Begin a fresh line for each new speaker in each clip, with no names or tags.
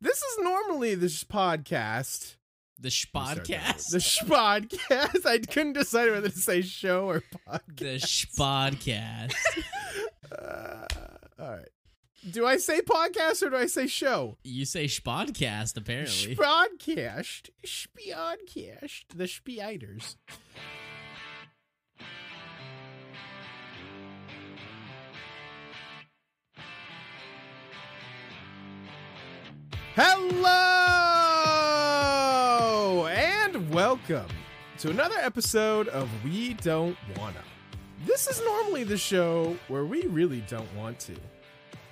This is normally the sh- podcast.
The
start that
Spodcast.
The sh- podcast. I couldn't decide whether to say show or podcast.
The Spodcast.
Uh, all right. Do I say podcast or do I say show?
you say Spodcast, apparently.
Spodcast. Spioncast. The Spieders. Hello! And welcome to another episode of We Don't Wanna. This is normally the show where we really don't want to.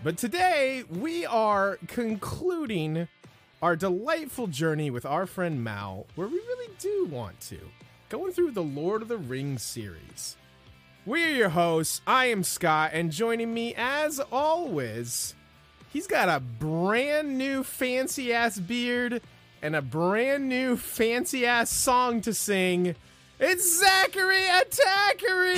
But today we are concluding our delightful journey with our friend Mal, where we really do want to, going through the Lord of the Rings series. We are your hosts. I am Scott, and joining me, as always, he's got a brand new fancy ass beard and a brand new fancy ass song to sing. It's Zachary Attackery!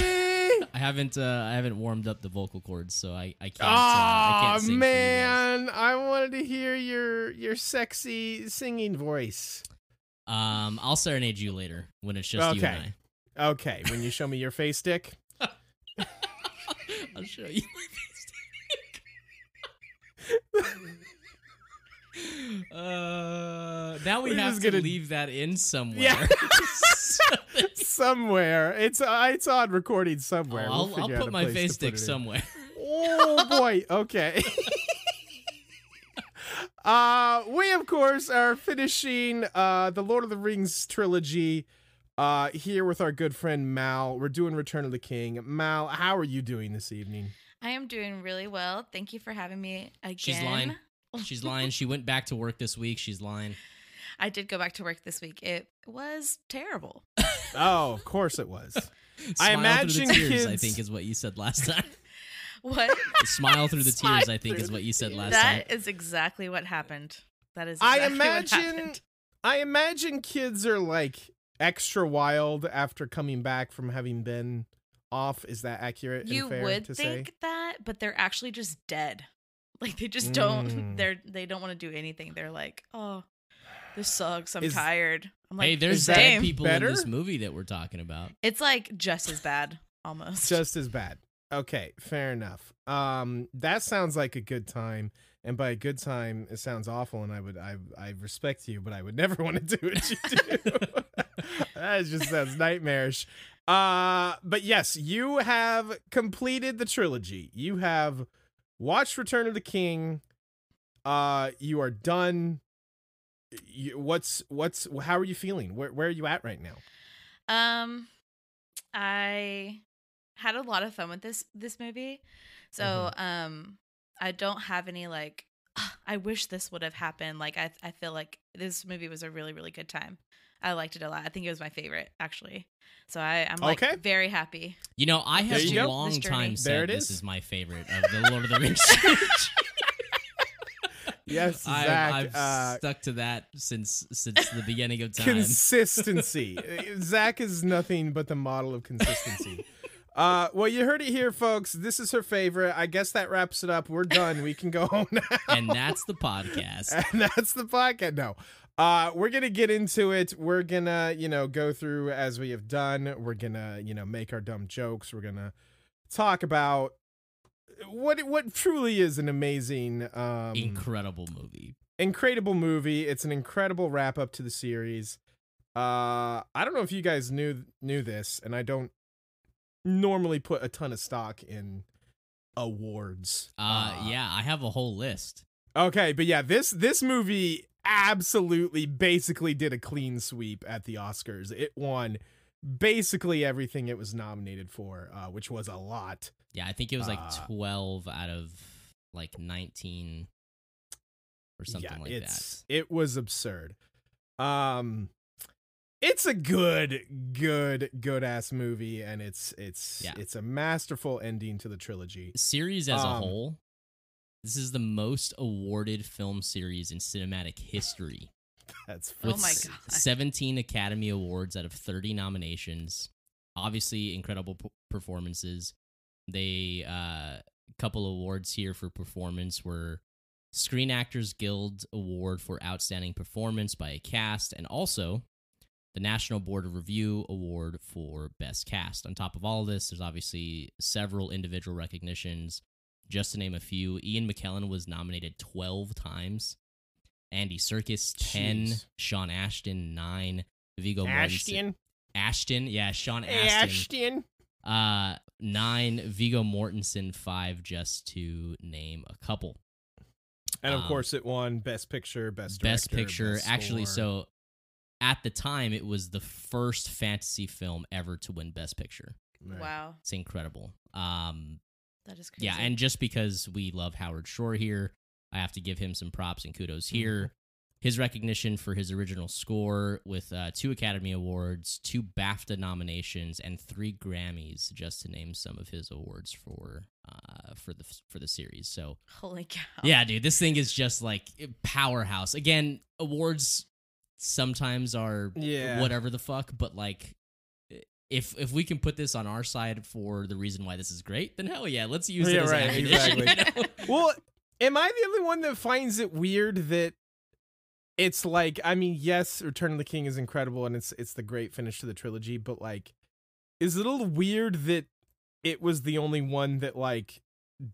I haven't uh, I haven't warmed up the vocal cords, so I, I can't. uh, I can't
Oh
sing for you guys.
man, I wanted to hear your your sexy singing voice.
Um, I'll serenade you later when it's just you and
Okay. Okay, when you show me your face stick.
I. I'll show you. uh, now we
We're
have
just
to
gonna-
leave that in somewhere.
Yeah.
So that-
somewhere. It's uh, it's on recording somewhere.
I'll,
We'll
Oh, I'll
figure out
put
a
my
place to
face
put
stick
it in.
somewhere.
Oh boy. Okay. uh we of course are finishing uh the Lord of the Rings trilogy uh here with our good friend Mal. We're doing Return of the King. Mal, how are you doing this evening?
I am doing really well. Thank you for having me again.
She's lying. She's lying. She went back to work this week. She's lying.
I did go back to work this week. It was terrible.
Oh, of course it was. I
Smile
imagine
through the tears, I
kids-
think is what you said last time.
What?
Smile through the
Smile
tears, I think
through
is what you said last time.
That is exactly what happened. That is
I
exactly what
imagine
happened.
I imagine kids are like extra wild after coming back from having been off. Is that accurate? and
you
fair
would
to
think
say?
that, but they're actually just dead. Like they just
Mm.
don't they're they don't want to do anything. They're like, "Oh, this sucks. I'm
Is-
tired." I'm like,
hey, there's
is
dead
that
same.
people
better?
in this movie that we're talking about.
It's like just as bad almost.
just as bad. Okay, fair enough. Um, that sounds like a good time, and by a good time, it sounds awful. And I would, I, I respect you, but I would never want to do what you do. that just sounds nightmarish. Uh, but yes, you have completed the trilogy. You have watched Return of the King. Uh, you are done. You, what's what's how are you feeling? Where where are you at right now?
Um, I had a lot of fun with this this movie, so
Mm-hmm.
um, I don't have any like "Ah, I wish this would have happened. Like I I feel like this movie was a really really good time. I liked it a lot. I think it was my favorite actually. So I I'm like
Okay.
very happy.
You know, I have
There you go.
long
This journey.
time said
There it
this
is.
is my favorite of the Lord of the Rings.
Yes,
I,
Zach,
I've
uh,
stuck to that since since the beginning of time.
Consistency. Uh, Zach is nothing but the model of consistency. Uh, well, you heard it here, folks. This is her favorite. I guess that wraps it up. We're done. We can go home now.
and that's the podcast.
And that's the podcast. No. Uh, we're gonna get into it. We're gonna, you know, go through as we have done. We're gonna, you know, make our dumb jokes. We're gonna talk about what what truly is an amazing, um,
Incredible movie.
incredible movie. It's an incredible wrap up to the series. Uh, I don't know if you guys knew knew this, and I don't normally put a ton of stock in awards.
Uh, yeah, I have a whole list.
Okay, but yeah, this this movie absolutely basically did a clean sweep at the Oscars. It won basically everything it was nominated for, uh, which was a lot.
Yeah, I think it was like
Uh,
12 out of like 19 or something like
it's,
that.
It was absurd. Um it's a good, good, good ass movie, and it's it's
Yeah.
it's a masterful ending to the trilogy.
Series as a
Um,
whole, this is the most awarded film series in cinematic history.
That's
Oh
with
my
s-
God.
17 Academy Awards out of 30 nominations. Obviously, incredible p- performances. They uh, couple awards here for performance were Screen Actors Guild Award for Outstanding Performance by a Cast, and also the National Board of Review Award for Best Cast. On top of all of this, there's obviously several individual recognitions. Just to name a few, Ian McKellen was nominated 12 times, Andy Serkis 10,
Jeez.
Sean Ashton 9, Vigo
Ashton.
Ashton, yeah, Sean
Hey,
Ashton.
Ashton.
Uh, nine, Vigo Mortensen, five, just to name a couple.
And of
Um,
course, it won Best Picture, Best
best
Director,
picture.
Best
Actually,
Score.
so at the time, it was the first fantasy film ever to win Best Picture.
Right.
Wow,
It's incredible. Um,
that is crazy.
yeah, and just because we love Howard Shore here, I have to give him some props and kudos
Mm-hmm.
here. His recognition for his original score with uh, two Academy Awards, two BAFTA nominations, and three Grammys, just to name some of his awards for uh, for the for the series. So
holy cow.
yeah, dude, this thing is just like powerhouse. Again, awards sometimes are
Yeah.
whatever the fuck, but like if if we can put this on our side for the reason why this is great, then hell yeah, let's use
Yeah,
it as
right,
right, ammunition.
exactly.
you know?
Well, am I the only one that finds it weird that it's like I mean, yes, Return of the King is incredible and it's it's the great finish to the trilogy, but like is it a little weird that it was the only one that like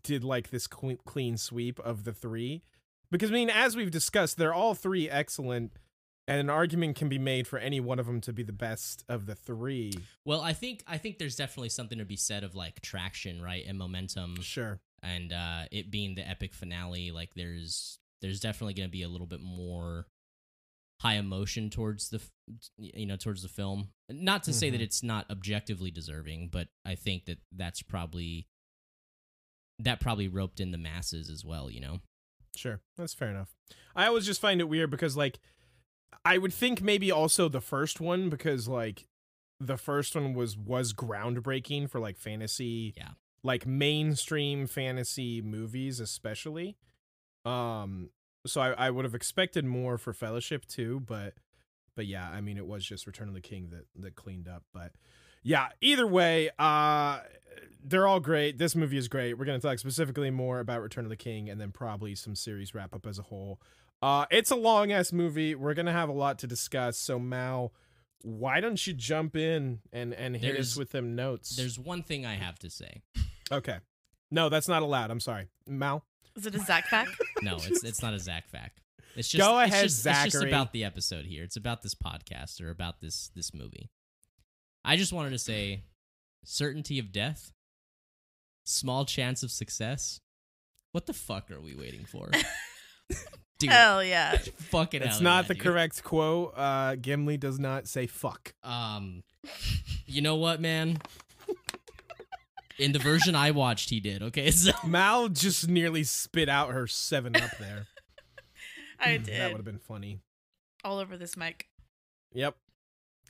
did like this clean, clean sweep of the three? Because I mean, as we've discussed, they're all three excellent and an argument can be made for any one of them to be the best of the three.
well, I think I think there's definitely something to be said of like traction, right, and momentum,
Sure.
and uh it being the epic finale. Like there's there's definitely going to be a little bit more high emotion towards the f- you know towards the film not to say that
Mhm.
it's not objectively deserving but i think that that's probably that probably roped in the masses as well you know
Sure, that's fair enough. I always just find it weird because, like, I would think maybe also the first one because, like, the first one was was groundbreaking for like fantasy,
Yeah.
like mainstream fantasy movies, especially. Um, so I, I would have expected more for Fellowship too, but but yeah, I mean, it was just Return of the King that that cleaned up, but yeah either way uh they're all great this movie is great we're going to talk specifically more about return of the king and then probably some series wrap up as a whole uh it's a long ass movie we're going to have a lot to discuss so mal why don't you jump in and and hit us
There's-
with them notes
there's one thing i have to say
okay no that's not allowed i'm sorry mal
Is it a Zach pack?
no it's it's not a zach fact it's just
Go
it's
ahead,
just, it's just
Zachary.
about the episode here it's about this podcast or about this this movie i just wanted to say certainty of death small chance of success what the fuck are we waiting for dude
Hell yeah.
fucking
it's
hell
not
yeah,
the
dude.
correct quote uh gimli does not say fuck
Um, you know what, man? In the version I watched, he did. Okay, so
mal just nearly spit out her seven up there
I
that would have
did.
been funny
All over this mic.
Yep.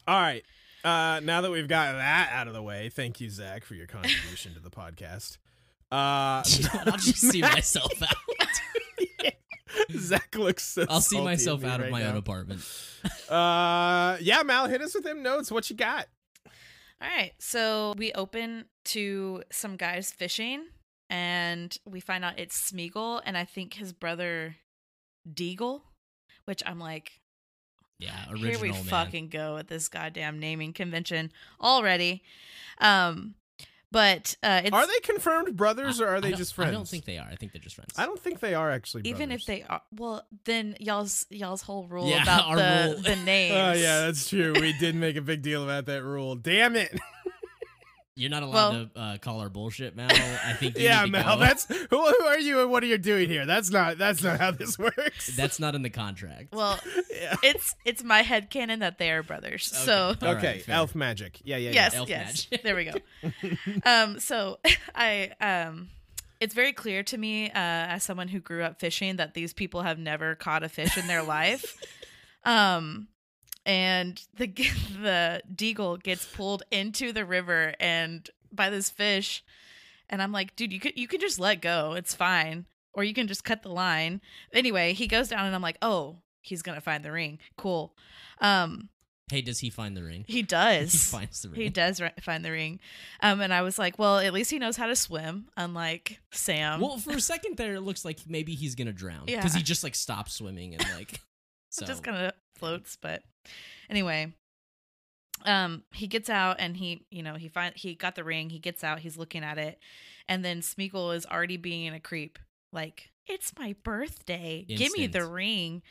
All right. Uh, now that we've got that out of the way, thank you, Zach, for your contribution to the podcast. Uh,
I'll just see myself out.
Zach looks so.
I'll see
salty at
myself
me
out of
right
my own
now.
apartment.
Uh, yeah, Mal, hit us with them notes. What you got?
All right. So we open to some guys fishing and we find out it's Smeagol and I think his brother Deagle, which I'm like,
Yeah, original
here we
man.
fucking go with this goddamn naming convention already. Um but uh it's
Are they confirmed brothers or
I-
are
I
they
don't-
just friends?
I don't think they are. I think they're just friends.
I don't think they are actually.
even
brothers.
if they are well then y'all's y'all's whole rule
Yeah,
about
our
the,
rule.
the names.
Oh yeah, that's true. We did make a big deal about that rule. Damn it.
You're not allowed
Well-
to uh, call our bullshit, Mal. I think you
yeah,
need to
Mal.
go.
That's who, who are you and what are you doing here? That's not. That's not how this works.
that's not in the contract.
Well,
yeah.
it's it's my head canon that they are brothers.
Okay.
So
All right,
okay.
fair.
elf magic. Yeah, yeah. yeah.
yes,
elf
yes.
match.
there we go. um, so I um, it's very clear to me uh, as someone who grew up fishing that these people have never caught a fish in their life. Um, and the the deagle gets pulled into the river and by this fish, and I'm like, dude, you could you can just let go. It's fine, or you can just cut the line. Anyway, he goes down, and I'm like, oh, he's gonna find the ring. Cool. Um,
Hey, does he find the ring?
He does.
He finds the ring.
He does ri- find the ring. Um, and I was like, well, at least he knows how to swim, unlike Sam.
Well, for a second there, it looks like maybe he's gonna drown
Yeah.
because he just like stops swimming and like so.
It just kind of floats, but anyway. Um, he gets out and he, you know, he find he got the ring. He gets out. He's looking at it, and then Smeagol is already being a creep. Like, it's my birthday. Give me the
Instant.
ring.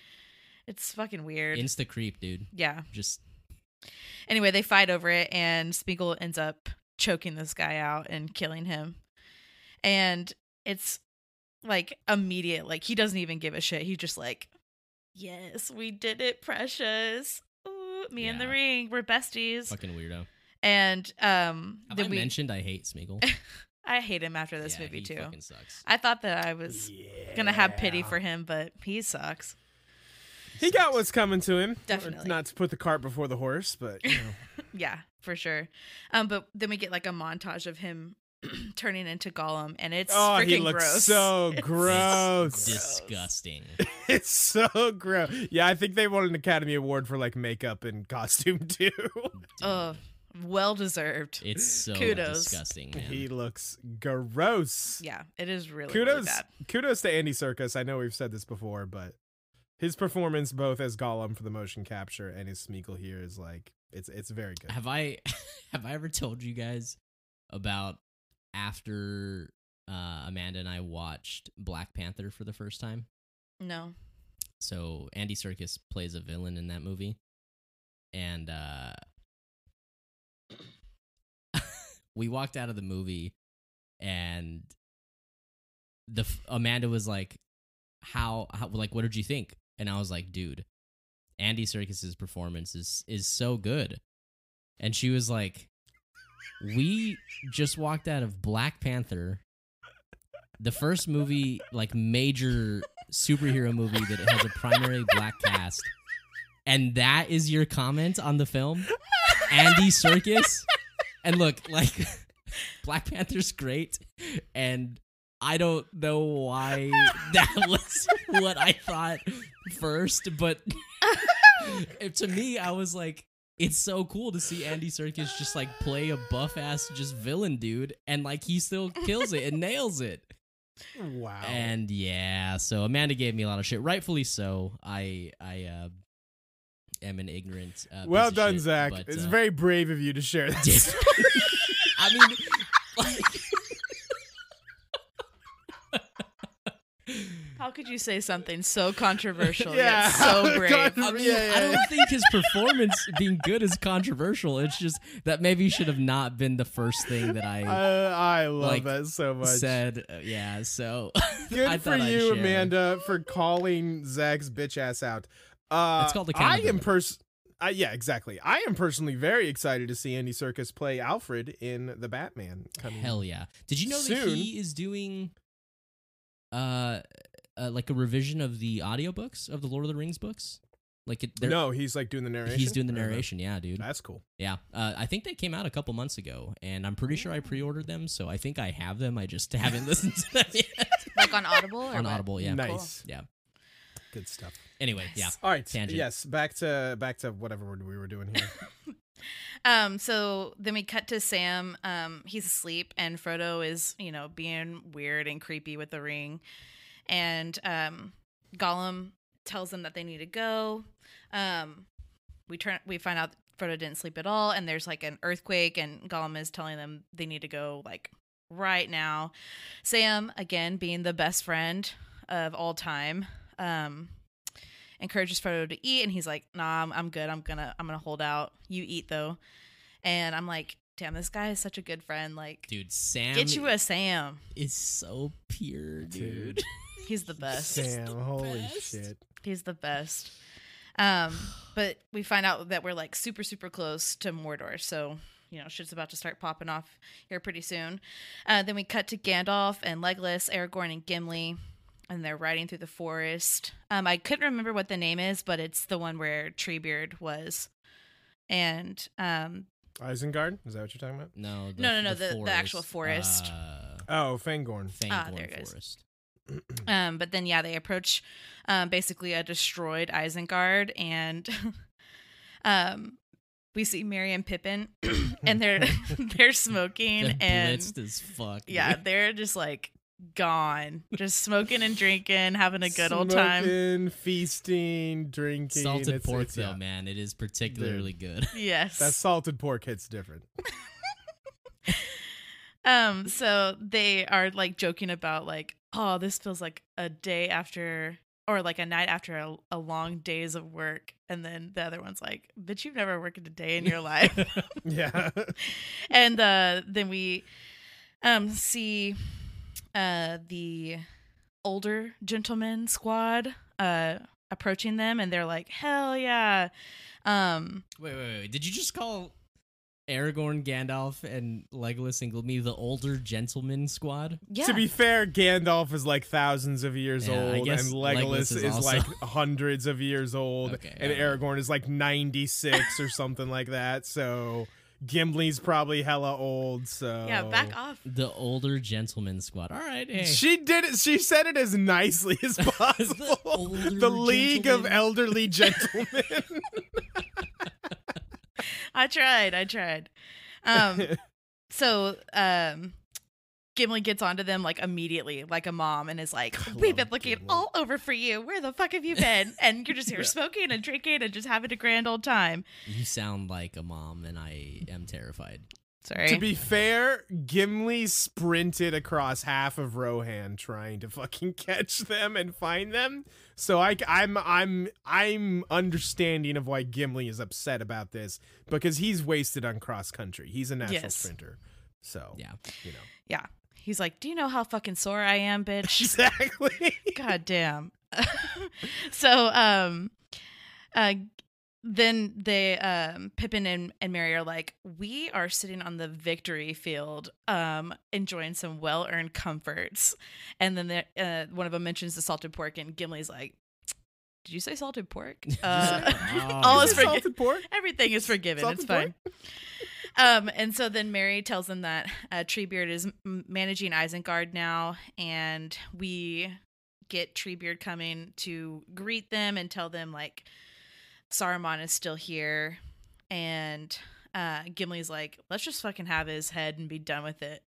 It's fucking weird.
insta creep, dude.
yeah.
Just
Anyway, they fight over it, and Spiegel ends up choking this guy out and killing him. And it's like immediate, like he doesn't even give a shit. He just like, yes, we did it, precious. Ooh, me and the
Yeah.
ring, we're besties.
fucking weirdo.
And um,
Have
then
I
we,
mentioned I hate Smeagol?
I hate him after this
Yeah,
movie
he
too.
Fucking sucks.
I thought that I was gonna have pity for him, but he sucks.
He got what's coming to him.
Definitely.
Not to put the cart before the horse, but you know.
Yeah, for sure. Um, but then we get like a montage of him turning into Gollum, and it's
oh,
freaking
he looks
gross.
so
It's
gross.
disgusting.
It's so gross. Yeah, I think they won an Academy Award for like makeup and costume too.
dude.
Ugh, well deserved.
It's so
Kudos.
disgusting, man.
he looks gross.
Yeah, it is really really
kudos,
bad.
kudos to Andy Circus. I know we've said this before, but his performance both as Gollum for the motion capture and his Smeagol here is like it's it's very good.
have I have I ever told you guys about after uh, Amanda and I watched Black Panther for the first time?
No,
So Andy Serkis plays a villain in that movie, and uh, we walked out of the movie, and the f- Amanda was like, "How? How? Like, what did you think?" And I was like, "Dude, Andy Serkis's performance is is so good," and she was like, "We just walked out of Black Panther." The first movie, like major superhero movie that has a primary black cast, and that is your comment on the film, Andy Circus. And look, like Black Panther's great, and I don't know why that was what I thought first, but if- to me, I was like. It's so cool to see Andy Circus just like play a buff ass just villain dude and like he still kills it and nails it.
Wow.
And yeah, so Amanda gave me a lot of shit, rightfully so. I I uh, am an ignorant. Uh,
well
piece of
done,
shit,
Zach.
but,
it's
uh,
very brave of you to share that.
Yeah.
story.
I mean, like,
how could you say something so controversial
Yeah.
yet so brave?
I mean,
Yeah, yeah,
I don't think his performance being good is controversial. It's just that maybe should have not been the first thing that I
Uh, I love
Like,
that so much.
said. Uh, yeah, so
Good
I
for
thought I'd
you,
share.
Amanda, for calling Zach's bitch ass out. Uh,
That's called
I am
accountability.
pers- I, yeah, exactly. I am personally very excited to see Andy Circus play Alfred in the Batman. Coming.
hell yeah. Did you know that
Soon.
he is doing uh, uh like a revision of the audiobooks of the Lord of the Rings books? Like it, they're-
no, he's like doing the narration.
He's doing the
I don't know.
narration, yeah, dude.
That's cool.
Yeah, uh, I think they came out a couple months ago, and I'm pretty
Mm.
sure I pre-ordered them, so I think I have them. I just haven't listened to them yet
Like on Audible? Or
on
what?
Audible. Yeah,
nice.
yeah.
Good stuff.
Anyway, yeah,
Nice.
All right.
Tangent.
Yes, back to back to whatever we were doing here.
Um, so then we cut to Sam. Um, he's asleep, and Frodo is, you know, being weird and creepy with the ring. And um, Gollum tells them that they need to go. Um, we turn, we find out Frodo didn't sleep at all, and there's like an earthquake, and Gollum is telling them they need to go like right now. Sam, again, being the best friend of all time, um, encourages Frodo to eat, and he's like, "Nah, I'm, I'm good. I'm gonna I'm gonna hold out. You eat though." And I'm like, "Damn, this guy is such a good friend. Like,
dude. Sam
get you a Sam.
is so pure, dude.
He's the best.
Sam, holy
best.
shit.
He's the best." Um, but we find out that we're like super super close to Mordor, so you know shit's about to start popping off here pretty soon. Uh, then we cut to Gandalf and Legolas, Aragorn and Gimli. And they're riding through the forest. Um, I couldn't remember what the name is, but it's the one where Treebeard was. And um,
Isengard? Is that what you're talking about?
No, the,
No, no, no, the- the actual forest.
Uh,
Oh, Fangorn.
Ah,
Fangorn
there it is.
forest.
Um, but then, yeah, they approach um, basically a destroyed Isengard, and um, we see Mary and Pippin, and they're they're smoking
They're
and
blitzed as fuck. dude.
yeah, they're just like gone, just smoking and drinking, having a good old time.
Smoking, feasting, drinking.
salted
it's-
pork
it's-
though,
yeah.
man. It is particularly good.
Yes.
That salted pork hits different.
um. So they are like joking about like, oh, this feels like a day after. Or like a night after a, a long days of work, and then the other one's like, "Bitch, you've never worked a day in your life."
Yeah.
and uh, then we um, see uh, the older gentleman squad uh, approaching them, and they're like, "Hell yeah!" Um,
Wait, wait, wait. Did you just call Aragorn, Gandalf, and Legolas and Gloomy the older gentleman squad?
yeah,
To be fair, Gandalf is like thousands of years
Yeah, I
old, and
guess
Legolas
Legolas
is,
is also-
like hundreds of years old,
Okay,
and
yeah.
Aragorn is like 96 or something like that. So Gimli's probably hella old. So
yeah, back off.
The older gentleman squad. All right, hey.
She did it. She said it as nicely as
The
possible.
older
the League of
gentleman.
Elderly Gentlemen.
I tried, I tried. Um, so um, Gimli gets onto them like immediately, like a mom, and is like,
I
"We've been
love
looking
Gimli.
all over for you. Where the fuck have you been? And you're just here
Yeah.
smoking and drinking and just having a grand old time."
You sound like a mom, and I am terrified. Eh?
Sorry.
To be fair, Gimli sprinted across half of Rohan trying to fucking catch them and find them. So I, am I'm I'm understanding of why Gimli is upset about this because he's wasted on cross country. He's a national
Yes.
sprinter. So
Yeah.
you know
Yeah. He's like, Do you know how fucking sore I am, bitch?
exactly.
God damn. so um uh then they um Pippin and, and Mary are like, We are sitting on the victory field, um, enjoying some well earned comforts. And then there- uh, one of them mentions the salted pork and Gimli's like, Did you say salted pork? Uh, all
Oh.
is
Is it
forgi-
salted pork.
Everything is forgiven.
Salted
it's fine. um, and so then Mary tells them that uh, Treebeard is m- managing Isengard now, and we get Treebeard coming to greet them and tell them like Saruman is still here, and uh, Gimli's like, let's just fucking have his head and be done with it.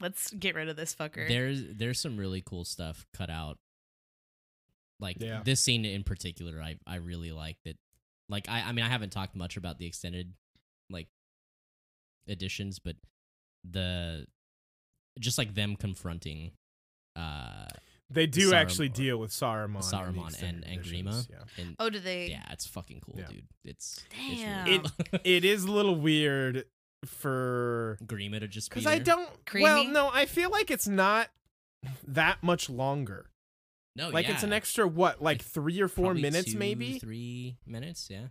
Let's get rid of this fucker.
There's there's some really cool stuff cut out. Like
Yeah.
this scene in particular, I I really liked it. Like I I mean I haven't talked much about the extended like editions, but the just like them confronting uh
They do
Sarum-
actually deal with Saruman, in the
Saruman and-
extended
and
editions,
Grima.
Yeah.
and
oh, do they?
yeah, it's fucking cool,
Yeah.
dude. It's
Damn.
It's really
It is a little weird for
Grima to just be
Because I
there.
don't.
Creamy?
Well, no, I feel like it's not that much longer.
no
like it's
Oh, yeah.
an extra what, like
Like,
three or four
Probably
minutes,
two,
maybe.
three minutes. Yeah,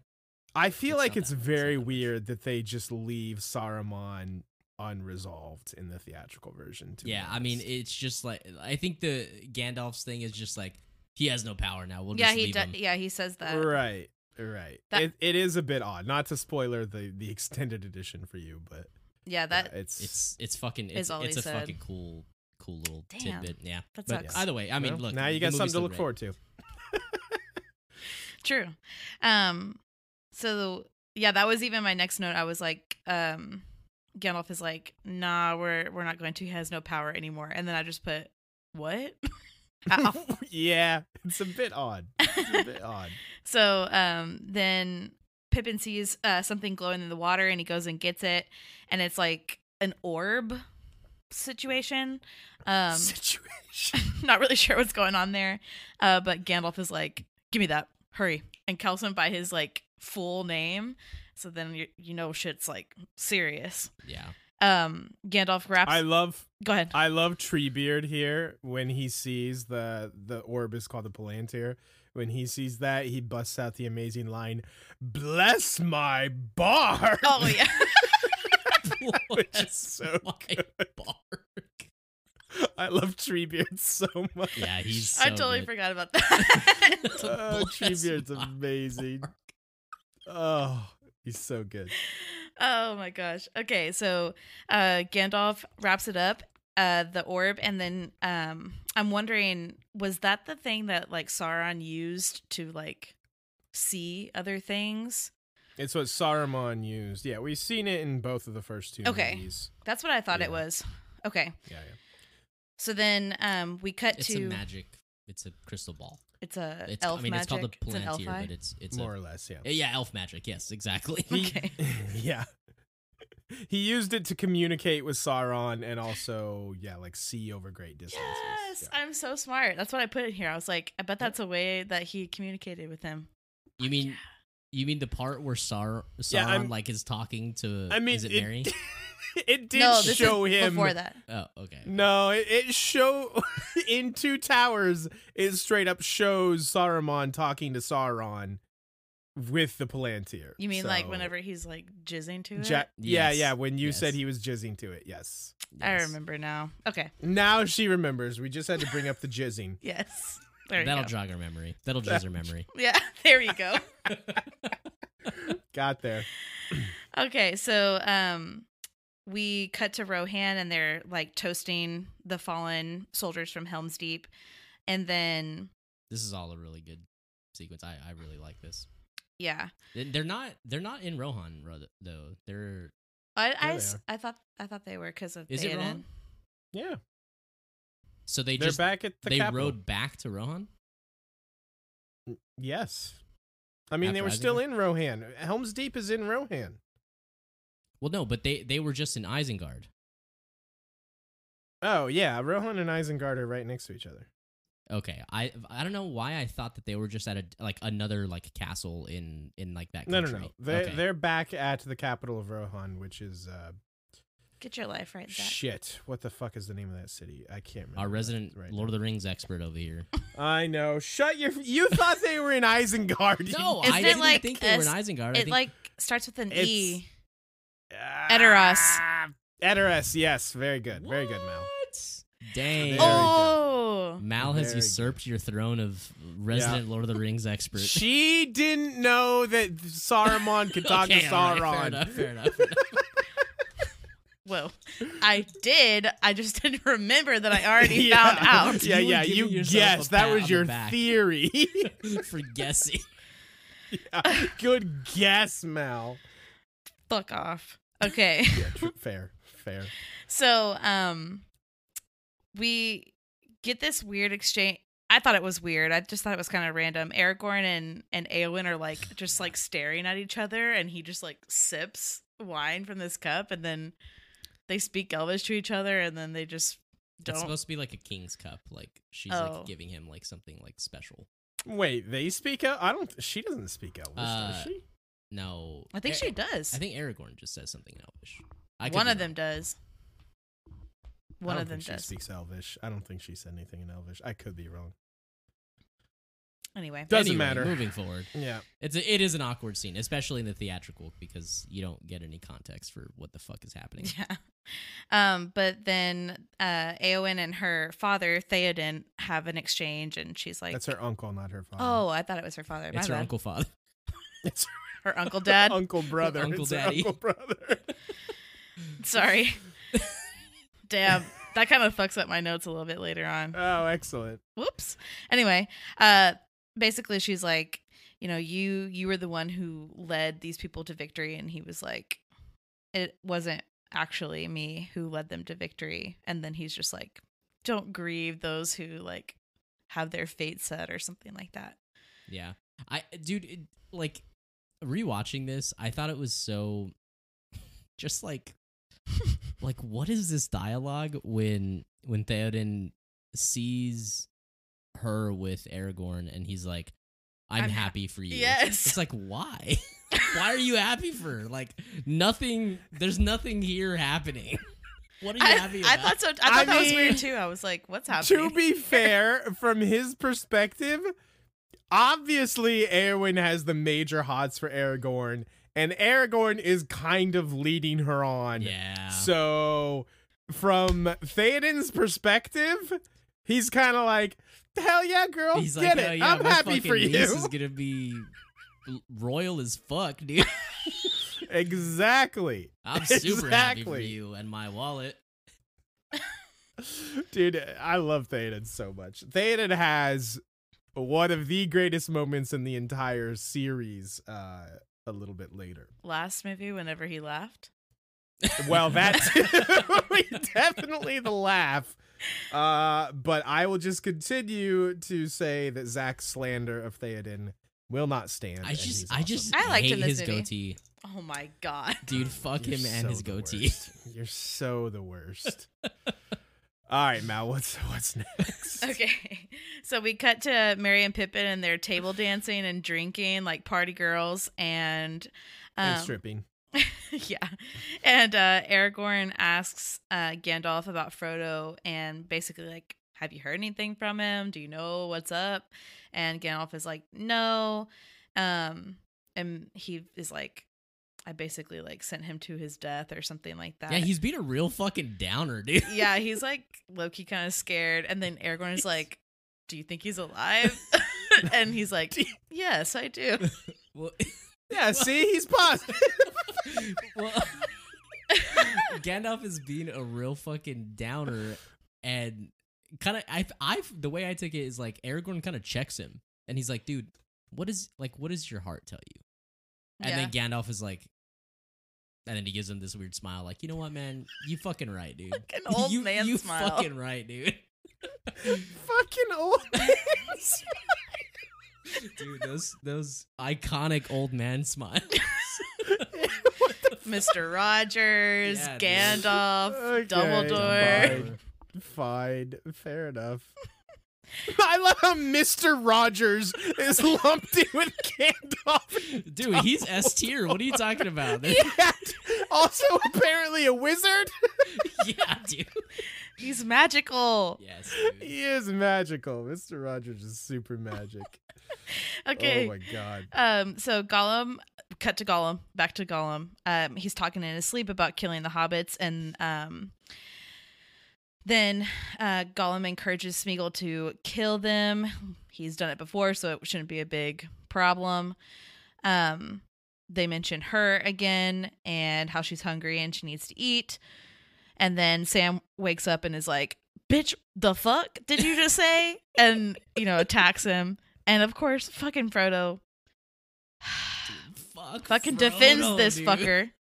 I feel
It's
like
not
it's
that- it's not
very
that much.
weird that they just leave Saruman unresolved in the theatrical version. To be
yeah. I mean,
honest.
it's just like I think the Gandalf's thing is just like he has no power now. We'll
yeah,
just
he
leave
do-
him.
yeah he says that.
right, right.
That-
it, it is a bit odd. Not to spoiler the the extended edition for you, but
Yeah,
yeah,
that
it's,
It's it's fucking it's,
Is all
it's
he
a
said.
fucking cool cool little
Damn,
tidbit. Yeah,
that
but
sucks.
either way, I mean,
well,
look
now you
the
got
movie's
something to
still
look
great.
forward to.
True. Um so yeah, that was even my next note. I was like, um Gandalf is like, nah, we're we're not going to. He has no power anymore. And then I just put, What? Ow.
yeah, it's a bit odd. It's a bit odd.
so um then Pippin sees uh something glowing in the water and he goes and gets it and it's like an orb situation. Um
Situation.
not really sure what's going on there. Uh, but Gandalf is like, "Give me that, hurry!" and calls him by his like full name. So then you you know shit's like serious.
Yeah,
Um, Gandalf wraps.
I love
Go ahead.
I love Treebeard here when he sees the the orb is called the Palantir. When he sees that, he busts out the amazing line, "Bless my bar,"
oh yeah,
which is so.
Why bark?
I love Treebeard so much.
Yeah, he's.
I
so
totally
good.
forgot about that.
Oh,
Bless
Treebeard's
my
amazing.
bark.
Oh, he's so good.
oh my gosh. Okay, so uh, Gandalf wraps it up. Uh, the orb, and then um, I'm wondering, was that the thing that like Sauron used to like see other things?
It's what Saruman used. Yeah, we've seen it in both of the first two
Okay.
movies.
That's what I thought
Yeah.
it was. Okay.
Yeah, yeah.
So then um we cut
It's
to
a magic. It's a crystal ball.
it's a
It's,
elf
I mean,
magic.
it's called a
an elf
Palantir,
eye.
but it's it's
More
a Eh,
or less, yeah.
yeah, elf magic. Yes, exactly.
Okay.
yeah. He used it to communicate with Sauron and also, yeah, like see over great distances.
Yes,
Yeah.
I'm so smart. That's what I put in here. I was like, I bet that's a way that he communicated with him.
You mean you mean the part where Sar Sauron
Yeah, I'm-
like is talking to
I mean,
is it,
it-
Mary?
it did
no, this
show
is
him
before that.
Oh, okay.
No, it, it show in Two Towers. It straight up shows Saruman talking to Sauron with the Palantir.
You mean like
So,
whenever he's like jizzing to it?
Ja- yeah,
Yes,
yeah. When you said
yes.
he was jizzing to it, yes.
I
Yes.
remember now. Okay.
Now she remembers. We just had to bring up the jizzing.
Yes. There you
That'll
go.
jog her memory. That'll jizz her memory.
yeah. There you go.
Got there.
Okay, so um we cut to Rohan and they're like toasting the fallen soldiers from Helm's Deep. And then
This is all a really good sequence. I, I really like this.
yeah.
They- They're not they're not in Rohan ro- though. They're
I I,
they
s-
are.
I thought I thought they were cuz of
Is it
Theoden.
Rohan?
Yeah,
so they
they are
just
back at the
they
capital.
rode back to Rohan.
Yes, I mean they
After
were still
Isengard?
in Rohan. Helm's Deep is in Rohan.
Well, no, but they they were just in Isengard.
Oh yeah, Rohan and Isengard are right next to each other.
Okay, I I don't know why I thought that they were just at a like another like castle in in like that.
No, no,
Country.
no. They
okay.
they're back at the capital of Rohan, which is uh,
Get your life right Zach.
Shit. What the fuck is the name of that city? I can't remember.
our
that
resident
right
Lord of the Rings expert over here.
now. I know. Shut your. You thought they were in Isengard.
No,
Isn't
I
it
didn't
like
think they were in
us-
Isengard. I
It
think-
like starts with an
It's-
E.
Edoras. Ah. Edoras. Yes. Very good. Very good, Mal.
What? Dang.
There Oh.
Oh.
Mal has
Very good.
usurped your throne of resident Lord of the Rings expert.
She didn't know that Saruman could talk
Okay,
to
all right,
Sauron.
fair enough, fair enough, fair enough.
Whoa. I did. I just didn't remember that I already
yeah.
found out.
Yeah,
You were
yeah.
giving
You
yourself
guessed.
a
That
pat on
was
the
your
back.
theory.
For guessing.
Yeah. Good guess, Mal.
Fuck off. Okay.
Yeah, tr- fair. Fair.
So, um, we get this weird exchange. I thought it was weird. I just thought it was kind of random. Aragorn and and Eowyn are like just like staring at each other, and he just like sips wine from this cup, and then they speak Elvish to each other, and then they just
It's
don't.
supposed to be like a king's cup. Like she's
Oh.
like giving him like something like special.
Wait, they speak. El- I don't. She doesn't speak Elvish, does
Uh,
she?
No,
I think
Ar-
she does.
I think Aragorn just says something in Elvish. I could
one
be
of
wrong.
them does.
I
One
don't
of them
think she
does.
speaks Elvish. I don't think she said anything in Elvish. I could be wrong.
Anyway,
Doesn't
Anyway,
matter.
Moving forward,
Yeah.
it's a, it is an awkward scene, especially in the theatrical, because you don't get any context for what the fuck is happening.
Yeah. Um, but then uh Eowyn and her father, Theoden, have an exchange and she's like
That's her uncle, not her father.
Oh, I thought it was her father. My
it's her
bad.
uncle father.
it's
her uncle
her
dad.
uncle brother.
Uncle
it's her
daddy.
uncle brother.
Sorry. Damn. That kind of fucks up my notes a little bit later on.
Oh, excellent.
Whoops. Anyway, uh basically she's like, you know, you you were the one who led these people to victory and he was like it wasn't actually me who led them to victory and then he's just like don't grieve those who like have their fate set or something like that.
Yeah. I dude it, like rewatching this, I thought it was so just like like what is this dialogue when when Theoden sees her with Aragorn and he's like I'm,
I'm ha-
happy for you.
Yes.
It's like why? why are you happy for? Like nothing there's nothing here happening. What are you
I,
happy
I
about?
thought so I thought that was
mean-
weird too. I was like, what's happening?
To be fair, from his perspective, obviously Erwin has the major hots for Aragorn, and Aragorn is kind of leading her on.
yeah.
So, from Theoden's perspective, he's kind of like, "Hell yeah, girl,
He's
get
like,
it.
"Oh, yeah,
I'm
my
happy
fucking
for you."
niece is gonna be l- royal as fuck, dude.
exactly,
I'm super happy for
Exactly.
you and my wallet.
dude. I love Theoden so much. Theoden has one of the greatest moments in the entire series uh, a little bit later.
Last movie, whenever he laughed.
Well, that's definitely the laugh. Uh, but I will just continue to say that Zach's slander of Theoden will not stand.
I
and
just,
he's
I just,
I liked
hate
him this
his
movie.
goatee,
Oh my god.
dude. Fuck
You're
him and
so
his
the
goatee.
worst. You're so the worst. All right, Mal, what's what's next?
Okay. So we cut to Mary and Pippin and they're table dancing and drinking like party girls and
And
um,
stripping.
yeah. And uh Aragorn asks uh Gandalf about Frodo and basically like have you heard anything from him? Do you know what's up? And Gandalf is like, "No." Um and he is like I basically like sent him to his death or something like that.
Yeah, he's being a real fucking downer, dude.
yeah, he's like Loki kind of scared. And then Aragorn is like, Do you think he's alive? and he's like, Yes, I do.
Well,
Yeah, see, he's positive.
well, Gandalf is being a real fucking downer, and kind of I I the way I took it is like Aragorn kind of checks him, and he's like, "Dude, what is like what does your heart tell you?" And
yeah.
then Gandalf is like, and then he gives him this weird smile, like, "You know what, man? You fucking right, dude.
An old
you,
man
you
smile.
fucking right, dude.
Fucking old.
Dude, those those iconic old man smiles.
Mr. Rogers,
Yeah, dude.
Gandalf,
Okay,
Dumbledore.
Fine. Fine. Fair enough. I love how Mr. Rogers is lumped in with Gandalf.
Dude, he's S tier. What are you talking about?
Yeah. Also, apparently a wizard.
yeah, dude.
He's magical.
Yes, dude.
He is magical. Mr. Rogers is super magic.
Okay.
Oh my god.
um, so Gollum, cut to Gollum, back to Gollum. Um, he's talking in his sleep about killing the hobbits, and um, then uh, Gollum encourages Smeagol to kill them. He's done it before, so it shouldn't be a big problem. Um, they mention her again and how she's hungry and she needs to eat. And then Sam wakes up and is like, Bitch, the fuck did you just say? and, you know, attacks him. And of course, fucking Frodo
Fuck.
fucking
Frodo,
defends this
dude.
fucker.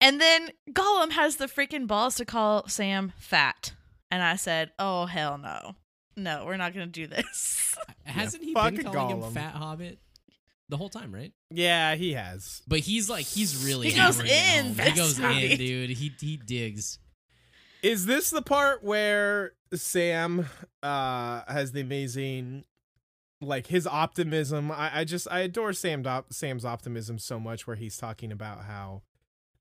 And then Gollum has the freaking balls to call Sam fat. And I said, oh, hell no. No, we're not going to do this.
Hasn't he
fucking
been calling
Gollum.
him Fat Hobbit the whole time, right?
Yeah, he has.
But he's like, he's really
He goes
hammering it
in,
home. He
that's
goes in,
right.
dude. He he digs.
Is this the part where Sam uh has the amazing like his optimism? I, I just I adore Sam op- Sam's optimism so much where he's talking about how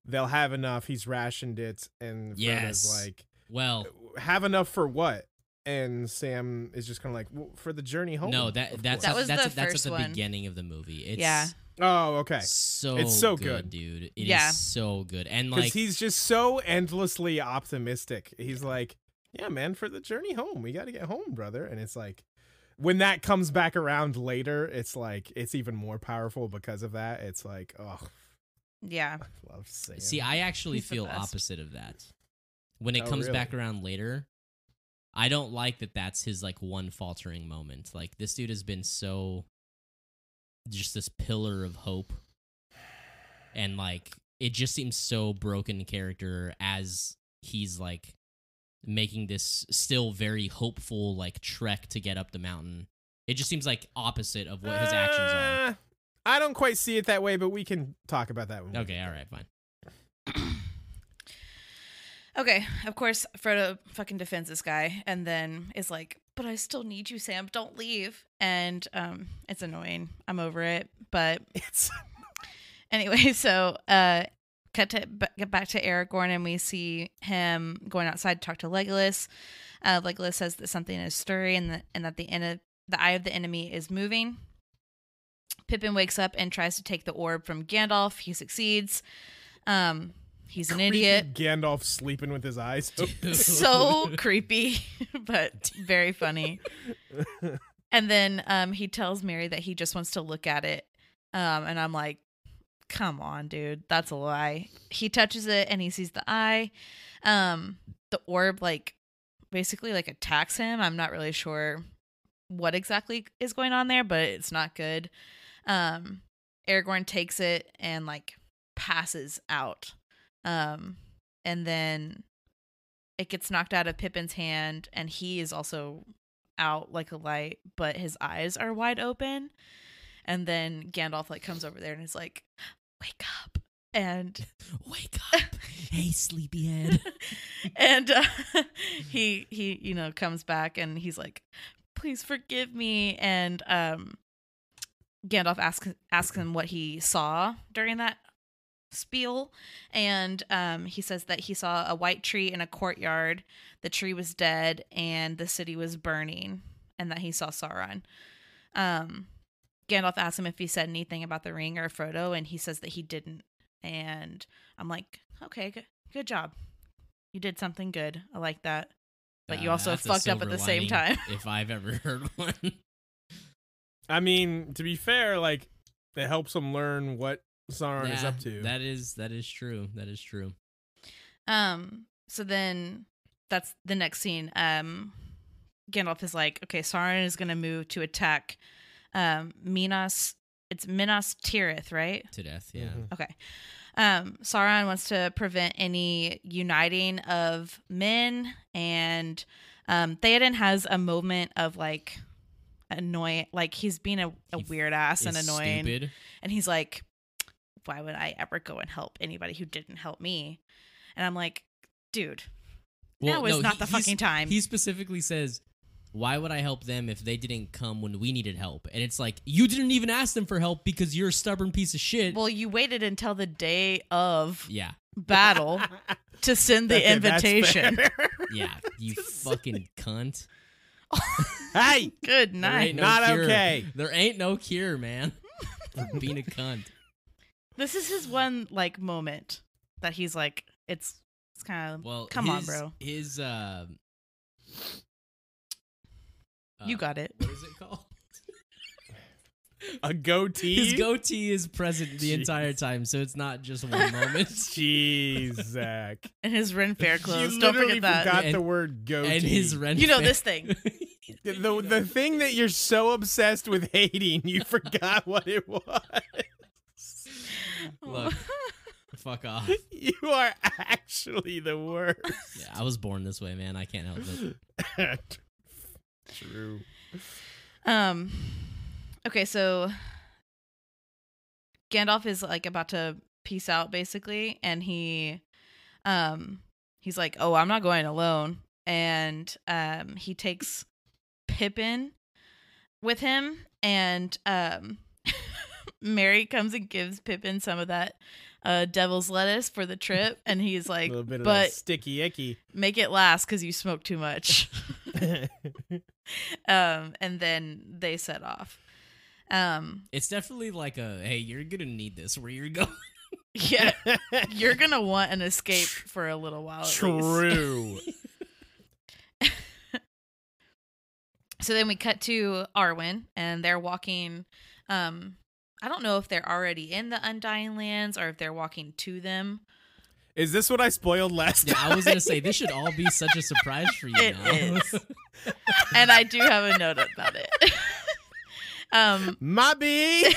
they'll have enough, he's rationed it, and Frodo's
Yes.
like
Well,
have enough for what? And Sam is just kind of like well, for the journey home.
no, that
of
that's
course."
That was
that's
the
that's
first
at the
one.
beginning of the movie. It's
Yeah.
oh okay.
so
It's so good.
dude. It is
Yeah.
so good. And
Because
like
he's just so endlessly optimistic. He's like, yeah, man, for the journey home, we got to get home, brother. And it's like, when that comes back around later, it's like, it's even more powerful because of that. It's like, oh,
yeah.
I love Sam.
See, I actually
He's the
feel
best.
opposite of that. When it
Oh,
comes
really?
back around later, I don't like that that's his like one faltering moment. Like this dude has been so just this pillar of hope. And like it just seems so broken character as he's like making this still very hopeful like trek to get up the mountain. It just seems like opposite of what his actions are.
Uh, I don't quite see it that way, but we can talk about that one.
Okay, all right, fine.
Okay. Of course, Frodo fucking defends this guy and then is like, but I still need you, Sam. Don't leave. And um, it's annoying. I'm over it. But
It's
anyway, so uh, cut to b- get back to Aragorn, and we see him going outside to talk to Legolas. Uh, Legolas says that something is stirring, and, the, and that the en- the eye of the enemy is moving. Pippin wakes up and tries to take the orb from Gandalf. He succeeds. Um, he's an
creepy
idiot.
Gandalf sleeping with his eyes open.
So creepy, but very funny. And then um, he tells Mary that he just wants to look at it. Um, and I'm like, come on, dude. That's a lie. He touches it and he sees the eye. Um, the orb, like, basically, like, attacks him. I'm not really sure what exactly is going on there, but it's not good. Um, Aragorn takes it and like passes out. Um and then it gets knocked out of Pippin's hand and he is also out like a light, but his eyes are wide open. And then Gandalf like comes over there and is like, "Wake up." And
Wake up. hey, sleepyhead.
and uh, he he you know comes back and he's like please forgive me and um gandalf asks asks him what he saw during that spiel and um he says that he saw a white tree in a courtyard the tree was dead and the city was burning and that he saw sauron um gandalf asks him if he said anything about the ring or frodo and he says that he didn't and i'm like okay good, good job you did something good. I like that. But you
Uh,
also
that's a
fucked up at
silver
the same
lining,
time.
if I've ever heard one.
I mean, to be fair, like it helps him learn what Sauron is
Yeah,
up to.
That is that is true. That is true.
Um so then that's the next scene. Um Gandalf is like, okay, Sauron is gonna move to attack um Minas it's Minas Tirith, right?
To death, yeah.
Mhm.
Okay. Um, Sauron wants to prevent any uniting of men, and um, Theoden has a moment of like annoying, like he's being a, a
He f-
weird ass and
It's
annoying,
Stupid.
and he's like, "Why would I ever go and help anybody who didn't help me?" And I'm like, "Dude, now is
no,
not
he-
the
he's-
fucking time."
He specifically says, "Why would I help them if they didn't come when we needed help?" And it's like you didn't even ask them for help because you're a stubborn piece of shit.
Well, you waited until the day of
yeah,
battle to send the
Okay, that's
invitation.
fair.
yeah, you fucking cunt.
hey,
Good
There
night.
ain't
Not
cure.
okay.
There ain't no cure, man. For being a cunt.
This is his one like moment that he's like, it's it's kind of
Well,
Come on,
his-
bro.
His um, uh,
you got it.
What is it called?
a goatee.
His goatee is present the
Jeez.
entire time, so it's not just one moment.
Jeez, Zach.
And his Ren Fair clothes.
You
Don't
literally
forget that.
forgot the
And-
word goatee.
and his rent.
You know this thing.
the, the, the thing that you're so obsessed with hating, you forgot what it was.
Look. Fuck off.
You are actually the worst.
Yeah, I was born this way, man. I can't help it.
True.
um Okay, so Gandalf is like about to peace out basically, and he um he's like, Oh, I'm not going alone. And um he takes Pippin with him and um Mary comes and gives Pippin some of that uh devil's lettuce for the trip and he's
A
like
little bit of
but
that sticky icky.
make it last because you smoke too much um and then they set off um
It's definitely like a hey, you're gonna need this where you're going.
yeah you're gonna want an escape for a little while at least.
True.
so then we cut to arwen and they're walking um i don't know if they're already in the undying lands or if they're walking to them
Is this what I spoiled last
Yeah,
time?
I was gonna say this should all be such a surprise for you
It
now.
is. and i do have a note about it um
My bee.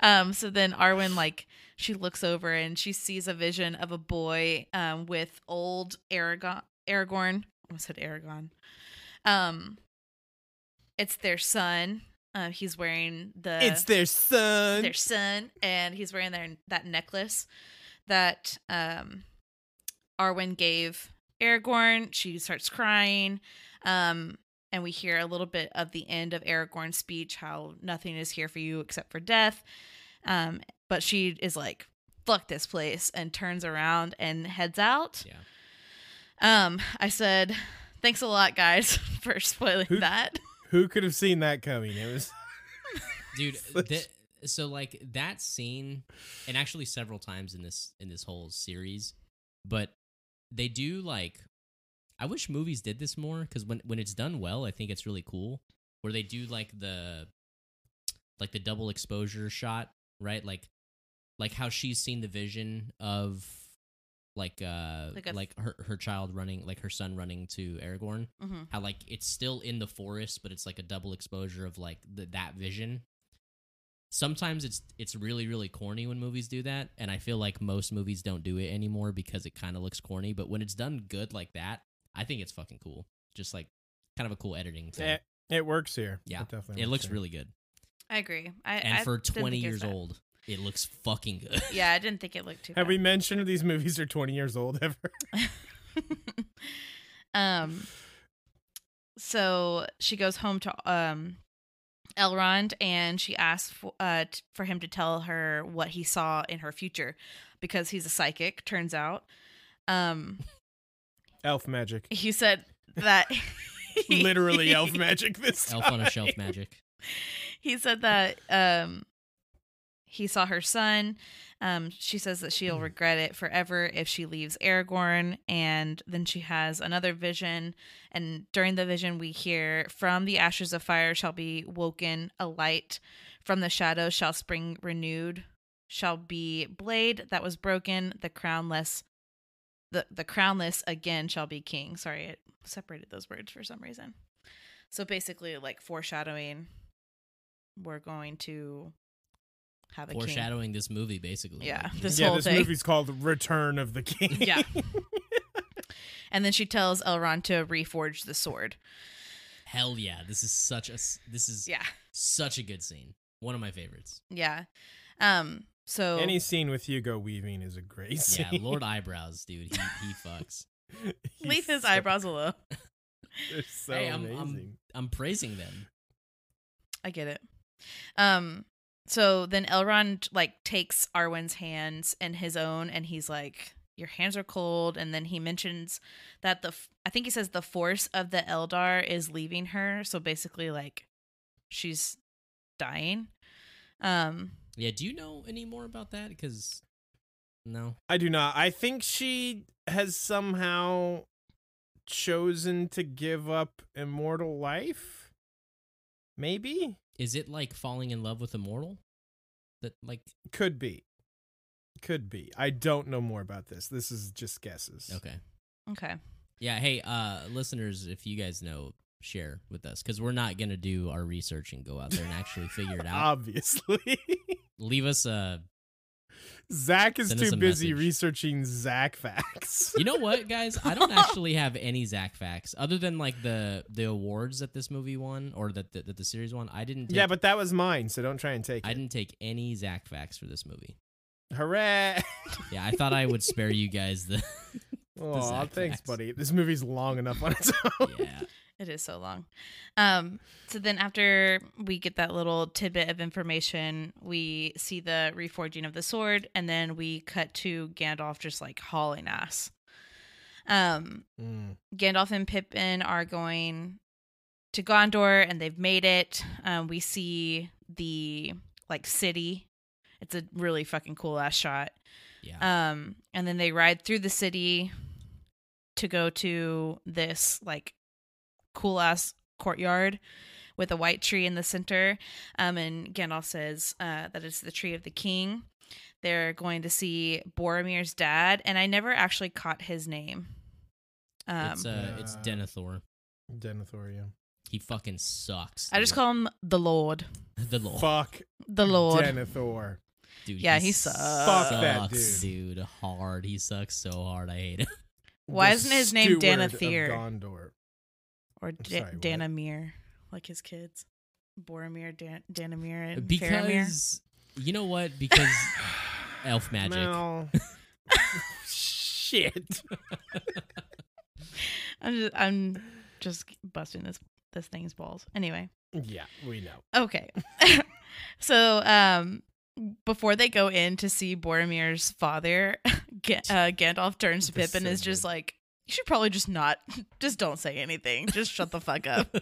um so then arwen like she looks over and she sees a vision of a boy um with old aragon aragorn i almost said aragon um it's their son uh, he's wearing the
it's their son.
their son and he's wearing their that necklace that um arwen gave aragorn she starts crying um and we hear a little bit of the end of aragorn's speech how nothing is here for you except for death um but she is like fuck this place and turns around and heads out
Yeah.
um i said thanks a lot guys for spoiling
Who-
that
Who could have seen that coming? It was
dude th- so like that scene and actually several times in this in this whole series but they do like i wish movies did this more because when when it's done well i think it's really cool where they do like the like the double exposure shot right like like how she's seen the vision of like uh
Like
like,
a-
her her child running like her son running to aragorn
hmm
how like it's still in the forest, but it's like a double exposure of like the, that vision. sometimes it's it's really really corny when movies do that and i feel like most movies don't do it anymore because it kind of looks corny but when it's done good like that i think it's fucking cool just like kind of a cool editing thing
It, it works here.
Yeah.
It, definitely
it
works
looks
here.
really good
I agree. I,
and
I
for
didn't
20
think it was
years
bad.
old it looks fucking good
Yeah, I didn't think it looked too.
Have
bad.
we mentioned these movies are 20 years old ever?
um so she goes home to um Elrond and she asks for, uh, t- for him to tell her what he saw in her future because he's a psychic turns out um
elf magic.
he said that
Literally elf magic this time.
elf on a shelf magic
he said that um he saw her son um she says that she'll regret it forever if she leaves aragorn and then she has another vision and during the vision we hear from the ashes of fire shall be woken a light from the shadow shall spring renewed shall be blade that was broken the crownless the, the crownless again shall be king sorry it separated those words for some reason so basically like foreshadowing we're going to have a king
foreshadowing this movie basically
yeah
Like,
this
yeah,
whole
this
thing
movie's called Return of the King.
yeah and then she tells elrond to reforge the sword
hell yeah this is such a s- this is
yeah
such a good scene one of my favorites
yeah um so
Any scene with Hugo Weaving is a great scene.
yeah lord eyebrows dude he, he fucks
He's
leave his
so-
eyebrows alone
They're so
Hey, I'm- I'm-
amazing.
i'm praising them
i get it um so then elrond like takes arwen's hands and his own and he's like your hands are cold and then he mentions that the f- i think he says the force of the eldar is leaving her so basically like she's dying um
yeah do you know any more about that because no
I do not. I think she has somehow chosen to give up immortal life. Maybe?
is it like falling in love with a mortal that like
Could be. Could be. I don't know more about this. This is just guesses.
okay
okay
yeah hey uh listeners if you guys know share with us because we're not gonna do our research and go out there and actually figure it out
Obviously.
leave us uh
Zach is
Send us
too
a
busy
message.
researching Zach facts.
you know what guys i don't actually have any zach facts other than like the the awards that this movie won or that the, that the series won i didn't take,
yeah, but that was mine, so don't try and take
i
it.
didn't take any zach facts for this movie
Hooray!
yeah i thought i would spare you guys the
Oh,
Zach
thanks,
facts.
buddy. This movie's long enough on its
Um,
own.
yeah
It is so long. Um, so then after we get that little tidbit of information, we see the reforging of the sword, and then we cut to Gandalf just like hauling ass. Um,
Mm.
Gandalf and Pippin are going to Gondor, and they've made it. Um, we see the like city. It's a really fucking cool ass shot.
yeah
Um, and then they ride through the city to go to this like cool ass courtyard with a white tree in the center. Um, and Gandalf says uh, that it's the tree of the king. They're going to see Boromir's dad, and I never actually caught his name. Um,
it's uh it's
Uh,
denethor
Denethor, yeah.
he fucking sucks
I just
dude.
call him the Lord.
the lord
Fuck
The Lord.
Denethor.
Dude,
Yeah, he sucks.
Fuck that
sucks, dude. Hard. He sucks so hard. I hate him.
Why
the
isn't his name
steward of
Denethor?
Gondor.
or da-
sorry, what?
Danamir, like his kids. Boromir, Dan- Danamir, and Faramir.
Because you know what? Because elf magic.
Well, shit.
I'm just, I'm just busting this this thing's balls. Anyway,
Yeah, we know.
okay. so, um, before they go in to see Boromir's father, Ga- uh, Gandalf turns to
This is
Pippin
so
and is just
good.
like, "You should probably just not, just don't say anything. Just shut the fuck up."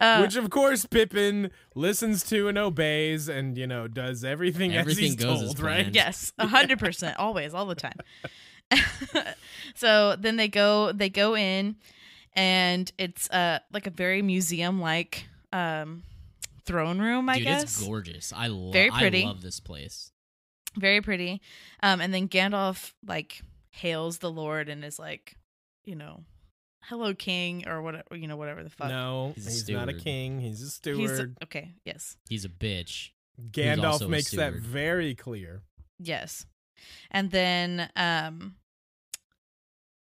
Uh,
Which, of course, Pippin listens to and obeys and, you know, does everything,
Everything
as he's
goes as
told, right?
planned.
Yes, a hundred percent, always, all the time. so then they go, they go in, and it's uh like a very museum-like um throne room, I
dude,
guess.
it's gorgeous. I love.
Very pretty.
I love this place.
very pretty. Um, and then Gandalf like hails the Lord and is like, you know, hello, King, or whatever, you know, whatever the fuck.
No,
He's a
he's, not a
steward.
king. He's a steward.
He's okay. Yes.
He's a bitch.
Gandalf
also a
makes that
steward.
very clear.
Yes. And then um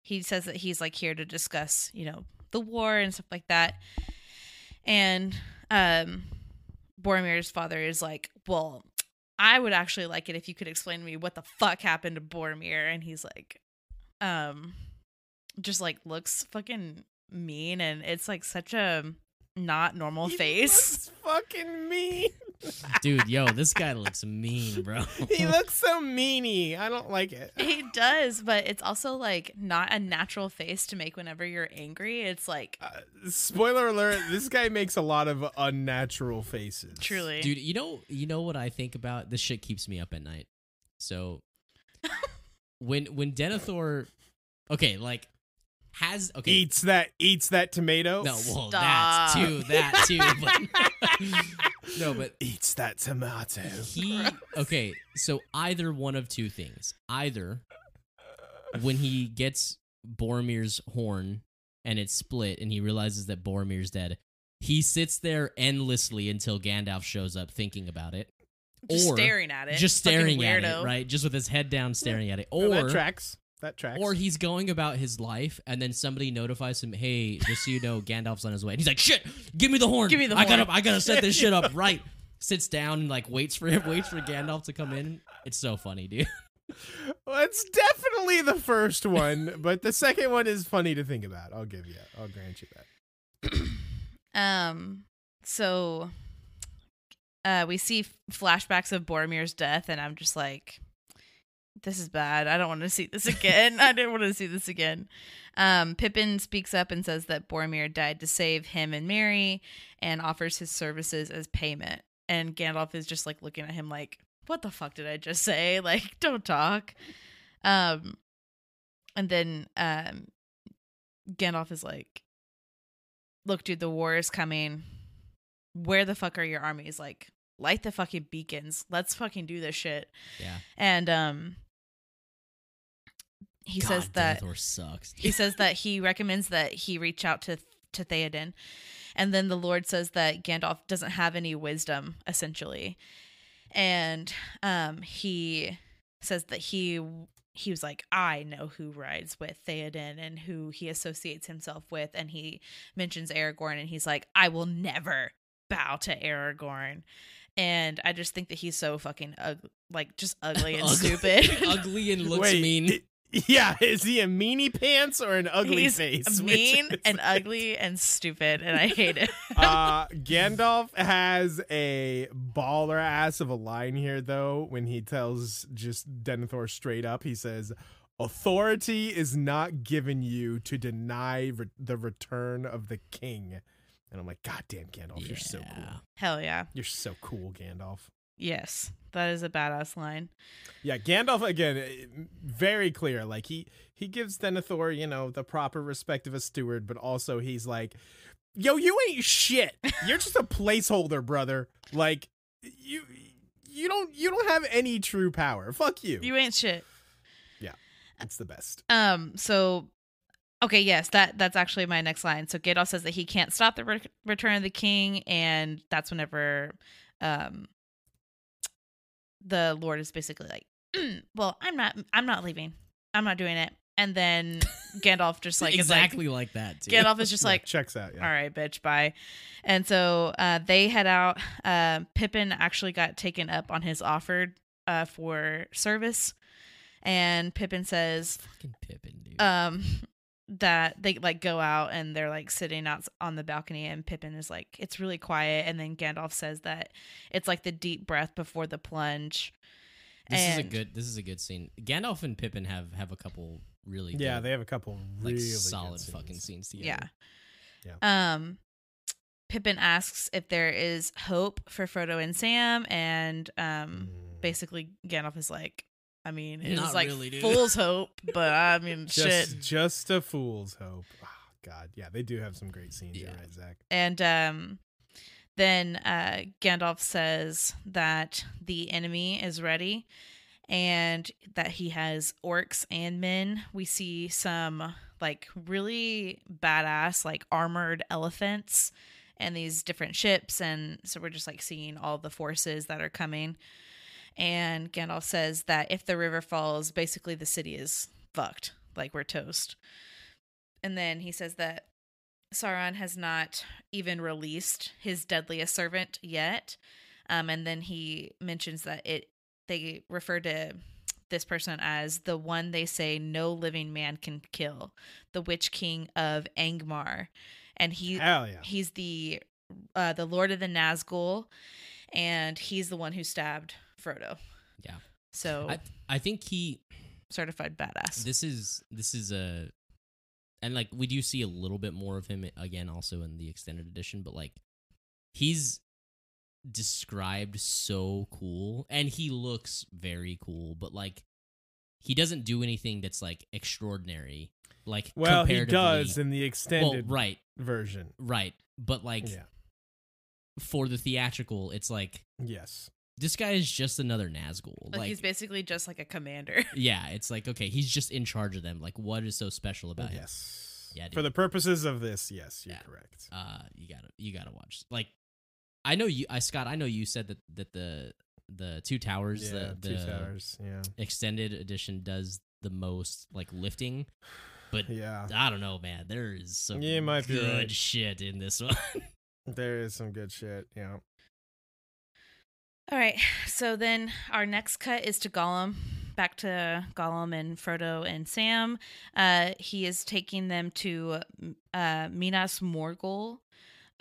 he says that he's like here to discuss, you know, the war and stuff like that. And um Boromir's father is like, "Well, I would actually like it if you could explain to me what the fuck happened to Boromir." And he's like um just like looks fucking mean and it's like such a not normal
He
face.
looks fucking mean.
Dude, yo, this guy looks mean, bro.
he looks so meany. I don't like it.
He does, but it's also like not a natural face to make whenever you're angry. It's like
Uh, spoiler alert: This guy makes a lot of unnatural faces.
truly.
Dude, you know, you know what I think about? This shit keeps me up at night. So when when Denethor okay, like has okay
eats that eats that tomato.
No, well that
Stop.
too, that too. But, no, but
eats that tomato.
he okay, so either one of two things. Either when he gets Boromir's horn and it's split and he realizes that Boromir's dead, he sits there endlessly until Gandalf shows up thinking about it.
just
or
staring at it.
just
Fucking
staring at
weirdo.
it, right? Just with his head down, staring at it,
Oh, that
or
tracks. That tracks.
or he's going about his life, and then somebody notifies him, "Hey, just so you know, Gandalf's on his way." And he's like, "Shit, give me the horn!
Give me the
I
horn."
gotta, I gotta set this shit up right." Sits down and like waits for him, waits for Gandalf to come in. It's so funny, dude.
Well, it's definitely the first one, but the second one is funny to think about. I'll give you. I'll grant you that.
Um so uh we see f- flashbacks of Boromir's death and I'm just like this is bad. I don't want to see this again. I didn't want to see this again. Um, Pippin speaks up and says that Boromir died to save him and Mary and offers his services as payment. And Gandalf is just like looking at him like, what the fuck did I just say? Like, don't talk. Um, and then um, Gandalf is like, look, dude, the war is coming. Where the fuck are your armies? Like, light the fucking beacons. Let's fucking do this shit.
Yeah.
And um, he
God,
says that
Denethor sucks.
he says that he recommends that he reach out to to Theoden, and then the Lord says that Gandalf doesn't have any wisdom essentially, and um he says that he he was like I know who rides with Theoden and who he associates himself with, and he mentions Aragorn, and he's like I will never bow to Aragorn. And I just think that he's so fucking ugly, like just ugly and stupid.
ugly and looks
Wait,
mean.
i- yeah, is he a meanie pants or an ugly
He's
face? Which
mean
is
and
it?
ugly and stupid, and I hate it.
uh, Gandalf has a baller ass of a line here, though, when he tells just Denethor straight up. He says, "Authority is not given you to deny re- the return of the king." And I'm like, "God damn, Gandalf, you're so cool.
Yeah.
Hell yeah.
You're so cool, Gandalf."
Yes, that is a badass line.
Yeah, Gandalf again, eh, very clear. Like he he gives Denethor, you know, the proper respect of a steward, but also he's like, "Yo, you ain't shit. You're just a placeholder, brother. Like you you don't you don't have any true power. Fuck you."
You ain't shit.
it's the best.
Um, so okay, yes, that that's actually my next line. So Gandalf says that he can't stop the re- return of the king, and that's whenever, um, the Lord is basically like, "Mm, "Well, I'm not, I'm not leaving. I'm not doing it." And then Gandalf just like is like-
exactly like, that, dude.
Gandalf is just
Yeah,
like,
checks out. Yeah.
all right, bitch, bye. And so uh, they head out. Uh, Pippin actually got taken up on his offer uh, for service, and Pippin says
Fucking Pippin, dude.
um, that they like go out and they're like sitting out on the balcony, and Pippin is like, "It's really quiet." And then Gandalf says that it's like the deep breath before the plunge.
this is a
and-
good. This is a good scene. Gandalf and Pippin have have a couple really
Yeah,
good,
they have a couple
like
really good
solid
scenes.
fucking scenes together.
Yeah. Um, Pippin asks if there is hope for Frodo and Sam, and um,
Mm.
basically Gandalf is like, I mean, it
Not
was like
really, dude.
fool's hope, but I mean,
just
shit.
just a fool's hope. Oh, God, yeah, they do have some great scenes. You're
Yeah.
right, Zach.
And um, then uh, Gandalf says that the enemy is ready, and that he has orcs and men. We see some like really badass, like armored elephants and these different ships and so we're just like seeing all the forces that are coming and Gandalf says that if the river falls basically the city is fucked like we're toast and then he says that Sauron has not even released his deadliest servant yet um and then he mentions that it they refer to this person as the one they say no living man can kill, the Witch King of Angmar, and he
Hell yeah.
he's the uh, the Lord of the Nazgul, and he's the one who stabbed Frodo.
Yeah.
So
I, I think he
certified badass.
this is this is a and like we do see a little bit more of him again also in the extended edition but like he's described so cool and he looks very cool but like he doesn't do anything that's like extraordinary like
Well, he
comparatively-
does in the
well,
extended
right
version.
right but like
yeah.
for the theatrical it's like
Yes.
this guy is just another nazgul
like, he's basically just like a commander.
yeah it's like okay he's just in charge of them like what is so special about him
Yes.
Yeah, dude.
For the purposes of this, yes, you're
Yeah.
correct.
uh you gotta you gotta watch like i know you i scott i know you said that that the the two towers uh,
yeah,
the,
two
the
towers. Yeah.
extended edition does the most like lifting but
Yeah.
i don't know man there is some
Uh-huh. You might be
good
right.
shit in this one
There is some good shit. Yeah.
All right. So then our next cut is to Gollum, back to Gollum and Frodo and Sam. Uh, he is taking them to uh, Minas Morgul.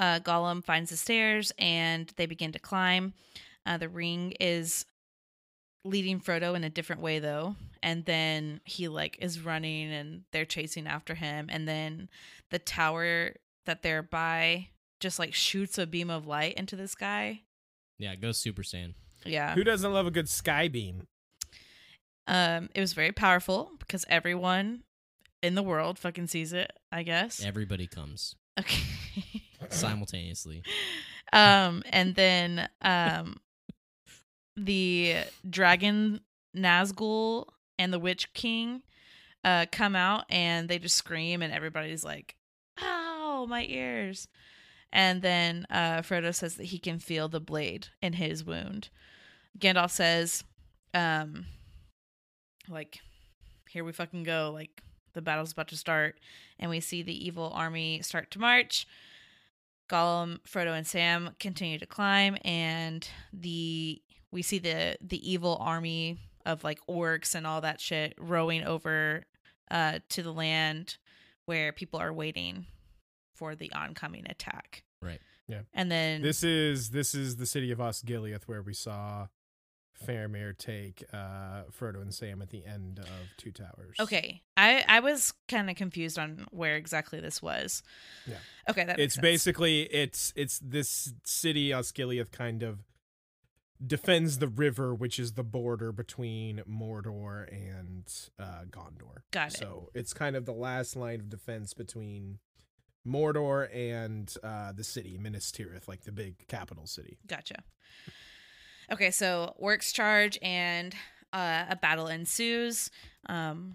Uh, Gollum finds the stairs and they begin to climb. Uh, the ring is leading Frodo in a different way though. And then he like is running and they're chasing after him. And then the tower that they're by just like shoots a beam of light into the sky.
yeah go super saiyan
Yeah.
Who doesn't love a good sky beam?
Um, it was very powerful because everyone in the world fucking sees it, I guess.
everybody comes
Okay.
simultaneously
um, and then um, the dragon Nazgul and the Witch King uh, come out and they just scream, and everybody's like, ow, my ears. And then uh, Frodo says that he can feel the blade in his wound. Gandalf says, um, like, here we fucking go. Like, the battle's about to start. And we see the evil army start to march. Gollum, Frodo, and Sam continue to climb, and the we see the the evil army of like orcs and all that shit rowing over uh, to the land where people are waiting for the oncoming attack.
Right.
Yeah.
And then
This is this is the city of Osgiliath where we saw Faramir take uh Frodo and Sam at the end of Two Towers.
Okay, I I was kind of confused on where exactly this was.
Yeah.
Okay, that
it's
makes sense.
basically it's it's this city Osgiliath kind of defends the river, which is the border between Mordor and uh, Gondor.
Got it.
So it's kind of the last line of defense between Mordor and uh, the city Minas Tirith, like the big capital city.
Gotcha. Okay, so orcs charge and uh, a battle ensues. Um,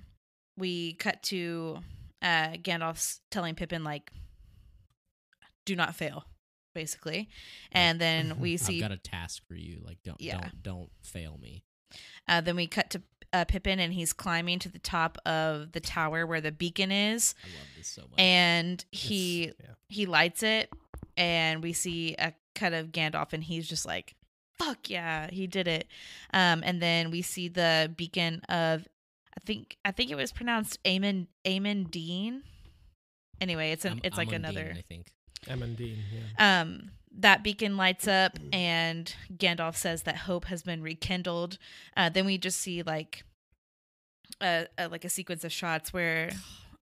we cut to uh, Gandalf's telling Pippin like, "Do not fail," basically, and then we
i've
see
got a task for you like don't
Yeah.
don't don't fail me
Uh, then we cut to uh, Pippin, and he's climbing to the top of the tower where the beacon is,
i love this so much
and
It's-
he
yeah.
he lights it, and we see a cut of Gandalf, and he's just like, "Fuck yeah, he did it!" Um, and then we see the beacon of, I think I think it was pronounced Amen Amen Dean. Anyway, it's an
I'm-
it's
I'm
like
on Dean,
another
i think
Emondine, yeah.
um, that beacon lights up, and Gandalf says that hope has been rekindled. Uh, then we just see like a, a like a sequence of shots where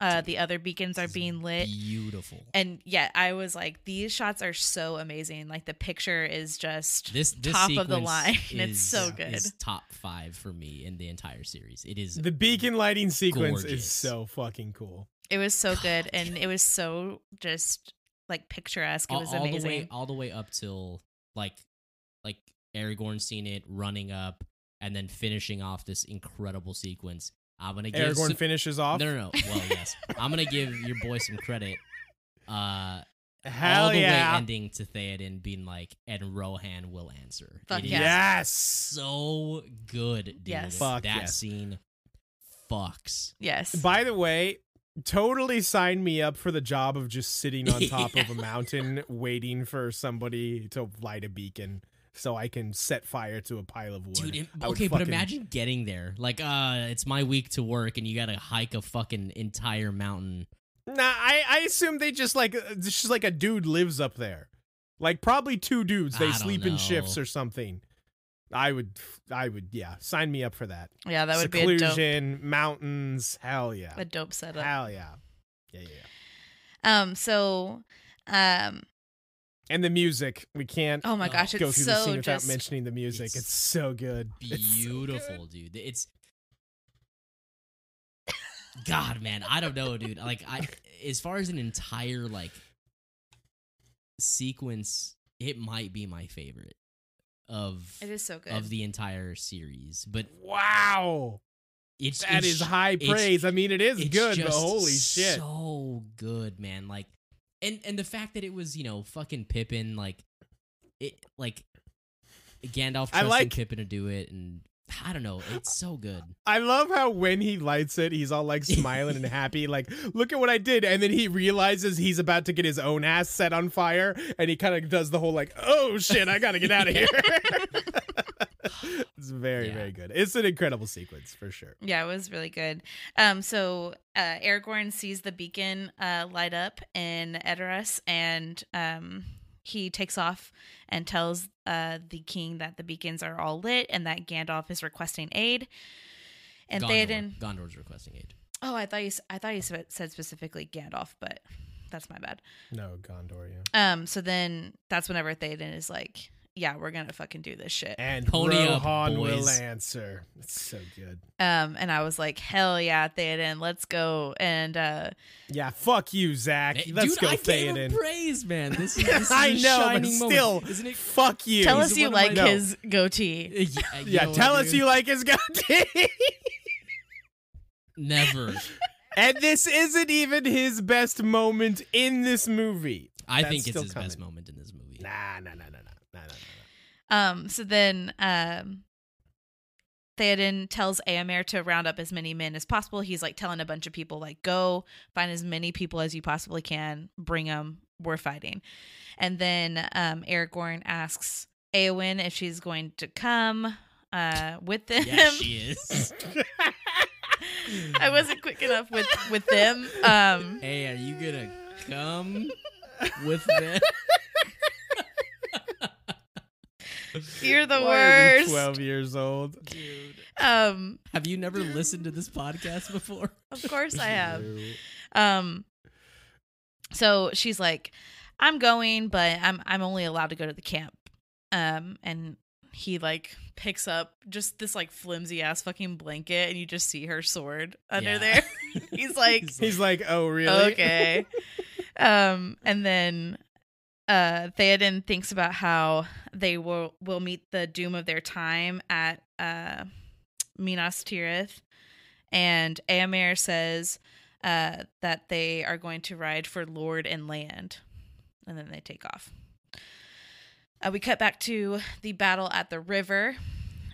uh, the other beacons
This
are
is
being lit.
beautiful
and yeah, I was like, these shots are so amazing. Like the picture is just
this, this
top of the
sequence
line. It's
is-
so good.
is top five for me in the entire series. It is
The beacon lighting sequence
Gorgeous.
is so fucking cool.
it was so
God,
good, and
yeah.
it was so just like picturesque. It
all,
was
all the
amazing.
way all the way up till like like Aragorn seeing it running up and then finishing off this incredible sequence. I'm gonna give
Aragorn
some-
finishes off.
no no no well yes I'm gonna give your boy some credit. Uh, all
Hell
the way
yeah.
ending to Theoden being like, and Rohan will answer.
Fuck
It is
Yeah.
Yes.
so good, dude.
Yes.
Fuck
that
yes.
scene fucks.
Yes.
By the way, totally sign me up for the job of just sitting on top of a mountain waiting for somebody to light a beacon so I can set fire to a pile of wood.
Dude, im-
I would
okay, but
fucking-
imagine getting there. Like, uh, it's my week to work, and you gotta hike a fucking entire mountain.
Nah, I, I assume they just like it's just like a dude lives up there. Like probably two dudes.
I
They
don't
sleep in shifts
know.
or something. I would I would yeah, sign me up for that.
yeah, that would be a dope,
Seclusion, mountains, hell yeah.
a dope setup.
Hell yeah. Yeah, yeah. yeah.
Um, so, um,
And the music. We can't
oh my
Oh,
gosh,
go
it's
through the scene
so
without
just
mentioning the music. It's,
it's
so good. It's so
Beautiful, dude. It's God, man. I don't know, dude. Like, I as far as an entire like sequence, it might be my favorite of
it is so good.
of the entire series. But
good. Wow.
it's
that
it's
is high
it's-
praise. I mean, it is
it's
good, but
just
holy shit.
so good, man. Like, and and the fact that it was you know fucking Pippin, like it, like Gandalf
I
trusting
like-
Pippin to do it, and I don't know, it's so good.
I love how when he lights it, he's all like smiling and happy, like, look at what I did. And then he realizes he's about to get his own ass set on fire. And he kind of does the whole, like, oh shit, I got to get out of here. it's very,
Yeah.
very good. It's an incredible sequence for sure.
Yeah, it was really good. Um, so uh, Aragorn sees the beacon uh, light up in Edoras, and um, he takes off and tells uh, the king that the beacons are all lit and that Gandalf is requesting aid. And
Gondor,
Theoden,
Gondor's requesting aid.
oh, I thought you, s- I thought you sp- said specifically Gandalf, but that's my bad.
No, Gondor, yeah.
Um, so then that's whenever Theoden is like, "Yeah, we're gonna fucking do this shit."
And
Pony up,
Rohan will
boys.
answer. It's so good.
Um, and I was like, "Hell yeah, Theoden, let's go!" And uh,
Yeah, fuck you, Zach.
Hey,
Let's
Dude,
go
I gave him
Theoden.
praise, man. This is, this is
I
a
know, but
shining moment.
still,
isn't it?
fuck you.
tell
He's
us you
one of my-
like
No.
his goatee.
Yeah,
yeah,
yo,
tell us
dude.
you like his goatee.
never.
and this isn't even his best moment in this movie.
I
That's
think it's
still
his best
coming.
moment in this movie.
Nah, nah, nah, nah, nah, nah, nah, nah.
Um, so then um Theoden tells Aemir to round up as many men as possible. He's like telling a bunch of people, like, go find as many people as you possibly can, bring them, we're fighting. And then um, Aragorn asks Eowyn if she's going to come uh, with them.
Yeah, she is.
I wasn't quick enough with, with them. Um,
Hey, are you gonna come with them?
you're the
Why are we
worst.
Twelve years old.
Dude.
Um,
Have you never listened to this podcast before?
of course I have.
True.
Um so she's like, I'm going, but I'm I'm only allowed to go to the camp. Um and he like picks up just this like flimsy ass fucking blanket and you just see her sword under
Yeah.
there. He's like,
He's like, oh really?
okay. um and then uh Theoden thinks about how they will will meet the doom of their time at uh Minas Tirith and Aemir says uh that they are going to ride for lord and land and then they take off. Uh, we cut back to the battle at the river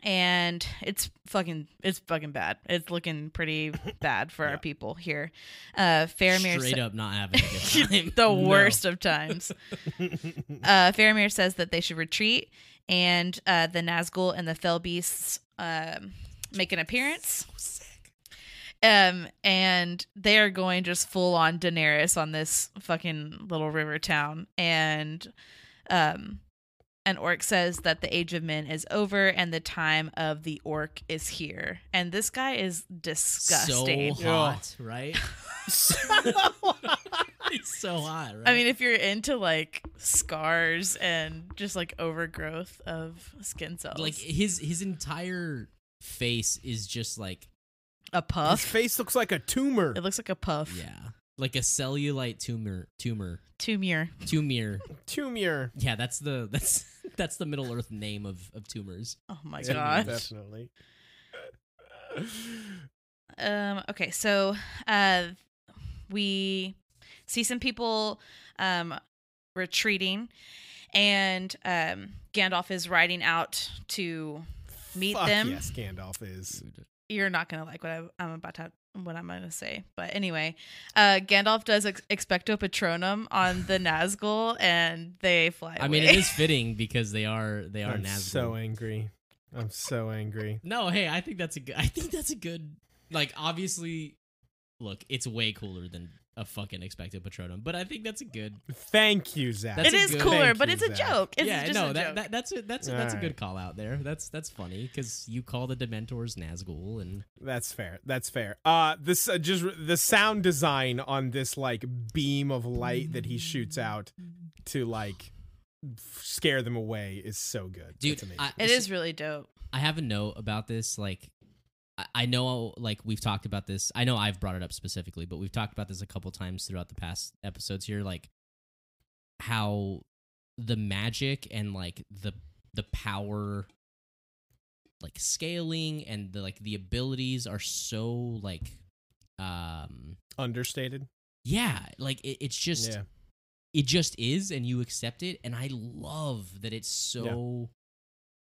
and it's fucking it's fucking bad. It's looking pretty bad for
Yeah.
our people here. Uh Faramir
Straight up not having a good time.
the worst of times. uh, Faramir says that they should retreat, and uh, the Nazgul and the Fell Beasts um, make an appearance. Um, and they are going just full on Daenerys on this fucking little river town. And um, an orc says that the age of men is over and the time of the orc is here. And this guy is disgusting.
So hot, right? He's so hot, right?
I mean, if you're into like scars and just like overgrowth of skin cells,
like his his entire face is just like
a
His
puff.
face looks like a tumor.
It looks like a puff.
yeah, like a cellulite tumor, tumor,
Tumor.
tumor.
Tumor.
Oh
Yeah, that's the that's that's the Middle Earth name of of tumors.
Oh my
Yeah,
gosh.
Definitely.
Um, okay, so uh, we see some people um, retreating, and um, Gandalf is riding out to meet
Fuck
them.
Yes, Gandalf is.
Dude.
you're not gonna like what I, I'm about to what I'm gonna say, but anyway, uh, Gandalf does ex- expecto patronum on the Nazgul, and they fly.
I mean,
away.
it is fitting because they are they are
I'm
Nazgul.
so angry. I'm so angry.
No, hey, I think that's a good. I think that's a good. Like, obviously, look, it's way cooler than a fucking expected patronum, but I think that's a good.
Thank you, Zach.
That's
It
a
is
good-
cooler,
Thank
but
you,
it's a
Zach.
joke. It's
yeah,
just
no,
a
that,
joke.
that that's a that's a, that's a
Alright.
good call out there. That's that's funny because you call the Dementors Nazgul and
That's fair. That's fair. Uh this uh, just the sound design on this like beam of light that he shoots out to like f- scare them away is so good.
dude,
It's amazing.
I,
it is really dope.
I have a note about this. Like, I- I know, like we've talked about this. I know I've brought it up specifically, but we've talked about this a couple times throughout the past episodes here. Like, how the magic and like the the power, like scaling and the like the abilities are so like, um,
understated.
yeah, like it, it's just
yeah.
it just is and you accept it and i love that it's so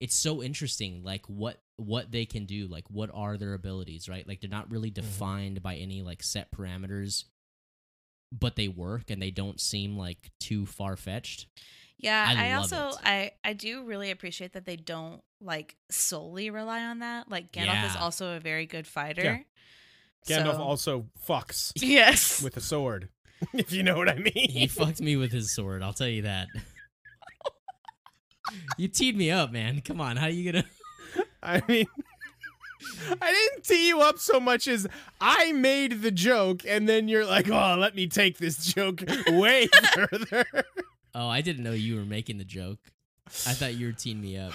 it's so interesting like what what they can do like what are their abilities right like they're not really defined by any like set parameters but they work and they don't seem like too far-fetched
Yeah,
I
I,
love
also
it.
I I do really appreciate that they don't like solely rely on that. Like Gandalf is
Yeah.
also a very good fighter.
Gandalf
So-
also fucks
yes.
with a sword. if you know what I mean.
he fucked me with his sword i'll tell you that you teed me up man come on how are you gonna
I mean I didn't tee you up so much as I made the joke and then you're like, "Oh, let me take this joke way further."
oh i didn't know you were making the joke i thought you were teeing me up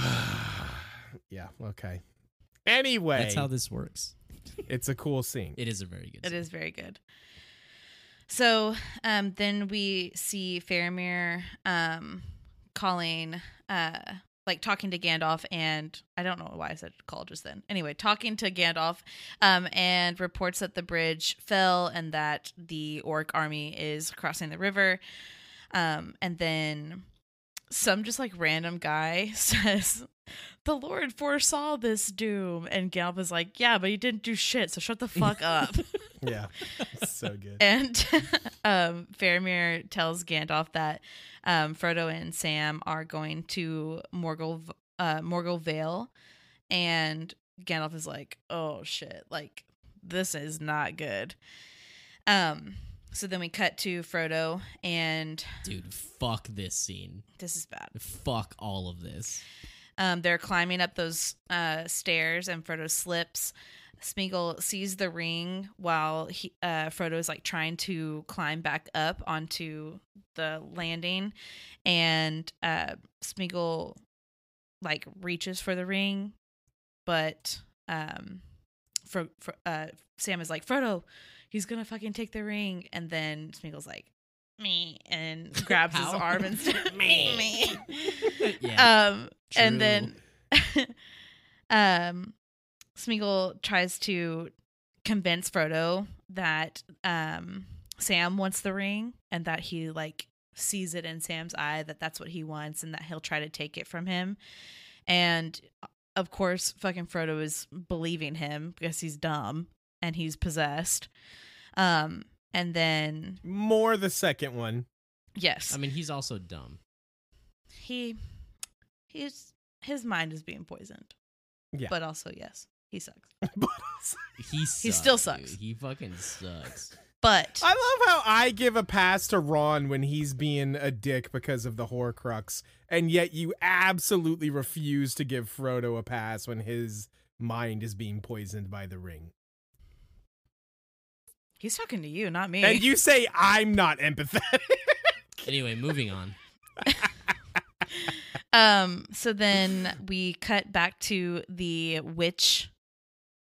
yeah, okay. Anyway,
that's how this works
it's a cool scene.
it is a very good
It is very good. So um, then we see Faramir um, calling, uh, like talking to Gandalf, and I don't know why I said call just then. Anyway, talking to Gandalf, um, and reports that the bridge fell and that the orc army is crossing the river. Um, and then some just like random guy says, The Lord foresaw this doom. And Gandalf is like, Yeah, but he didn't do shit, so shut the fuck up.
Yeah, it's so good.
And um, Faramir tells Gandalf that um, Frodo and Sam are going to Morgul, uh, Morgul Vale, and Gandalf is like, "Oh shit! Like this is not good." Um. So then we cut to Frodo, and
Dude, fuck this scene.
this is bad.
Fuck all of this.
Um, they're climbing up those uh, stairs, and Frodo slips. Smeagol sees the ring while he, uh, Frodo is like trying to climb back up onto the landing, and uh, Smeagol like reaches for the ring, but um, Fro- Fro- uh, Sam is like Frodo, he's gonna fucking take the ring, and then Smeagol's like me and grabs his
How?
arm and
Me.
me.
Yeah.
Um,
true.
and then um Smeagol tries to convince Frodo that um Sam wants the ring and that he like sees it in Sam's eye that that's what he wants and that he'll try to take it from him. And of course, fucking Frodo is believing him because he's dumb and he's possessed. Um and then
More the second one.
yes,
I mean, he's also dumb.
he he's his mind is being poisoned.
Yeah.
But also yes, he sucks.
But
He sucks,
still
dude.
sucks.
He fucking sucks.
But
I love how I give a pass to Ron when he's being a dick because of the Horcrux, and yet you absolutely refuse to give Frodo a pass when his mind is being poisoned by the ring.
he's talking to you, not me.
And you say I'm not empathetic.
anyway, moving on.
um so then we cut back to the witch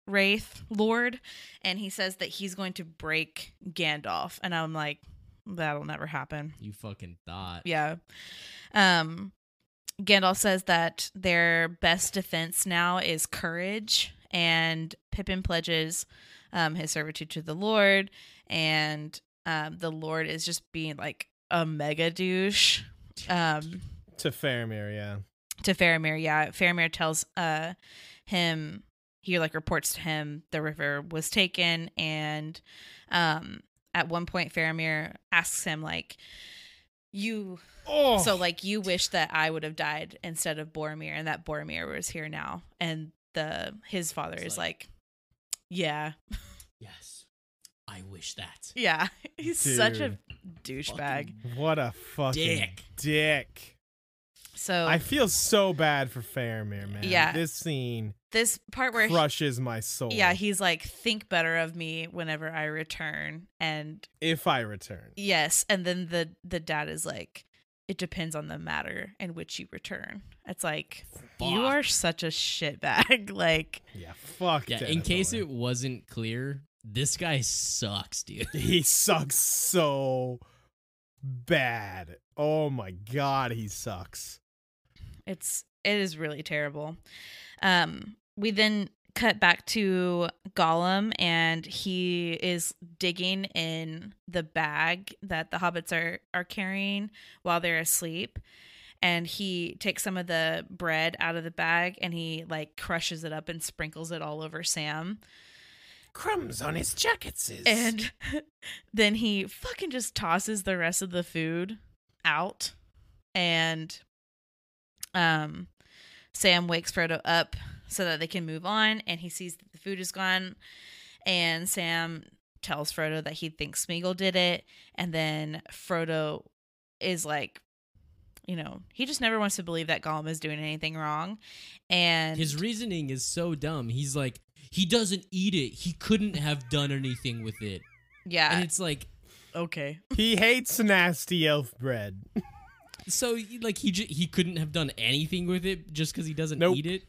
wraith lord and he says that he's going to break Gandalf and I'm like that'll never happen.
You fucking thought.
Yeah. Um Gandalf says that their best defense now is courage, and Pippin pledges um, his servitude to the Lord, and um, the Lord is just being like a mega douche um,
to Faramir, yeah.
to Faramir. Yeah, Faramir tells uh, him he like reports to him the river was taken, and um, at one point Faramir asks him like, "You
Oh,
so like you wish that I would have died instead of Boromir, and that Boromir was here now." And the his father
It's
is
like-
like, "Yeah,
Yes. I wish that.
yeah." He's such a douchebag.
Fucking
what a fucking
Dick.
dick.
So
I feel so bad for Faramir, man.
Yeah.
This scene
this part where he-
crushes my soul.
yeah, he's like, "Think better of me whenever I return," and
if I return.
Yes, and then the the dad is like, "It depends on the matter in which you return." It's like you
Fuck.
are such a shitbag. like,
Yeah, fuck.
Yeah, in case
Denethor.
it wasn't clear, this guy sucks, dude.
He sucks so bad. Oh my god, he sucks.
it's it is really terrible. Um, we then cut back to Gollum, and he is digging in the bag that the hobbits are are carrying while they're asleep. And he takes some of the bread out of the bag and he like crushes it up and sprinkles it all over Sam.
Crumbs on his jackets.
And then he fucking just tosses the rest of the food out. And um Sam wakes Frodo up so that they can move on and he sees that the food is gone and Sam tells Frodo that he thinks Smeagol did it and then Frodo is like you know, he just never wants to believe that Gollum is doing anything wrong. And
His reasoning is so dumb. He's like, he doesn't eat it. He couldn't have done anything with it. And
yeah,
it's like,
okay.
he hates nasty elf bread.
so like he j- he couldn't have done anything with it just because he doesn't
Nope.
eat it.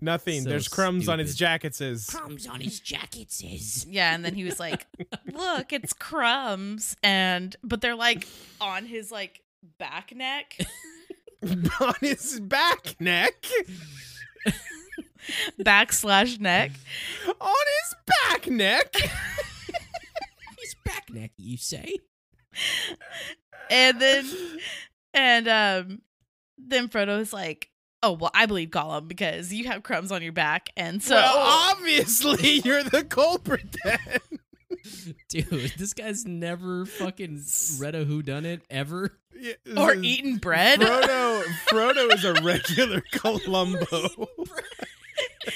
Nothing.
So
There's crumbs on his
stupid.
jackets.
Crumbs on his jacket says.
Yeah, and then he was like, "Look, it's crumbs," and but they're like on his like back neck.
on his back neck.
backslash neck.
On his back neck.
He's back neck, you say?
And then and um then Frodo is like, "Oh, well, I believe Gollum because you have crumbs on your back." And so
well, obviously you're the culprit then.
Dude, this guy's never fucking read a who done it ever.
Yeah,
or
this is-
eating bread.
Frodo Frodo is a regular Columbo.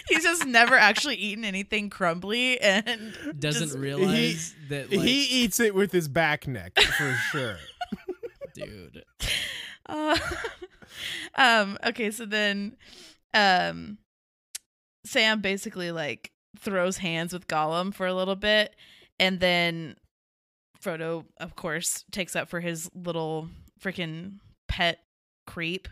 He's just never actually eaten anything crumbly and
Doesn't
Just-
realize that like
he eats it with his back neck for sure.
dude.
Uh, um okay so then um sam basically like throws hands with gollum for a little bit and then frodo of course takes up for his little freaking pet creep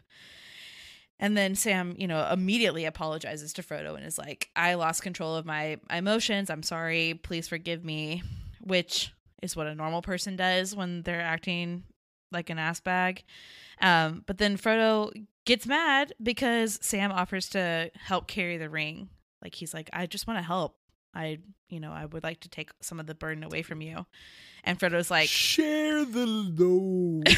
and then sam you know immediately apologizes to frodo and is like i lost control of my emotions i'm sorry please forgive me which is what a normal person does when they're acting like an ass bag um, but then Frodo gets mad because Sam offers to help carry the ring. Like he's like, I just want to help. I, you know, I would like to take some of the burden away from you. And Frodo's like,
share the load.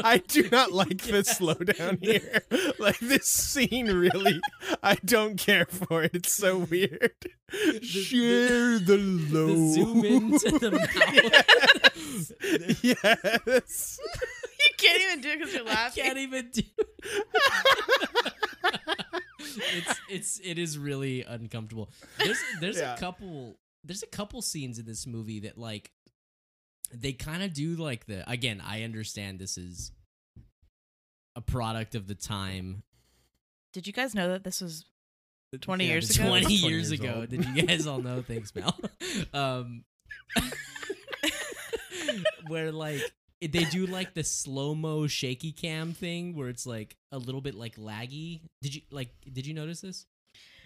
I do not like the
Yes.
slowdown here. Like this scene really I don't care for it. It's so weird.
the-
share the load.
The zoom into the mouth.
yes.
you can't even do it because you're
I
laughing.
can't even do. it's it's it is really uncomfortable. There's there's
Yeah.
a couple there's a couple scenes in this movie that like they kind of do like the again I understand this is a product of the time
Did you guys know that this was 20 years ago?
20 years,
20 years
ago.
old.
Did you guys all know? Thanks, Mel. Um, where like they do like the slow mo shaky cam thing, where it's like a little bit like laggy. Did you like? Did you notice this?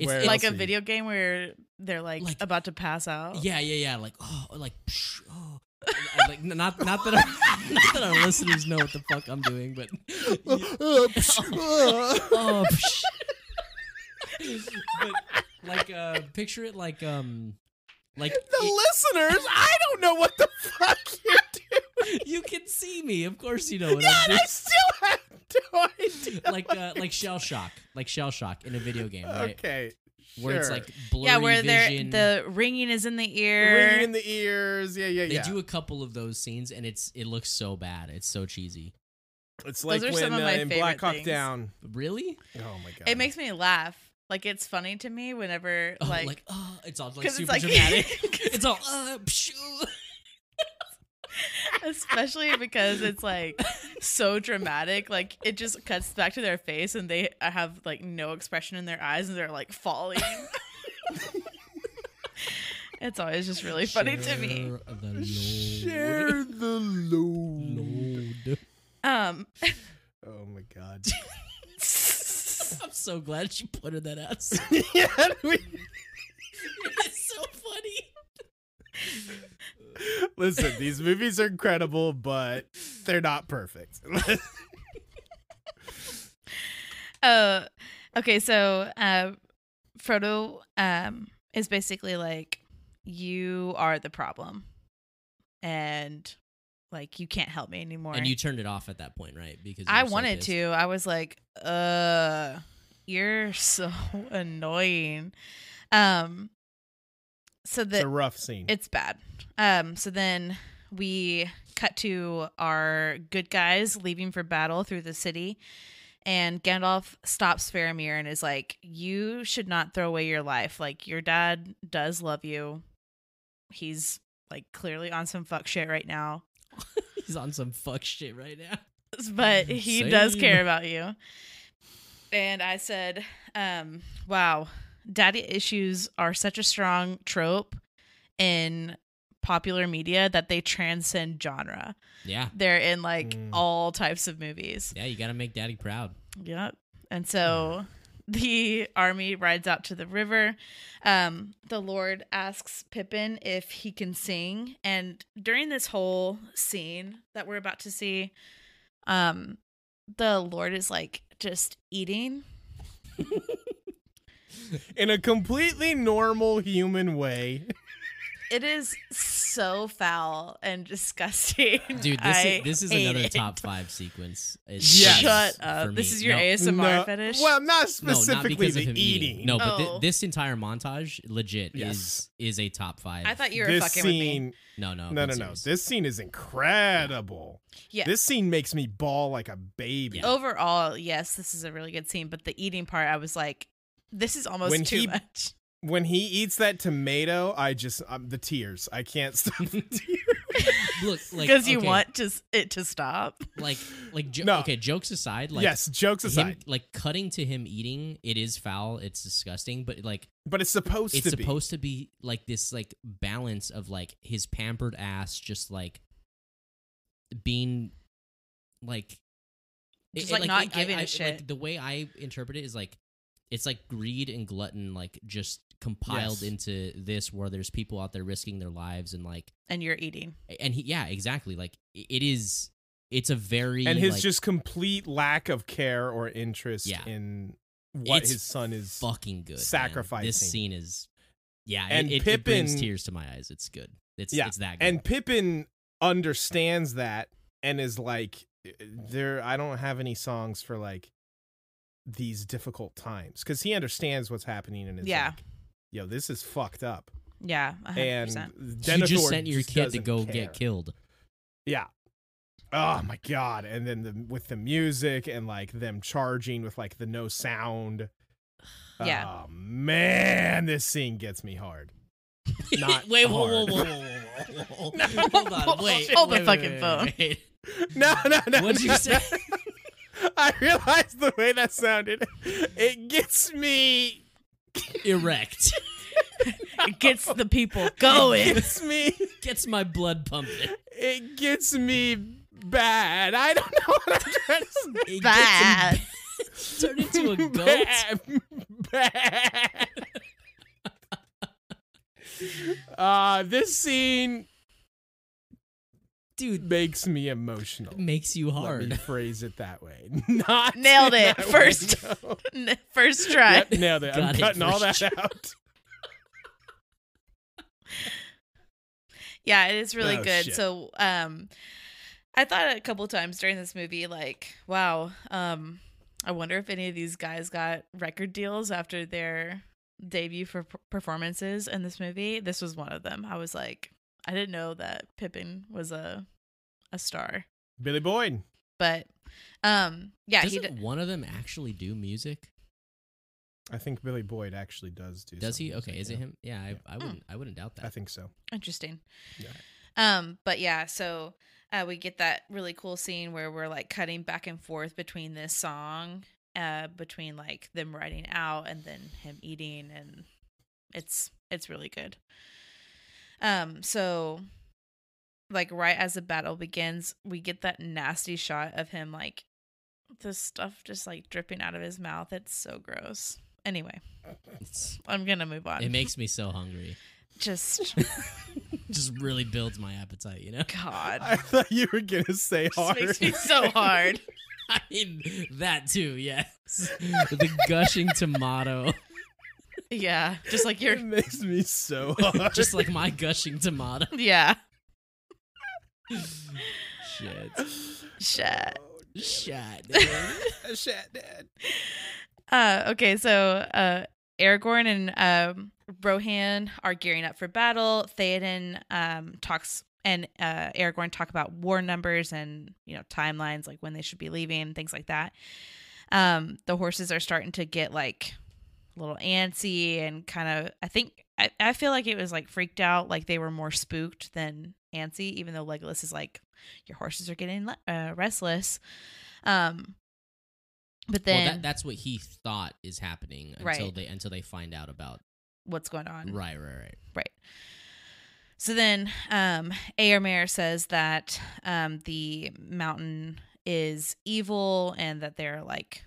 Where else?
like a
Chelsea.
video game where they're like,
Like-
about to pass out?
Yeah, yeah, yeah. Like oh, like psh, oh. I- like n- not not that our, not that our listeners know what the fuck I'm doing, but
Uh,
oh, psh. but like uh, picture it like um like
the
it-
listeners, I don't know what the fuck you're doing.
you can see me. Of course, you know what
yeah, and
I'm doing.
I still have no idea.
Oh, like uh, like shell shock, like shell shock in a video game, right?
okay, sure.
Where it's like blurry
yeah, where they're
vision.
the ringing is in the ear.
ringing in the ears. Yeah, yeah,
they
yeah.
do a couple of those scenes, and it's it looks so bad. It's so cheesy.
it's like
are
when
some of
uh,
my
in Black
favorite
Hawk
things.
Down.
Really?
Oh my god,
It makes me laugh. Like it's funny to me whenever
Oh, like,
like,
oh, it's all like
because
super
it's like
dramatic. it's all uh, pshoo.
especially because it's like so dramatic. Like it just cuts back to their face and they have like no expression in their eyes and they're like falling. it's always just really funny to me.
Share the load.
share the load.
Load.
Um,
Oh my god.
I'm so glad she pointed that out.
yeah, we-
it's so funny.
listen, these movies are incredible, but they're not perfect.
uh, okay, so uh, Frodo um is basically like, you are the problem, and like you can't help me anymore.
And you turned it off at that point, right? Because you
I
were so
wanted
pissed.
to. I was like, uh, you're so annoying. Um, so
it's
that
a rough scene.
it's bad. Um, so then we cut to our good guys leaving for battle through the city, and Gandalf stops Faramir and is like, "You should not throw away your life. Like your dad does love you. He's like clearly on some fuck shit right now,
He's on some fuck shit right now.
but he does
Same.
care about you." And I said, um, "Wow, daddy issues are such a strong trope in popular media that they transcend genre.
Yeah.
They're in like
Mm.
all types of movies.
Yeah, you gotta make daddy proud.
Yep. And so
Mm.
the army rides out to the river. Um, the Lord asks Pippin if he can sing. And during this whole scene that we're about to see, um, the Lord is like just eating.
In a completely normal human way.
It is so foul and disgusting.
Dude, this
I
is, this is
hate
another
it.
top five sequence.
Yes.
It is
Shut up.
for
This
me.
is your
No,
ASMR
No-
fetish.
Well, not
No, not
specifically
because
the
of him
eating.
eating. No, but thi-
Oh.
this entire montage, legit,
Yes.
is is a top five.
I thought you were
this
fucking with me.
scene,
no, no,
no,
I'm
no,
being
no.
serious.
This scene is incredible.
Yeah.
This scene makes me bawl like a baby.
Yeah.
Overall, yes, this is a really good scene, but the eating part, I was like, this is almost
When
too
he-
much.
When he eats that tomato, I just um, the tears. I can't stop the tears.
Look, like
Because you
okay,
want just it to stop.
like like jo-
No.
okay. Jokes aside, like
yes, jokes
him-
aside,
like cutting to him eating, it is foul. It's disgusting, but like
but it's supposed
it's
to be.
supposed to be like this like balance of like his pampered ass just like being like
Just, like, not giving
a
a shit.
Like, the way I interpret it is like it's like greed and glutton like just compiled
Yes.
into this where there's people out there risking their lives and like
And you're eating.
and he yeah exactly like i- it is it's a very
and his
like,
just complete lack of care or interest
Yeah.
in what
It's
his son is.
fucking good man.
sacrificing.
This scene is yeah
And
and it, it brings
Pippin-
tears to my eyes. It's good. It's
Yeah,
it's that good.
And Pippin understands that and is like, eh, there. I don't have any songs for like these difficult times because he understands what's happening and is
Yeah.
like, yo, this is fucked up.
Yeah. 100%.
And Denethor
you just sent your kid to
doesn't
go
care.
get killed.
Yeah. Oh my god! And then the, with the music and like them charging with like the no sound.
Yeah.
Oh man, this scene gets me hard. Not
wait, whoa, whoa,
hard.
whoa, whoa, whoa, whoa, whoa. Hold on, wait.
Hold the
wait, wait,
fucking
wait,
phone.
wait.
No, no, no.
What'd you
no,
say?
no. I realized the way that sounded. It gets me
Erect.
it gets the people going.
It gets me.
Gets my blood pumping.
It gets me bad. I don't know what I'm trying to say.
It
Bad.
Gets him, turn into a goat.
Bad. Bad. Uh, this scene
Dude,
makes me emotional.
it makes you
Let me
hard.
phrase it that way. Not
Nailed
in
it.
that
First.
window.
First try.
Yep, nailed it. I'm
Got it
cutting all
first
that out.
Yeah, it is really
Oh,
good.
shit.
So, um, I thought a couple times during this movie, like, wow, um, I wonder if any of these guys got record deals after their debut for performances in this movie. This was one of them. I was like, I didn't know that Pippin was a a star,
Billy Boyd.
but um, yeah, he
Doesn't
did.
one of them actually do music?
I think Billy Boyd actually does do.
Does
some
he? Okay,
music,
is
yeah.
it him? Yeah, I,
Yeah.
I wouldn't. I wouldn't doubt that.
I think so.
Interesting.
Yeah.
Um, but yeah, so uh, we get that really cool scene where we're like cutting back and forth between this song, uh, between like them riding out and then him eating, and it's it's really good. Um, so like right as the battle begins, we get that nasty shot of him like the stuff just like dripping out of his mouth. It's so gross. Anyway,
It's-
I'm gonna move on.
it makes me so hungry.
just
Just really builds my appetite. You know,
God.
I thought you were gonna say
Just
hard.
makes me so hard.
I mean that too. Yes, the gushing tomato,
Yeah, just like your
It makes me so hard.
just like my gushing tomato.
yeah
Shit,
shit.
shit.
Oh, shit, Dad.
Uh, okay, so uh, Aragorn and um, Rohan are gearing up for battle. Theoden um, talks and uh, Aragorn talk about war numbers and you know timelines, like when they should be leaving, things like that. Um, the horses are starting to get like a little antsy and kind of. I think I, I feel like it was like freaked out, like they were more spooked than antsy. Even though Legolas is like, your horses are getting le- uh, restless. Um, but then
well, that, that's what he thought is happening until
Right.
they until they find out about.
what's going on.
Right, right, right.
Right. So then um Aermer says that um the mountain is evil and that there are like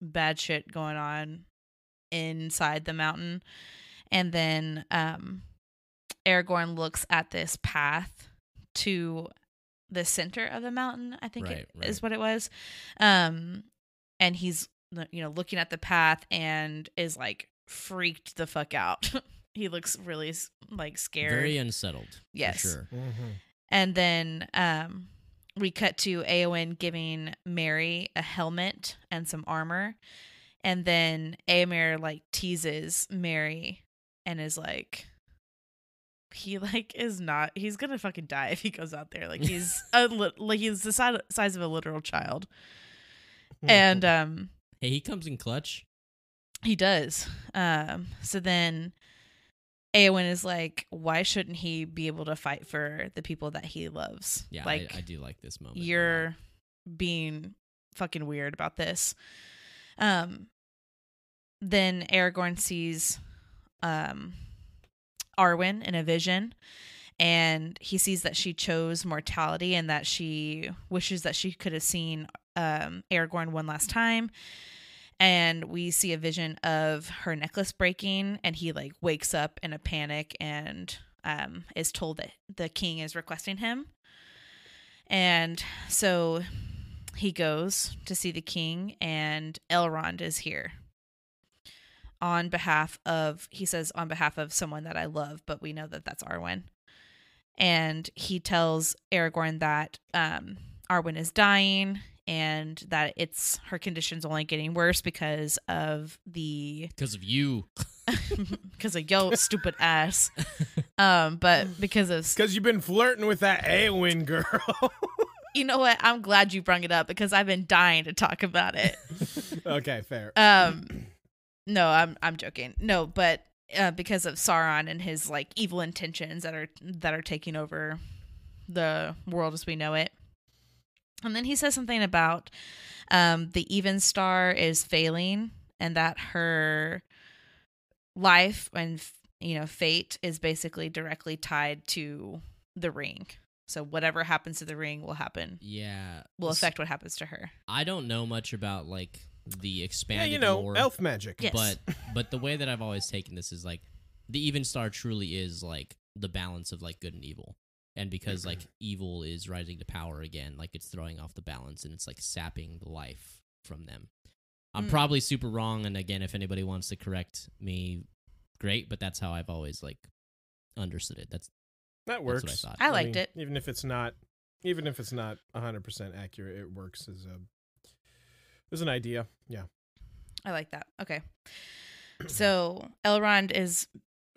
bad shit going on inside the mountain. And then um Aragorn looks at this path to the center of the mountain, I think it
Right,
is
right.
what it was. Um and he's you know looking at the path and is like freaked the fuck out. he looks really s- like scared.
Very unsettled. for
Yes.
sure.
And then um, we cut to Aowen giving Mary a helmet and some armor. And then Aemir like teases Mary and is like, he like is not, he's gonna fucking die if he goes out there. Like he's, a lit like he's the si- size of a literal child.
Mm-hmm.
And um,
Hey, he comes in clutch.
he does. Um, so then Aowen is like, why shouldn't he be able to fight for the people that he loves?
Yeah,
like,
I, I do like this moment. a lot.
you're being fucking weird about this. Um, then Aragorn sees um, Arwen in a vision, and he sees that she chose mortality and that she wishes that she could have seen um, Aragorn one last time. And we see a vision of her necklace breaking, and he like wakes up in a panic and um, is told that the king is requesting him. And so he goes to see the king, and Elrond is here on behalf of, he says, on behalf of someone that I love, but we know that that's Arwen. And he tells Aragorn that um, Arwen is dying and that it's her condition's only getting worse because of the
because of you.
because of yo stupid ass um but because of
Because you've been flirting with that Awen girl.
you know what i'm glad you brought it up because i've been dying to talk about it
okay, fair.
Um, no, I'm I'm joking. No, but uh, because of Sauron and his like evil intentions that are that are taking over the world as we know it. And then he says something about um, the even star is failing and that her life and f- you know fate is basically directly tied to the ring. So whatever happens to the ring will happen
Yeah,
will
S-
affect what happens to her.
I don't know much about like the
yeah,
expanded
you know,
lore,
elf magic.
Yes.
but but the way that I've always taken this is like the even star truly is like the balance of like good and evil. And because like evil is rising to power again, like it's throwing off the balance and it's like sapping the life from them. I'm
Mm.
probably super wrong and again if anybody wants to correct me, great, but that's how I've always like understood it. That's
that
what I
works.
thought.
I liked it.
Even if it's not even if it's not 100% accurate, it works as a as an idea. Yeah.
I like that. Okay. So Elrond is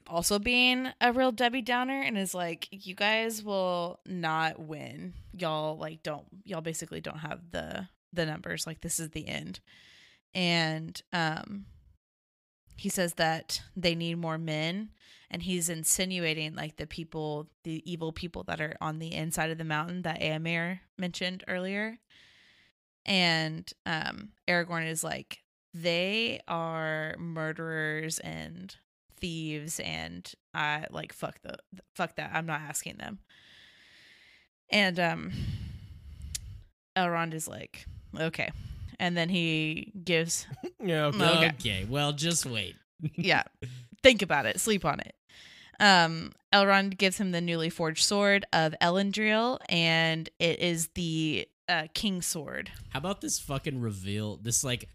also being a real Debbie Downer and is like, you guys will not win. Y'all like don't y'all basically don't have the the numbers. Like this is the end. And um he says that they need more men and he's insinuating like the people the evil people that are on the inside of the mountain that Aemir mentioned earlier. And um Aragorn is like they are murderers and thieves and I like fuck the fuck that. I'm not asking them. And um Elrond is like, okay. And then he gives
Yeah. Okay.
No. Okay.
Mm, Okay. well, just wait.
yeah. Think about it. Sleep on it. Um, Elrond gives him the newly forged sword of Elendil, and it is the uh, king's sword.
How about this fucking reveal? This like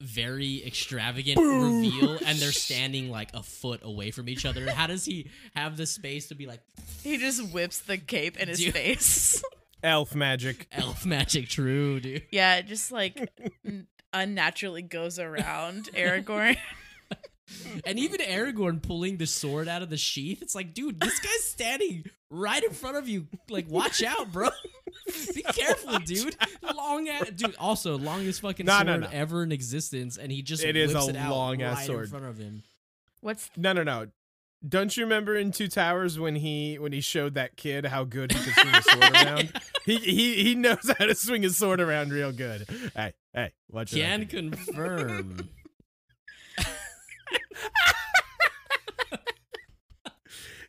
very extravagant
Boom.
reveal, and they're standing like a foot away from each other. How does he have the space to be like
He just whips the cape in his
Dude.
face.
Elf magic.
elf magic? True, dude.
yeah, it just like n- unnaturally goes around Aragorn.
And even Aragorn pulling the sword out of the sheath. It's like, dude, this guy's standing right in front of you. Like, watch out, bro. Be careful, dude. Long ass, dude. Also, longest fucking
No,
sword
no, no.
ever in existence, and he just
It is
whips
a
it out
long-ass
right
sword.
in front of him.
What's
No, no, no. Don't you remember in Two Towers when he when he showed that kid how good he could swing his sword around? He he he knows how to swing his sword around real good. Hey, hey, watch it.
Can confirm.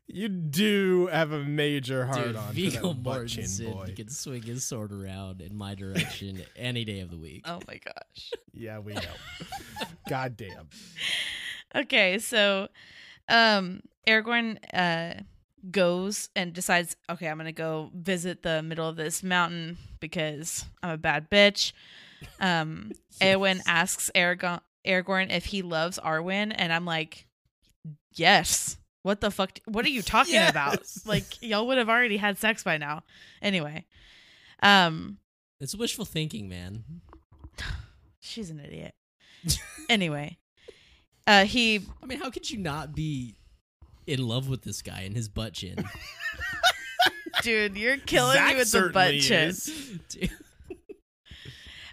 You do have a major hard
Dude,
on for
Viggo
that butt chin
Mortensen
boy.
can swing his sword around in my direction any day of the week.
oh my gosh.
Yeah, we know. God damn.
Okay, so um Aragorn uh goes and decides, okay, I'm gonna go visit the middle of this mountain because I'm a bad bitch. Um Eowyn
Yes.
asks Aragorn Aragorn if he loves Arwen, and I'm like, Yes. What the fuck what are you talking about?
Yes.
Like y'all would have already had sex by now. Anyway. Um
It's wishful thinking, man.
she's an idiot. anyway. Uh he
I mean, how could you not be in love with this guy and his butt chin?
dude, you're killing
Zach
me with the butt
certainly
chin.
is.
Dude.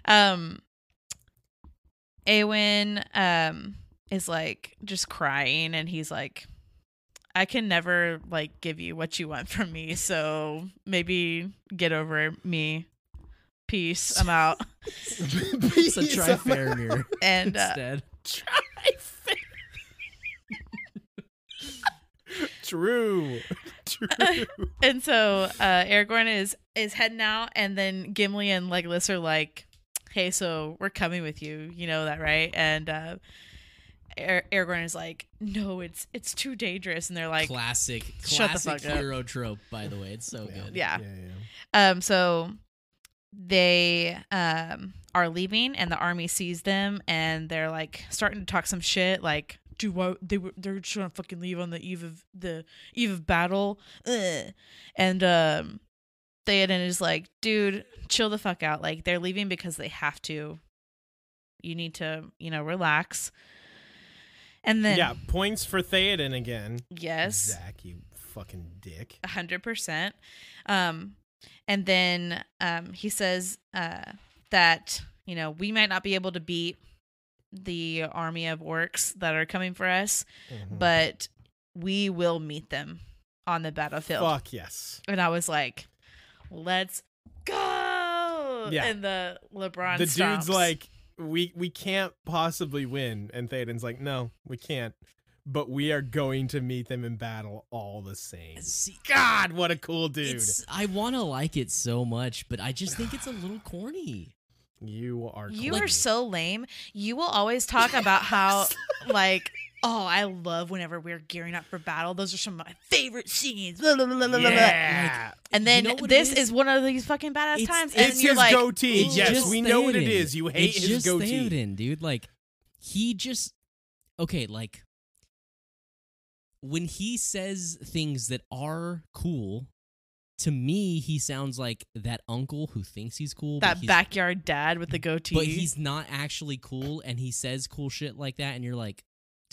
um Awen um is like just crying and he's like I can never like give you what you want from me, so maybe get over me. Peace. I'm out.
It's a trifaramir
And uh,
instead.
True.
Oh,
True.
and so uh Aragorn is is heading out and then Gimli and Legolas are like, Hey, so we're coming with you, you know that, right? And uh Ar- Aragorn is like, No, it's it's too dangerous and they're like
classic,
Shut the
classic
fuck up.
hero trope. By the way, it's so good.
Yeah.
yeah.
Um, so they um are leaving, and the army sees them, and they're like starting to talk some shit, like, "Do what they were? They're just gonna fucking leave on the eve of the eve of battle." Ugh. And um, Theoden is like, "Dude, chill the fuck out. Like, they're leaving because they have to. You need to, you know, relax." And then,
Yeah, points for Theoden again.
yes,
Zach, you fucking dick.
A hundred percent. Um, and then um, he says uh, that you know we might not be able to beat the army of orcs that are coming for us,
Mhm.
but we will meet them on the battlefield.
fuck yes.
And I was like, "Let's go!"
Yeah.
And the LeBron
the
stomps.
dude's like, we we can't possibly win, and Theoden's like, no, we can't. But we are going to meet them in battle all the same.
See,
God, what a cool dude!
it's, I want to like it so much, but I just think it's a little corny.
you are
"You
cool.
are so lame. You will always talk about how like." Oh, I love whenever we're gearing up for battle. Those are some of my favorite scenes. Blah, blah, blah, blah, blah, blah.
yeah.
And then
You know what it
this
is?
is? one of these fucking badass
It's-
times.
it's
And
It's
you're
his
like,
goatee.
It's
Yes,
just
we know what it
Theoden.
is. You hate
it's
his
just
goatee.
Theoden, dude. Like he just okay. Like when he says things that are cool to me, he sounds like that uncle who thinks he's cool. but
That
he's-
backyard dad with the goatee.
but he's not actually cool, and he says cool shit like that, and you're like,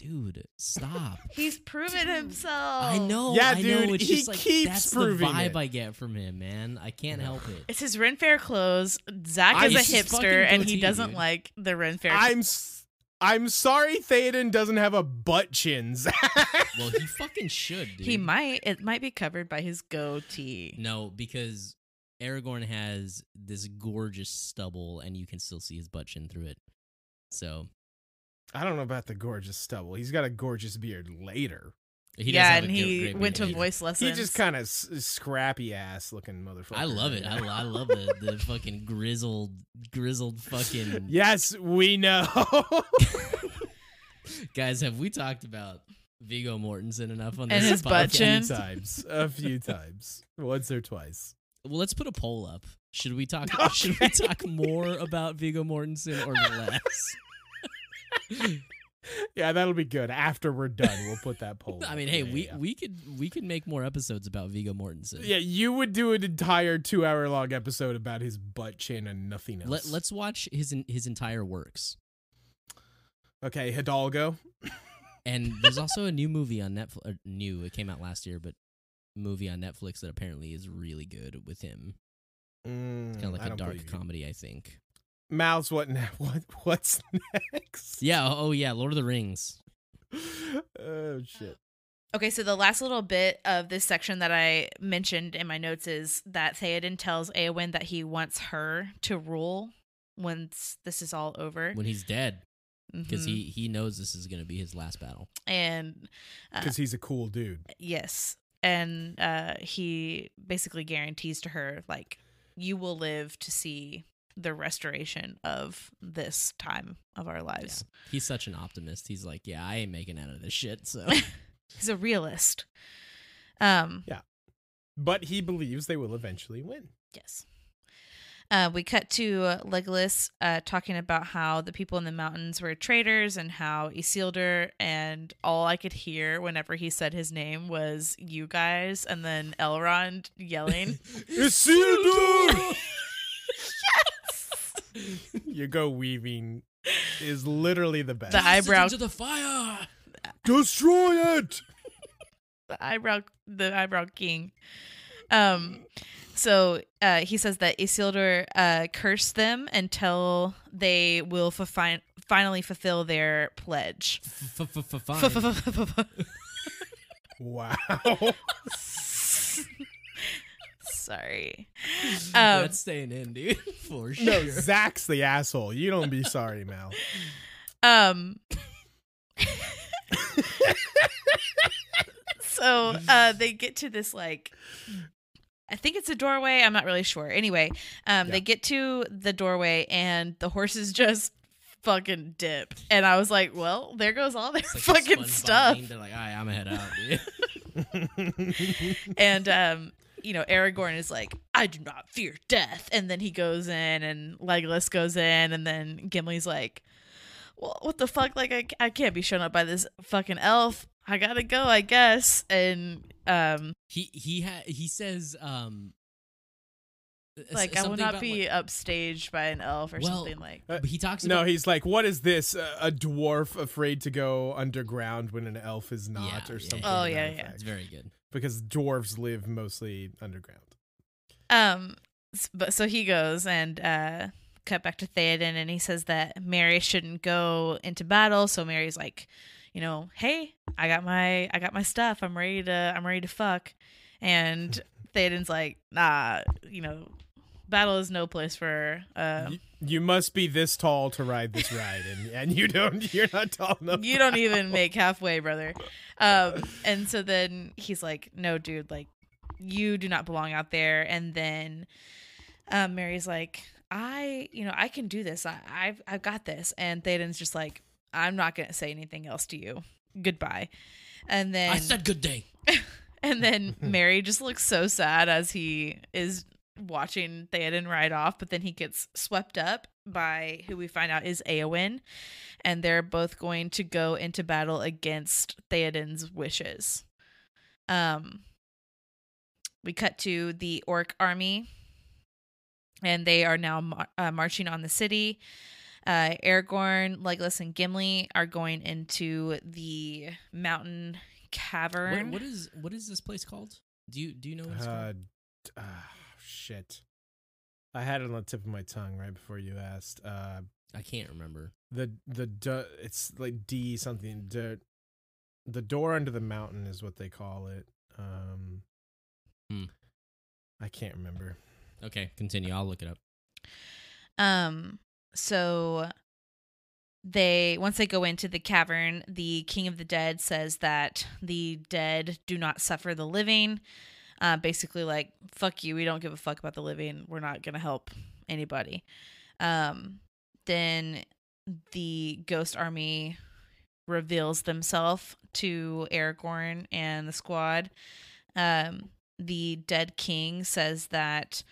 dude, stop.
He's proven
Dude,
himself.
I know.
Yeah,
I know,
dude,
It's
he
just like,
keeps
that's
proving
the vibe
it.
I get from him, man. I can't help it.
It's his Ren Fair clothes. Zach
I-
is a
It's
his fucking
hipster, and he
goatee,
doesn't
dude.
like the Ren Fair.
I'm s- I'm sorry Théoden doesn't have a butt chin, Zach.
Well, he fucking should, dude.
he might. It might be covered by his goatee.
No, because Aragorn has this gorgeous stubble, and you can still see his butt chin through it. So
I don't know about the gorgeous stubble. He's got a gorgeous beard later.
he does
yeah,
have
and
a gr-
he
great
went to
beard.
voice lessons.
He just kind of s- scrappy ass looking motherfucker.
I love it. I, I love the, the fucking grizzled, grizzled fucking
Yes, we know.
guys. Have we talked about Vigo Mortensen enough on this
And his butt
podcast?
a
chin.
few times. A few times. Once or twice.
Well, let's put a poll up. Should we talk?
Okay.
Should we talk more about Vigo Mortensen or less?
Yeah, that'll be good. After we're done, we'll put that poll.
I
up.
mean, hey,
Yeah,
we
yeah.
we could we could make more episodes about Vigo Mortensen.
Yeah, you would do an entire two hour long episode about his butt chin and nothing else.
Let, let's watch his en- his entire works.
okay, Hidalgo.
And there's also a new movie on Netflix. Or new, it came out last year, but movie on Netflix that apparently is really good with him.
Mm,
Kind of like
I
a
don't
dark
believe you.
comedy, I think.
Mouths, what, ne- what? What's next?
Yeah. Oh, oh, yeah. Lord of the Rings.
oh shit.
Okay, so the last little bit of this section that I mentioned in my notes is that Theoden tells Eowyn that he wants her to rule once this is all over.
When he's dead, because
Mhm.
he he knows this is gonna be his last battle.
and uh,
Because he's a cool dude.
yes, and uh, he basically guarantees to her like you will live to see the restoration of this time of our lives.
He's such an optimist. He's like, yeah, I ain't making out of this shit. So
He's a realist. Um,
But he believes they will eventually win.
Yes. Uh, we cut to uh, Legolas uh, talking about how the people in the mountains were traitors and how Isildur, and all I could hear whenever he said his name was you guys, and then Elrond yelling.
Isildur! you go weaving is literally the best.
The eyebrow-
to the fire.
Destroy it!
the eyebrow the eyebrow king. Um so uh he says that Isildur uh cursed them until they will fulfi- finally fulfill their pledge.
Fine.
um,
Wow.
Sorry. Um,
That's staying in, dude. For sure.
No, Zach's the asshole. You don't be sorry, Mal.
Um. so uh, they get to this like. I think it's a doorway. I'm not really sure. Anyway, um,
Yeah.
they get to the doorway and the horses just fucking dip. And I was like, well, there goes all their
It's like a
fucking
SpongeBob
stuff.
meme. They're like, all right, I'm gonna head out, dude.
and um you know aragorn is like i do not fear death and then he goes in and legolas goes in and then gimli's like well what the fuck like i, I can't be shown up by this fucking elf i gotta go i guess and um
He he ha- he says um uh, s-
like i will
something
not
about,
be
like-
upstaged by an elf or
Well,
something like
uh,
he talks
no,
about
he's like, what is this? A, a dwarf afraid to go underground when an elf is not,
Yeah,
or
yeah,
something.
yeah. Oh,
to that
yeah,
effect.
yeah.
it's very good.
Because dwarves live mostly underground.
Um, s- but so he goes and uh, cut back to Theoden, and he says that Mary shouldn't go into battle. So Mary's like, you know, hey, I got my I got my stuff. I'm ready to I'm ready to fuck. And Theoden's like, nah, you know, battle is no place for. Uh,
Y- you must be this tall to ride this ride, and, and you don't. You're not tall enough.
you don't even make halfway, brother. Um, and so then he's like, no, dude, like, you do not belong out there. And then um, Mary's like, I, you know, I can do this. I, I've, I've got this. And Theoden's just like, I'm not gonna say anything else to you. Goodbye. And then,
I said good day.
and then Mary just looks so sad as he is watching Theoden ride off. But then he gets swept up by who we find out is Eowyn, and they're both going to go into battle against Theoden's wishes. Um, we cut to the orc army, and they are now mar- uh, marching on the city. Uh, Aragorn, Legolas, and Gimli are going into the mountain
What,
cavern.
what is what is this place called? Do you do you know what it's
Uh,
called?
d- ah, shit. I had it on the tip of my tongue right before you asked. Uh,
I can't remember.
the the du- it's like D something. Du- the door under the mountain is what they call it. Um,
Hmm.
I can't remember.
Okay, continue. I'll look it up.
Um, so they once they go into the cavern, the king of the dead says that the dead do not suffer the living. Uh, basically, like fuck you, we don't give a fuck about the living. We're not gonna help anybody. Um, then the ghost army reveals themselves to Aragorn and the squad. Um, the dead king says that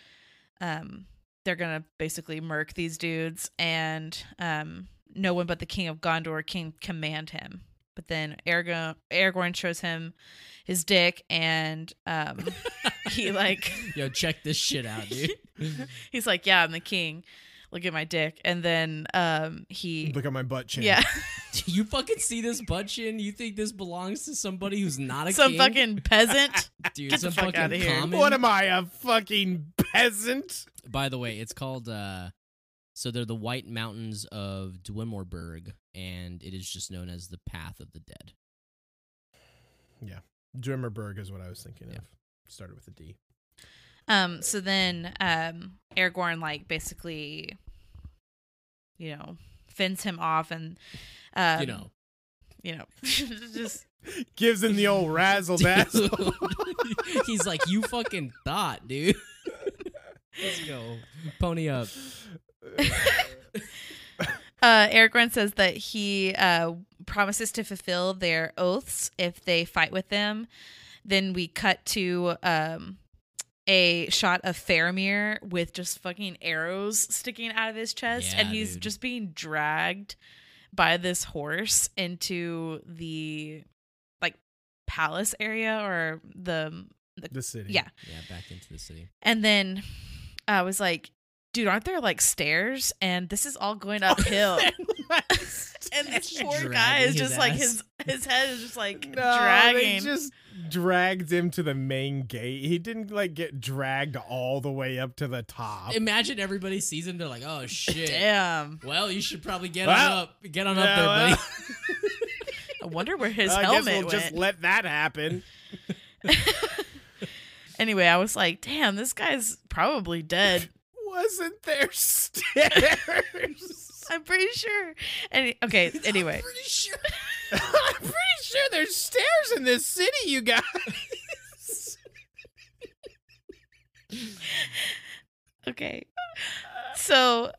um, they're gonna basically murk these dudes and um no one but the king of gondor can command him but then Aragorn, Aragorn shows him his dick and um he like
Yo, check this shit out, dude.
he's like yeah i'm the king look at my dick and then um he
Look at my butt chin.
yeah
Do you fucking see this butt chin? You think this belongs to somebody who's not a
some
king?
fucking peasant
dude,
get the
some
fuck
fucking
outta here.
common.
What am I, a fucking peasant?
By the way, it's called. uh So they're the White Mountains of Dwimorberg, and it is just known as the Path of the Dead.
Drimmerberg is what I was thinking
Yeah.
of. Started with a D.
Um, so then um Aragorn like basically you know, fends him off and um,
you know,
you know just
Gives him the old razzle dazzle.
Dude. he's like, you fucking thought, dude. Let's go, pony up.
uh Aragorn says that he uh promises to fulfill their oaths if they fight with them. Then we cut to um a shot of Faramir with just fucking arrows sticking out of his chest and
Yeah,
he's
dude.
just being dragged by this horse into the like palace area or the
the city.
yeah.
Yeah, back into the city.
And then I was like, dude, aren't there like stairs? And this is all going uphill. and this poor
Dragging
guy is
his
just like
ass.
his his head is just like
No, they
dragging.
just dragged him to the main gate. He didn't like get dragged all the way up to the top.
Imagine everybody sees him. They're like, oh shit.
Damn.
Well, you should probably get
Well,
on up. Get on
Yeah,
up there,
well,
buddy.
I wonder where his
I guess
helmet
we'll
went.
just let that happen.
anyway, I was like, damn, this guy's probably dead.
Wasn't there stairs?
I'm pretty sure. Any- okay, anyway.
pretty sure.
I'm pretty sure there's stairs in this city, you guys.
Okay. So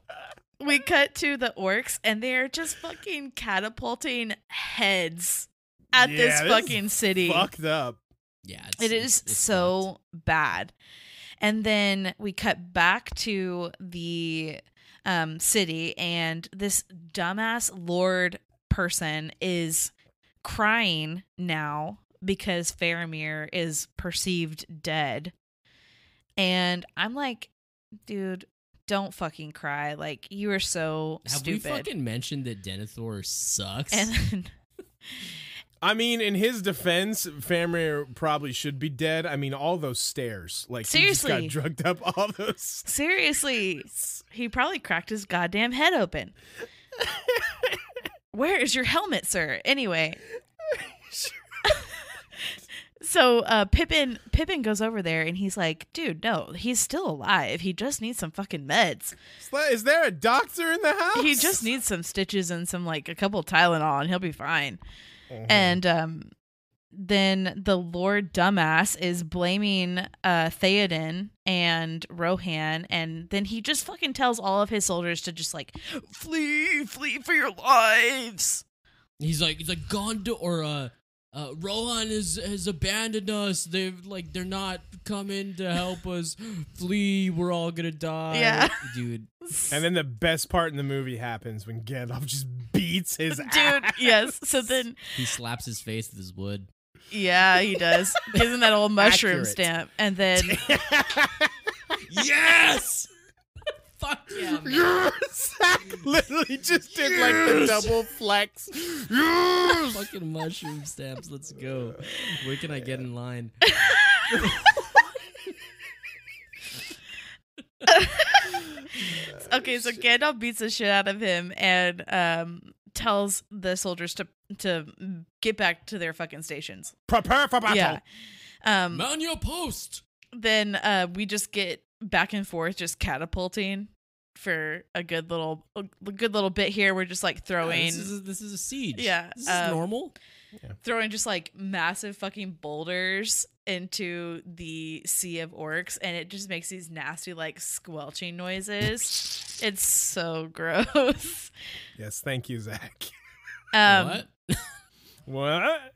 we cut to the orcs and they're just fucking catapulting heads at this
Yeah, this
fucking city.
Fucked up.
Yeah, it's,
It
it's-
is
it's fucked.
so bad. And then we cut back to the um, city, and this dumbass lord person is crying now because Faramir is perceived dead. And I'm like, dude, don't fucking cry. Like, you are so
Have
stupid.
we fucking mentioned that Denethor sucks?
and then
I mean, in his defense, Famir probably should be dead. I mean, all those stairs. Like, he
Seriously.
just got drugged up all those
Seriously, he probably cracked his goddamn head open. Where is your helmet, sir? Anyway. so uh Pippin Pippin goes over there and he's like, dude, no, he's still alive. He just needs some fucking meds.
Sla- Is there a doctor in the house?
He just needs some stitches and some like a couple Tylenol and he'll be fine.
Mm-hmm.
And um then the Lord Dumbass is blaming uh Theoden and Rohan and then he just fucking tells all of his soldiers to just like flee, flee for your lives.
he's like he's like Gondor or uh, uh Rohan is has abandoned us. They've like they're not coming to help us. Flee, we're all gonna die.
Yeah.
dude.
And then the best part in the movie happens when Gandalf just beats his
Dude,
ass.
yes. So then
He slaps his face with his wood.
Yeah, he does. Gives him that old mushroom
Accurate.
stamp, and then
yes. Fuck yeah. man.
Yes! Zach literally just did like
Yes!
the double flex. Yes!
Fucking mushroom stamps. Let's go. Where can I get in line?
okay, so Gandalf beats the shit out of him and um tells the soldiers to to get back to their fucking stations.
Prepare for battle.
Yeah. Um.
Man your post.
Then uh, we just get back and forth, just catapulting for a good little a good little bit here. We're just like throwing.
this is a, this is a siege.
Yeah,
This is
um,
normal.
throwing just like massive fucking boulders into the sea of orcs and it just makes these nasty like squelching noises it's so gross
Yes, thank you, Zach.
um
what?
What?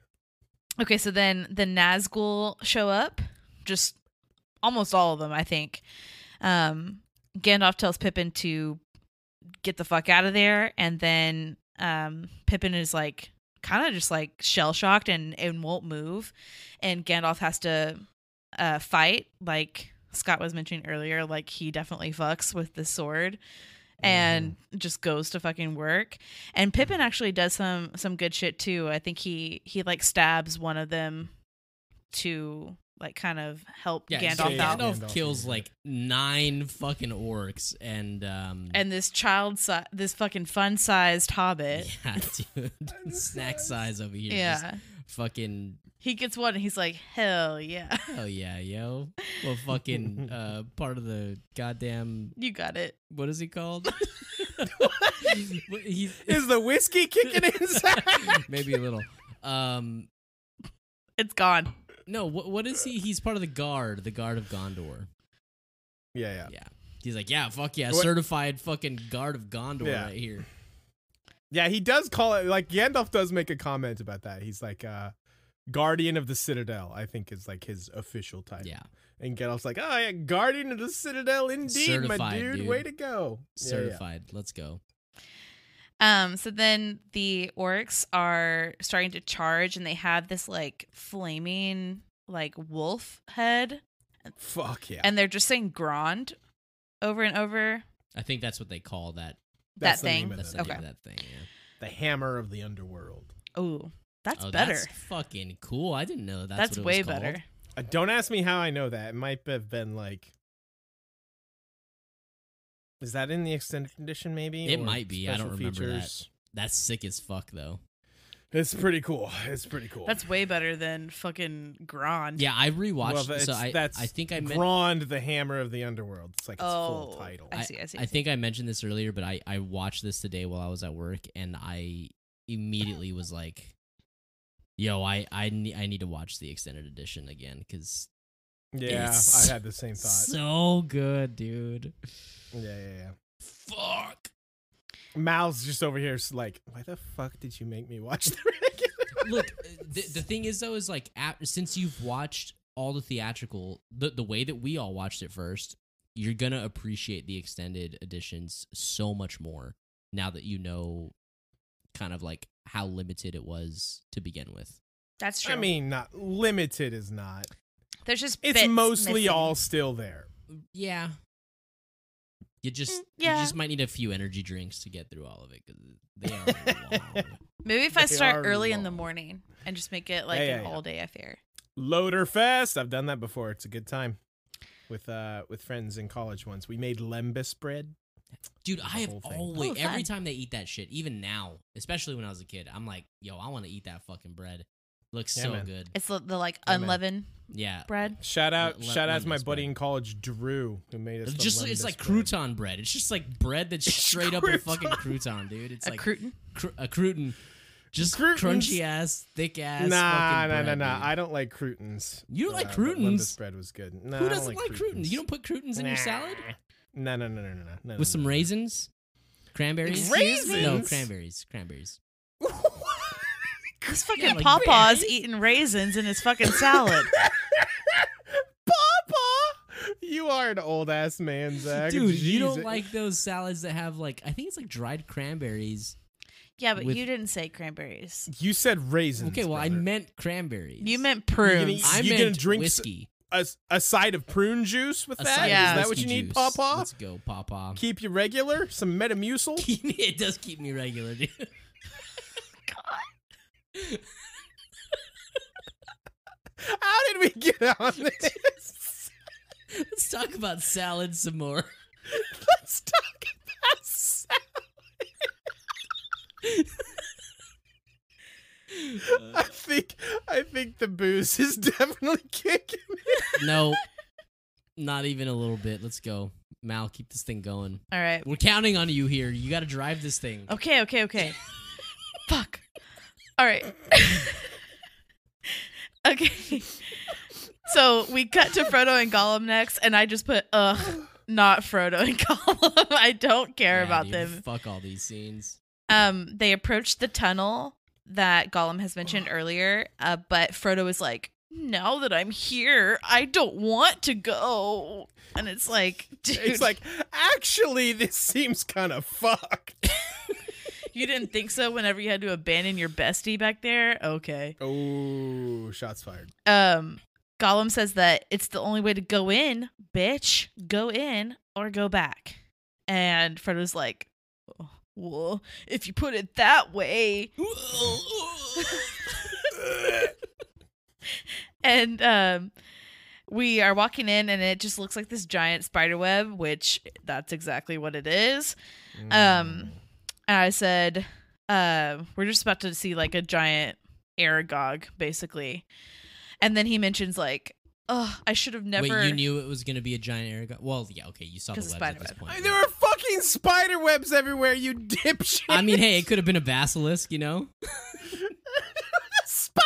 okay so then the nazgul show up just almost all of them i think um gandalf tells pippin to get the fuck out of there and then um pippin is like kind of just like shell shocked and and won't move and gandalf has to uh fight like scott was mentioning earlier like he definitely fucks with the sword and just goes to fucking work and pippin actually does some some good shit too i think he he like stabs one of them to like kind of help
Yeah,
gandalf
so
yeah,
out
yeah.
Gandalf
Gandalf
kills
is-
like nine fucking orcs and um
and this child si- this fucking fun sized hobbit
yeah, dude, snack size over here. just
yeah
fucking
he gets one and he's like hell yeah
hell yeah, yo. Well, fucking uh, part of the goddamn
you got it
what is he called? What- he's
Is the whiskey kicking in, Zach?
maybe a little. Um,
it's gone
no, what what is he? He's part of the guard, the guard of Gondor.
Yeah, yeah.
He's like, yeah, fuck yeah,
What-
certified fucking guard of Gondor
Yeah.
right here.
Yeah, he does call it like Gandalf does make a comment about that. He's like uh Guardian of the Citadel, I think is like his official title.
Yeah,
And Gandalf's like, Oh yeah, Guardian of the Citadel indeed, my
Certified,
dude,
dude.
Way to go. Yeah, yeah.
certified. Let's go.
um so then the orcs are starting to charge and they have this like flaming like wolf head
Fuck yeah.
and they're just saying grond over and over
I think that's what they call that.
That's
that
the
thing.
name of
That's
it.
the name
Okay.
of that thing. Yeah.
The hammer of the underworld.
oh that's
oh,
better
That's fucking cool. I didn't know that's. what
that's,
it was
way
called.
better
Uh, don't ask me how I know that. It might have been like Is that in the extended edition maybe?
It
Or
might be. I
special
don't remember that.
features?
That's sick as fuck though.
It's pretty cool. It's pretty cool.
that's way better than fucking grond
Yeah, I rewatched.
Well,
so
that's-
I,
that's
I think I meant.
Grond, the hammer of the underworld. It's like its full
Oh,
title.
I see, I see.
I think I mentioned this earlier, but I I watched this today while I was at work, and I immediately was like, "Yo, I I need I need to watch the extended edition again because
yeah,
It's-
I had the same thought.
so good, dude.
yeah, yeah, yeah.
Fuck.
Mal's just over here, s- like, why the fuck did you make me watch the regular?
Look, uh, the, the thing is though is like at, since you've watched all the theatrical, the the way that we all watched it first, you're gonna appreciate the extended editions so much more now that you know, kind of like how limited it was to begin with.
that's true
I mean, not limited is not.
there's just
It's
bits
mostly
missing.
all still there.
Yeah. You just
Mm, yeah.
you just might need a few energy drinks to get through all of it because they are long.
Maybe if I
They are
start early in the
long.
morning and just make it like
Yeah, yeah,
an
yeah.
all day affair.
Loader Fest. I've done that before. It's a good time with uh with friends in college once. We made lembas bread.
Dude, I have
whole thing.
always
Oh,
every
fun.
time they eat that shit, even now, especially when I was a kid, I'm like, yo, I want to eat that fucking bread. Looks
Yeah,
so
man.
good.
It's the, the like
Yeah, man.
unleavened
Yeah.
bread.
Shout out,
Le-
shout out to my
lembas
buddy
bread.
in college, Drew, who made us.
It's
the
just it's
lembas
like
bread.
crouton bread. It's just like bread that's straight up a fucking crouton, dude. It's
a
like
crouton.
cr- a crouton. Just
Croutons.
crunchy ass, thick
Nah,
ass. fucking
nah, nah,
bread,
nah.
dude.
I don't like croutons.
You don't like
but
croutons?
Limbus bread was good. No,
Who
I don't
doesn't like, croutons? You don't put croutons in your salad?
No, no, no, no, no, no, no.
with some
no.
raisins, cranberries,
Excuse me?
No,
Raisins?
cranberries, cranberries.
This fucking
Yeah, like
pawpaw's eating raisins in his fucking salad.
Papa, you are an old ass man, Zach.
Dude, you
Jeez.
don't like those salads that have like I think it's like dried cranberries
Yeah, but
With-
you didn't say cranberries.
You said raisins.
Okay, well, I
brother.
meant cranberries.
You meant
gonna
prunes.
eat-
I
You
meant
gonna drink s-
whiskey.
a, a side of prune juice with
A
that.
side of
Is
Yeah.
that what you
whiskey
need,
juice.
Pawpaw?
Let's go, Pawpaw.
Keep you regular. Some Metamucil.
Keep me, it does keep me regular, dude.
How did we get on this?
Let's talk about salad some more.
Let's talk about salad.
Uh,
I think I think the booze is definitely kicking.
no, not even a little bit. Let's go, Mal. Keep this thing going.
All right.
We're counting on you here. You got to drive this thing.
Okay, okay, okay. Fuck. All right. okay. So we cut to Frodo and Gollum next, and I just put, ugh, not Frodo and Gollum. I don't care
Yeah,
about
dude,
them.
Fuck all these scenes.
Um, they approach the tunnel that Gollum has mentioned earlier, uh, but Frodo is like, now that I'm here, I don't want to go. And it's like, dude,
It's like actually this seems kind of fucked.
you didn't think so whenever you had to abandon your bestie back there? Okay.
Oh, shots fired.
um Gollum says that it's the only way to go in, bitch. Go in or go back. And Frodo's like, well, if you put it that way. and um we are walking in and it just looks like this giant spider web, which that's exactly what it is. Um, And I said, uh, we're just about to see like a giant Aragog, basically. And then he mentions like, oh, I should have never.
Wait, you knew it was gonna be a giant air gun? Well, yeah, okay, you saw the
'Cause
webs
of
at this
Spider-Man.
point.
I- there are fucking spider webs everywhere. You dipshit.
I mean, hey, it could have been a basilisk, you know?
spider.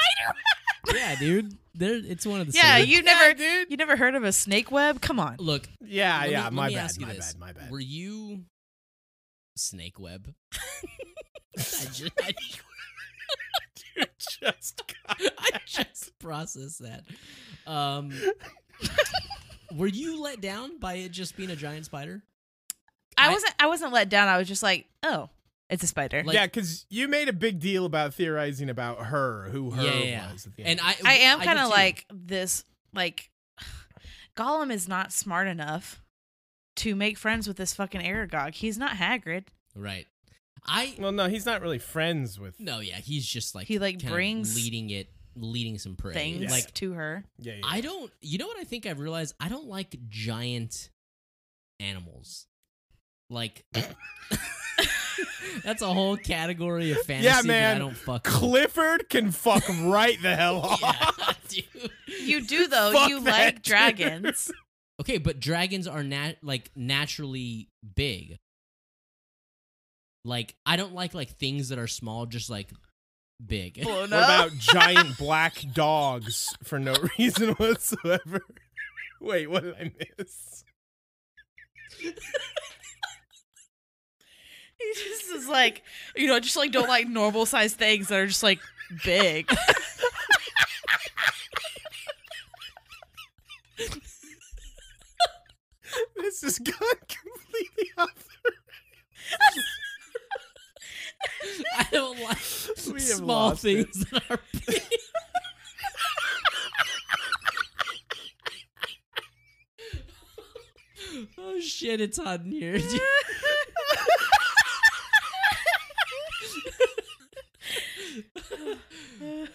Yeah, dude. There, it's one of the
yeah,
same.
you never,
dude.
You never heard of a snake web? Come on.
Look,
Yeah,
Let me-
Ah, yeah.
let
my
me
bad.
ask you
My
this.
bad. My bad.
were you snake web? I just, I,
just
I just processed that. Um, were you let down by it just being a giant spider?
I,
I-
wasn't. I wasn't let down. I was just like, oh, it's a spider.
Like-
yeah, because you made a big deal about theorizing about her, who her
Yeah, yeah, yeah.
was. At the end.
And I,
I am
did
kind of
too.
like this. Like, Gollum is not smart enough to make friends with this fucking Aragog. He's not Hagrid.
right. I
well, no, he's not really friends with.
no, yeah, he's just like
He, like,
kind of
brings
leading it, leading some prey.
Things
Yeah.
Like
to her.
Yeah, yeah.
I don't. You know what I think I've realized? I don't like giant animals. Like that's a whole category of fantasy that
man.
I don't fuck. with.
Clifford can fuck right the hell off.
Yeah, dude.
You do though.
Fuck
you
that,
like
dude.
dragons.
Okay, but dragons are nat like naturally big. Like I don't like like things that are small, just like big.
Blown
What
up.
about giant black dogs for no reason whatsoever? Wait, what did I miss?
he just is like, you know, just like don't like normal sized things that are just like big.
This has gone completely off.
I don't like
We have
small
lost it.
things that are big. oh shit, it's hot in here. dude. Oh,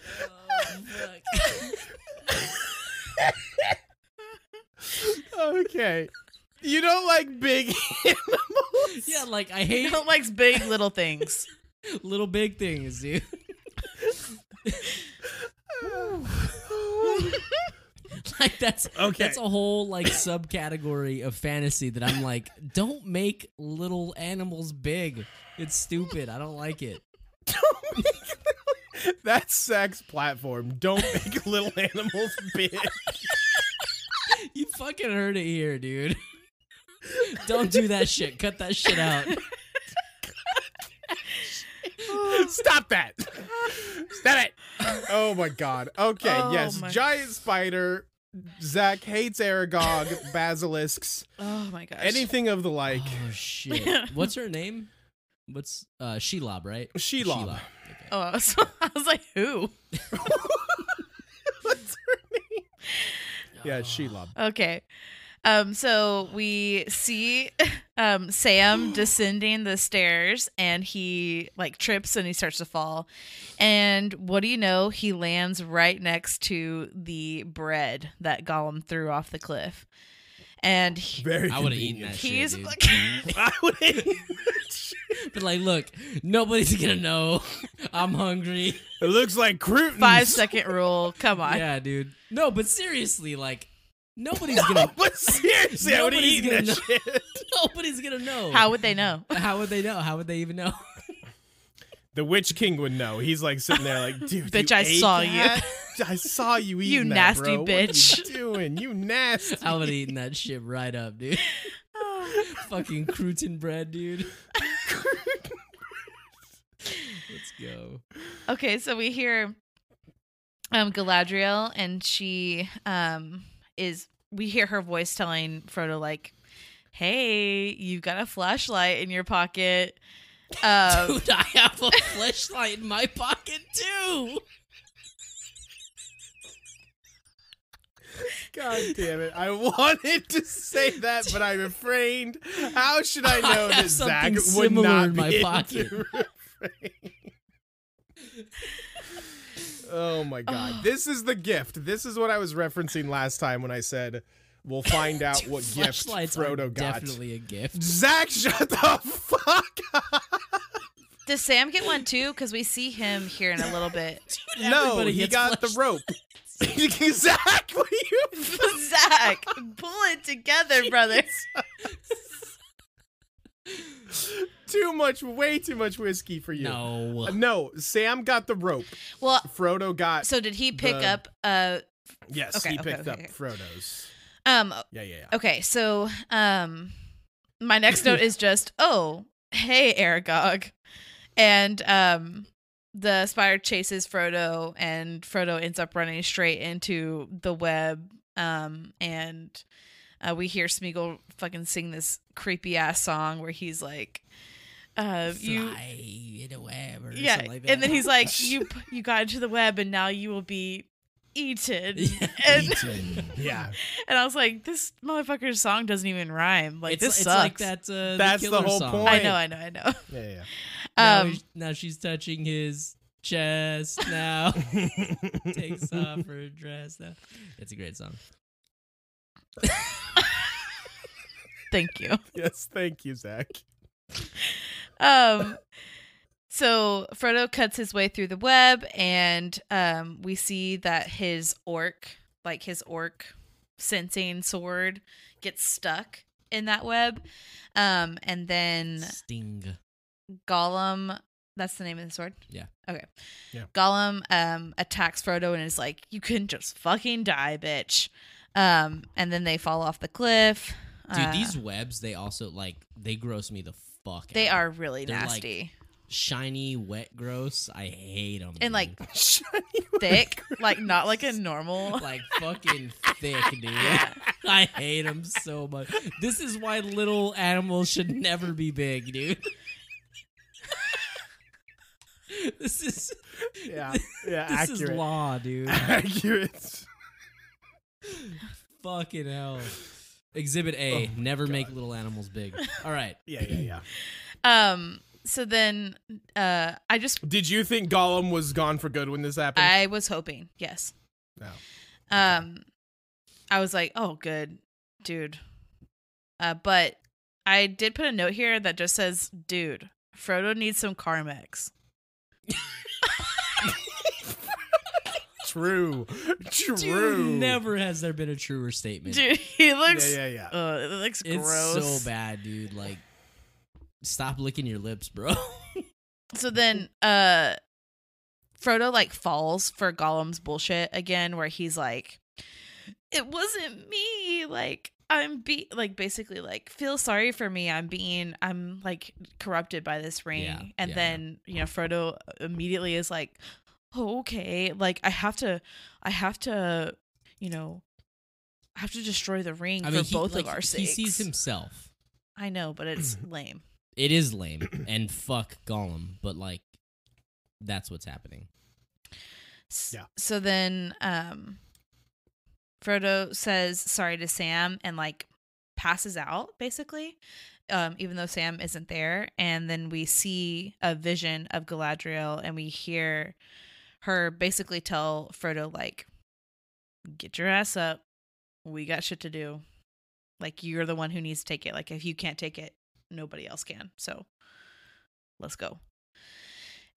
fuck.
Okay. You don't like big animals.
yeah, like I
He
hate
don't likes big little things.
little big things, dude. like that's
Okay.
That's a whole like subcategory of fantasy that I'm like, don't make little animals big. It's stupid. I don't like it.
That's sex platform. Don't make little animals big.
You fucking heard it here, dude. Don't do that shit. Cut that shit out.
Stop that. Stop it. Oh my god. Okay,
Oh
yes.
my-
Giant spider. Zach hates Aragog, basilisks,
Oh my gosh.
anything of the like.
Oh shit. What's her name? What's uh Shelob, right?
Shelob.
Okay.
Oh, I was, I was like, who?
What's her name?
Oh.
Yeah, Shelob.
Okay. Um, so we see um, Sam descending the stairs and he like trips and he starts to fall. And what do you know? He lands right next to the bread that Gollum threw off the cliff. And he,
Very.
I would have eaten that
convenient.
shit. dude.
he's like,
I would have.
But like, look, nobody's gonna know. I'm hungry.
It looks like croutons.
five second rule. Come on.
Yeah, dude. No, but seriously, like, nobody's gonna
But seriously, I would have
Nobody's
eaten that
gonna
shit.
nobody's gonna know.
How would they know?
How would they know? How would they even know?
The Witch King would know. He's like sitting there, like, dude,
Bitch,
you
I
ate
saw
that? I saw you eating
You
that,
nasty
bro. What
bitch.
are you doing? You nasty.
I would have eaten that shit right up, dude. Fucking crouton bread, dude. Let's go.
Okay, so we hear um Galadriel and she um is we hear her voice telling Frodo like, "Hey, you've got a flashlight in your pocket." Um
Dude, I have a flashlight in my pocket too.
God damn it. I wanted to say that, but I refrained. How should I know
I have
that Zach
something
would
similar
not
in my
be able
pocket.
to refrain? oh my god. this is the gift. This is what I was referencing last time when I said we'll find out what gift
Flashlights are
Frodo got.
Definitely a gift.
Zach, shut the fuck up.
does Sam get one too cuz we see him here in a little bit.
No,
Everybody
he
gets
got the
flashlights.
rope. Zach, what are you
Zach, pull it together, brother.
too much, way too much whiskey for you.
No.
Uh, No, Sam got the rope.
Well,
Frodo got
so did he pick
The-
up uh
Yes,
Okay,
he
okay,
picked
okay,
up
okay.
Frodo's.
um
Yeah, yeah, yeah.
Okay, so um my next note is just, oh, hey Aragog. And um the spider chases Frodo and Frodo ends up running straight into the web. Um and uh, we hear Smeagol fucking sing this creepy ass song where he's like uh you
Fly in a web or
yeah,
something like that.
and then he's like, "You you got into the web, and now you will be eaten." and-
Eaten.
Yeah,
And I was like, this motherfucker's song doesn't even rhyme. Like
it's,
this
it's
sucks.
like that. Uh,
That's the
killer
whole
song.
point.
I know, I know, I know.
yeah, yeah.
Now,
Um,
he's- now she's touching his chest. Now takes off her dress. Now it's a great song.
thank you.
yes, thank you, Zach.
Um, so Frodo cuts his way through the web, and um, we see that his orc, like his orc sensing sword, gets stuck in that web. Um, and then
Sting.
Gollum. That's the name of the sword.
Yeah.
Okay.
Yeah.
Gollum um attacks Frodo and is like, "You can just fucking die, bitch." Um, and then they fall off the cliff.
Dude,
Uh,
these webs they also like they gross me the fuck.
they
out.
are really
They're, like,
nasty
shiny, wet, gross. I hate them.
and like
Shiny
thick, like not like a normal.
like fucking thick, dude. I hate them so much. This is why little animals should never be big, dude. this is
wig. Yeah, yeah,
this is
accurate.
law, dude.
accurate.
Fucking hell. Exhibit A:
Oh my
Never make
God.
little animals big. All right.
Yeah, yeah, yeah.
Um, so then, uh, I just
Did you think Gollum was gone for good when this happened?
I was hoping, yes.
no.
Um, I was like, oh, good, dude. Uh, but I did put a note here that just says, dude, Frodo needs some Carmex.
True, true.
Dude, never has there been a truer statement.
Dude, he
Yeah,
looks.
yeah, yeah.
Uh, it looks
it's
gross.
so bad, dude. Like, stop licking your lips, bro.
So then, uh, Frodo like falls for Gollum's bullshit again, where he's like, "It wasn't me. Like I'm be like basically like feel sorry for me. I'm being I'm like corrupted by this ring."
Yeah,
and
yeah,
then you know Frodo immediately is like, oh, "Okay, like I have to, I have to, you know." I have to destroy the ring
I mean,
for
he,
both
like,
of our
he
sakes.
sees himself.
I know, but it's lame.
it is lame and fuck Gollum, but like that's what's happening.
S-
Yeah.
So then um Frodo says sorry to Sam and like passes out basically. Um, even though Sam isn't there, and then we see a vision of Galadriel, and we hear her basically tell Frodo, "Like, get your ass up. We got shit to do. Like, you're the one who needs to take it. Like, if you can't take it, nobody else can. So, let's go."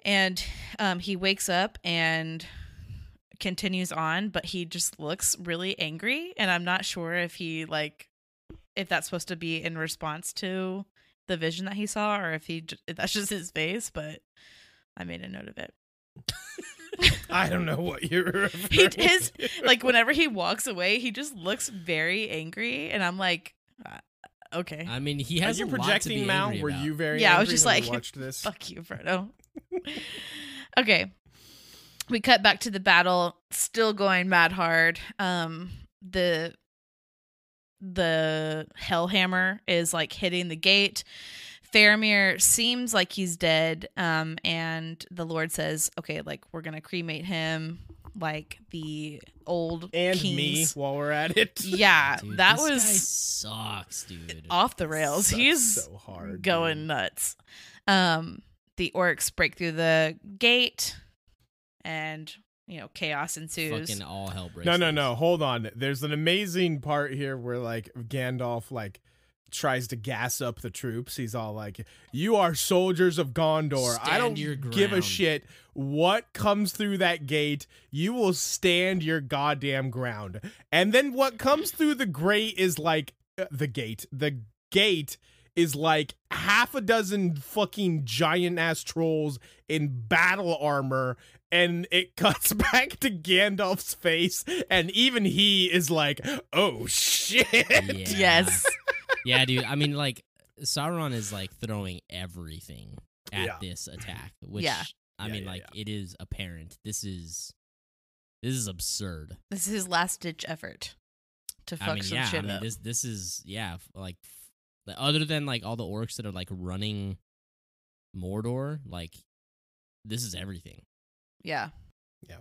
And um, he wakes up and continues on, but he just looks really angry, and I'm not sure if he like if that's supposed to be in response to the vision that he saw or if he j- if that's just his face. But I made a note of it.
I don't know what you're.
He
referring
his
to.
like whenever he walks away, he just looks very angry, and I'm like, uh, okay,
I mean, he
Are
has
you
a lot to
projecting
be
now?
angry
Were
about.
you very?
Yeah, I was
angry
just
when you
like,
watched this.
Fuck you, Frodo. okay. We cut back to the battle, still going mad hard. Um the the hellhammer is like hitting the gate. Faramir seems like he's dead. Um and the Lord says, "Okay, like we're going to cremate him like the old
And me
kings."
while we're at it.
Yeah,
Dude,
that
this guy
was
sucks, dude.
off the rails.
Sucks
He's
so hard
going
dude.
nuts. Um, the orcs break through the gate, and you know chaos ensues.
Fucking all hell breaks.
No, no,
loose.
no. Hold on. There's an amazing part here where like Gandalf like tries to gas up the troops. He's all like, "You are soldiers of Gondor. I
Stand
don't
your
give a
ground."
shit what comes through that gate. You will stand your goddamn ground." And then what comes through the grate is like uh, the gate. The gate is like half a dozen fucking giant ass trolls in battle armor and it cuts back to Gandalf's face and even he is like, "Oh shit."
Yeah.
Yes,
yeah, dude. I mean, like Sauron is like throwing everything at
Yeah.
this attack, which
Yeah.
I
Yeah,
mean,
yeah,
like it is apparent. This is this is absurd.
this is his last ditch effort to fuck
I mean,
some
yeah. I
shit
mean,
up.
this this is yeah, f- like f- the- other than like all the orcs that are like running Mordor, like this is everything.
Yeah.
Yeah.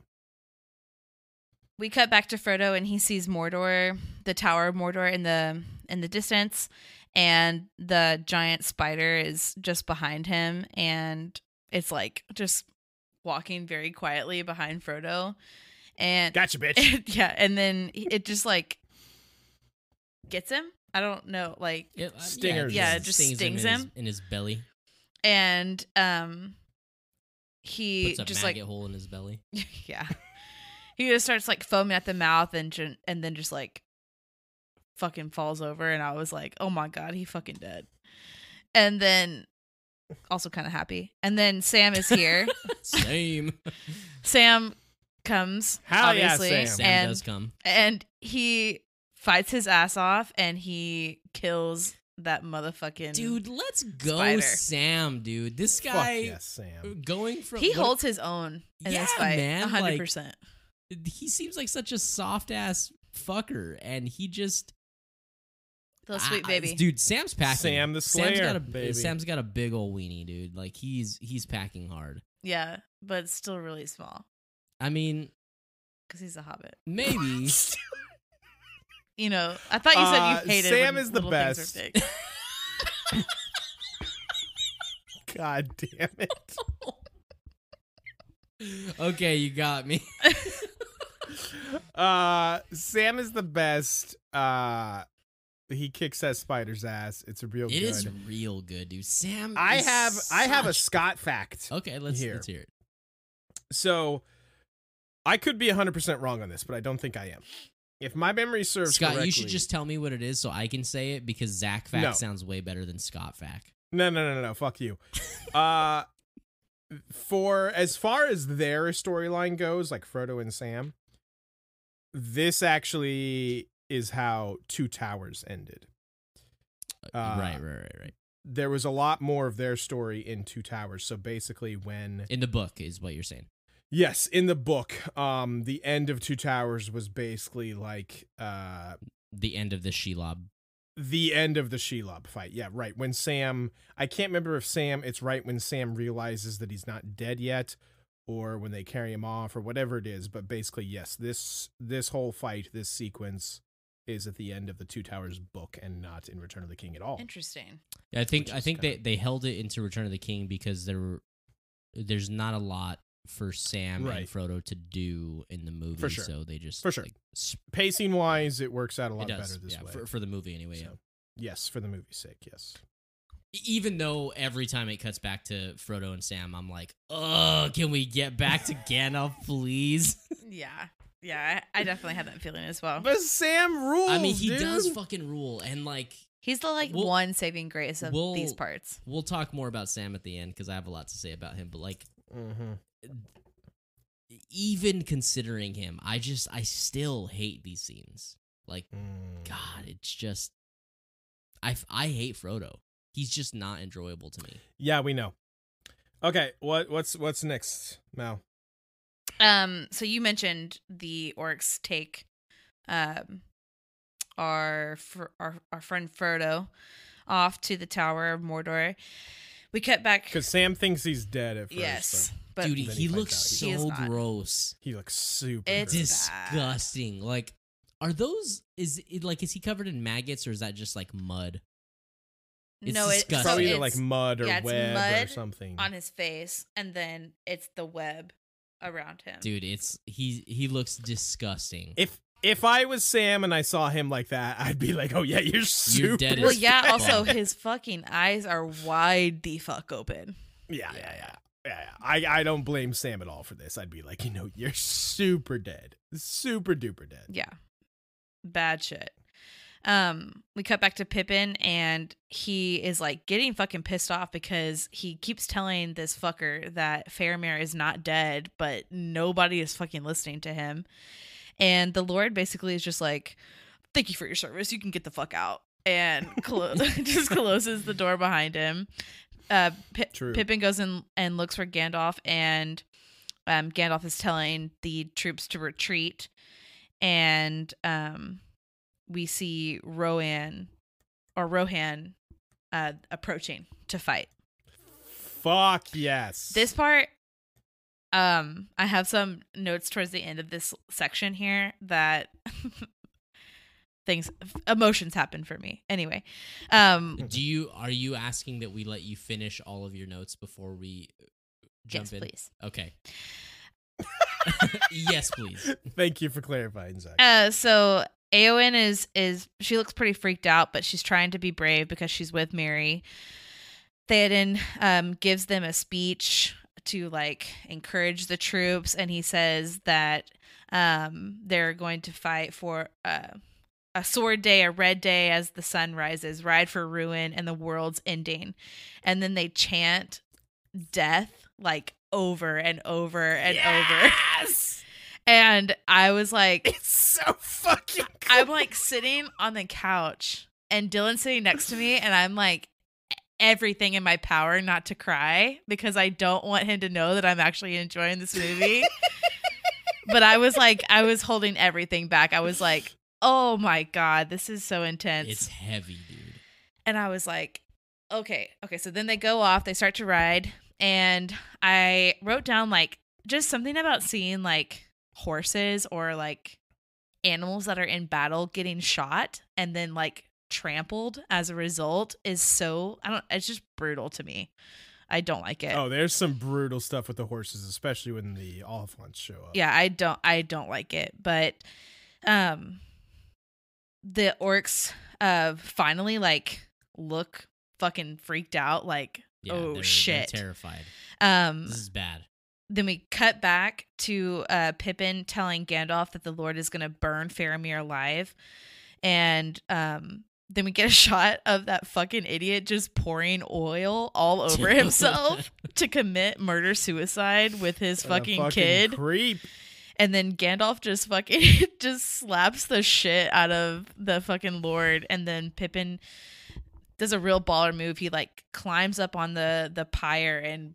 We cut back to Frodo and he sees Mordor, the Tower of Mordor in the in the distance, and the giant spider is just behind him and it's like just walking very quietly behind Frodo. And
Gotcha, bitch.
yeah, and then it just like gets him. I don't know, like
It, uh,
Stingers.
Yeah, it just stings
in his-
him.
in his belly.
and um he
Puts a
just
maggot
like
hole in his belly.
yeah. He just starts like foaming at the mouth and ju- and then just like fucking falls over and I was like, "Oh my god, he fucking dead." And then also kind of happy. And then Sam is here.
Same.
Sam comes
Hell yeah,
obviously
Sam.
Sam
and
does come.
and he fights his ass off and he kills that motherfucking
Dude, let's go,
Spider.
Sam. Dude, this
Fuck
guy
yes, Sam.
going from
He
what-
holds his own in this
Yeah,
fight,
man, like-
100%.
He seems like such a soft ass fucker, and he just
Little Oh, sweet
I- I-
baby.
dude. Sam's packing.
Sam the
Sam's
Slayer,
got a
baby.
Sam's got a big old weenie, dude. Like he's he's packing hard.
yeah, but still really small
I mean,
because he's a hobbit.
maybe
You know, I thought you said
Uh,
you hated
Sam
when
is the
little things
best.
Are big.
God damn it.
okay, you got me.
Uh Sam is the best. Uh he kicks that spider's ass. It's a real
It
good.
is real good, dude. Sam,
I
is
have I have a
such-
Scott fact.
okay. Let's
here.
let's hear it.
So I could be 100% wrong on this, but I don't think I am. If my memory serves
Scott,
correctly,
you should just tell me what it is so I can say it because Zach Fack
No.
sounds way better than Scott Fack.
No, no, no, no. Fuck you. uh for as far as their storyline goes, like Frodo and Sam, this actually is how Two Towers ended. Uh,
right, right, right, right.
There was a lot more of their story in Two Towers. So basically when
In the book is what you're saying.
Yes, in the book, um the end of Two Towers was basically like uh
The end of the Shelob
the end of the Shelob fight. Yeah, right. When Sam, I can't remember if Sam, it's right when Sam realizes that he's not dead yet or when they carry him off or whatever it is, but basically yes, this this whole fight, this sequence is at the end of the Two Towers book and not in Return of the King at all.
Interesting.
Yeah, I think
Which
I
is
think they,
kinda-
they held it into Return of the King because there were, there's not a lot for Sam
Right.
and Frodo to do in the movie,
For sure.
so they just
For sure.
like, sp-
Pacing wise, it works out a
it
lot
does
better this
yeah,
way.
for, for the movie anyway. yeah. E,
So, yes, for the movie's sake, yes.
Even though every time it cuts back to Frodo and Sam, I'm like, oh, can we get back to Gandalf, please?
Yeah. Yeah. I, I definitely had that feeling as well.
But Sam rules.
Uh-huh. I mean, he
Oh, dude.
does fucking rule, and like
He's the like
We'll-
one saving grace of these
we'll-
parts.
we'll talk more about Sam at the end because I have a lot to say about him. But like, e,
Mhm.
even considering him, I just I still hate these scenes. Like,
Mm.
God, it's just I I hate Frodo. He's just not enjoyable to me.
Yeah, we know. Okay, what what's what's next, Mal?
Um, so you mentioned the orcs take um our fr- our our friend Frodo off to the Tower of Mordor. We cut back.
Because Sam thinks he's dead at first.
yes,
but
but
Dude, he,
then he finds
looks
out
he- He is
so
not.
gross,
he looks super.
It's-
hurt.
disgusting. Like, are those is it like is he covered in maggots or is that just like mud? it's
no, it,
disgusting.
so
probably
it's
either like mud or
yeah, it's
web or
mud
something.
on his face, and then it's the web around him.
Dude, it's he he looks disgusting.
if if I was Sam and I saw him like that, I'd be like, "Oh yeah, you're super."
dead as
Well, yeah.
fuck.
Also, his fucking eyes are wide the fuck open.
Yeah, yeah, yeah. Yeah, yeah. I, I don't blame Sam at all for this. I'd be like, you know, you're super dead. Super duper dead.
Yeah. Bad shit. Um, we cut back to Pippin and he is like getting fucking pissed off because he keeps telling this fucker that Faramir is not dead, but nobody is fucking listening to him. And the Lord basically is just like, Thank you for your service. You can get the fuck out. And clo- just closes the door behind him. Uh, Pi
True.
Pippin goes in and looks for Gandalf, and um, Gandalf is telling the troops to retreat. And um, we see Rohan or Rohan uh, approaching to fight.
Fuck yes.
This part, um, I have some notes towards the end of this section here that things, emotions happen for me. Anyway, um,
Do you are you asking that we let you finish all of your notes before we uh, jump
yes,
in?
please.
Okay. yes, please.
Thank you for clarifying, Zach.
Uh, so Aowen is is she looks pretty freaked out, but she's trying to be brave because she's with Mary. Theoden um gives them a speech to like encourage the troops, and he says that um they're going to fight for uh. A sword day, a red day as the sun rises, ride for ruin and the world's ending. And then they chant death like over and over and over.
yes!
And I was like,
It's so fucking cool.
I'm like sitting on the couch and Dylan's sitting next to me and I'm like e-, everything in my power not to cry because I don't want him to know that I'm actually enjoying this movie. but I was like I was holding everything back. I was like, "Oh my god, this is so intense."
It's heavy, dude.
and I was like, "Okay, okay." So then they go off, they start to ride, and I wrote down like just something about seeing like horses or like animals that are in battle getting shot and then like trampled as a result is so I don't it's just brutal to me. I don't like it.
Oh, there's some brutal stuff with the horses, especially when the Oliphants show up.
Yeah, I don't I don't like it, but um the orcs uh finally like look fucking freaked out like
Yeah,
Oh,
they're- they're
shit.
terrified.
um
This is bad.
then we cut back to uh, Pippin telling Gandalf that the Lord is going to burn Faramir alive, and um, then we get a shot of that fucking idiot just pouring oil all over himself to commit murder suicide with his
What a
fucking, kid,
creep.
and then Gandalf just fucking just slaps the shit out of the fucking Lord, and then Pippin does a real baller move. He like climbs up on the the pyre and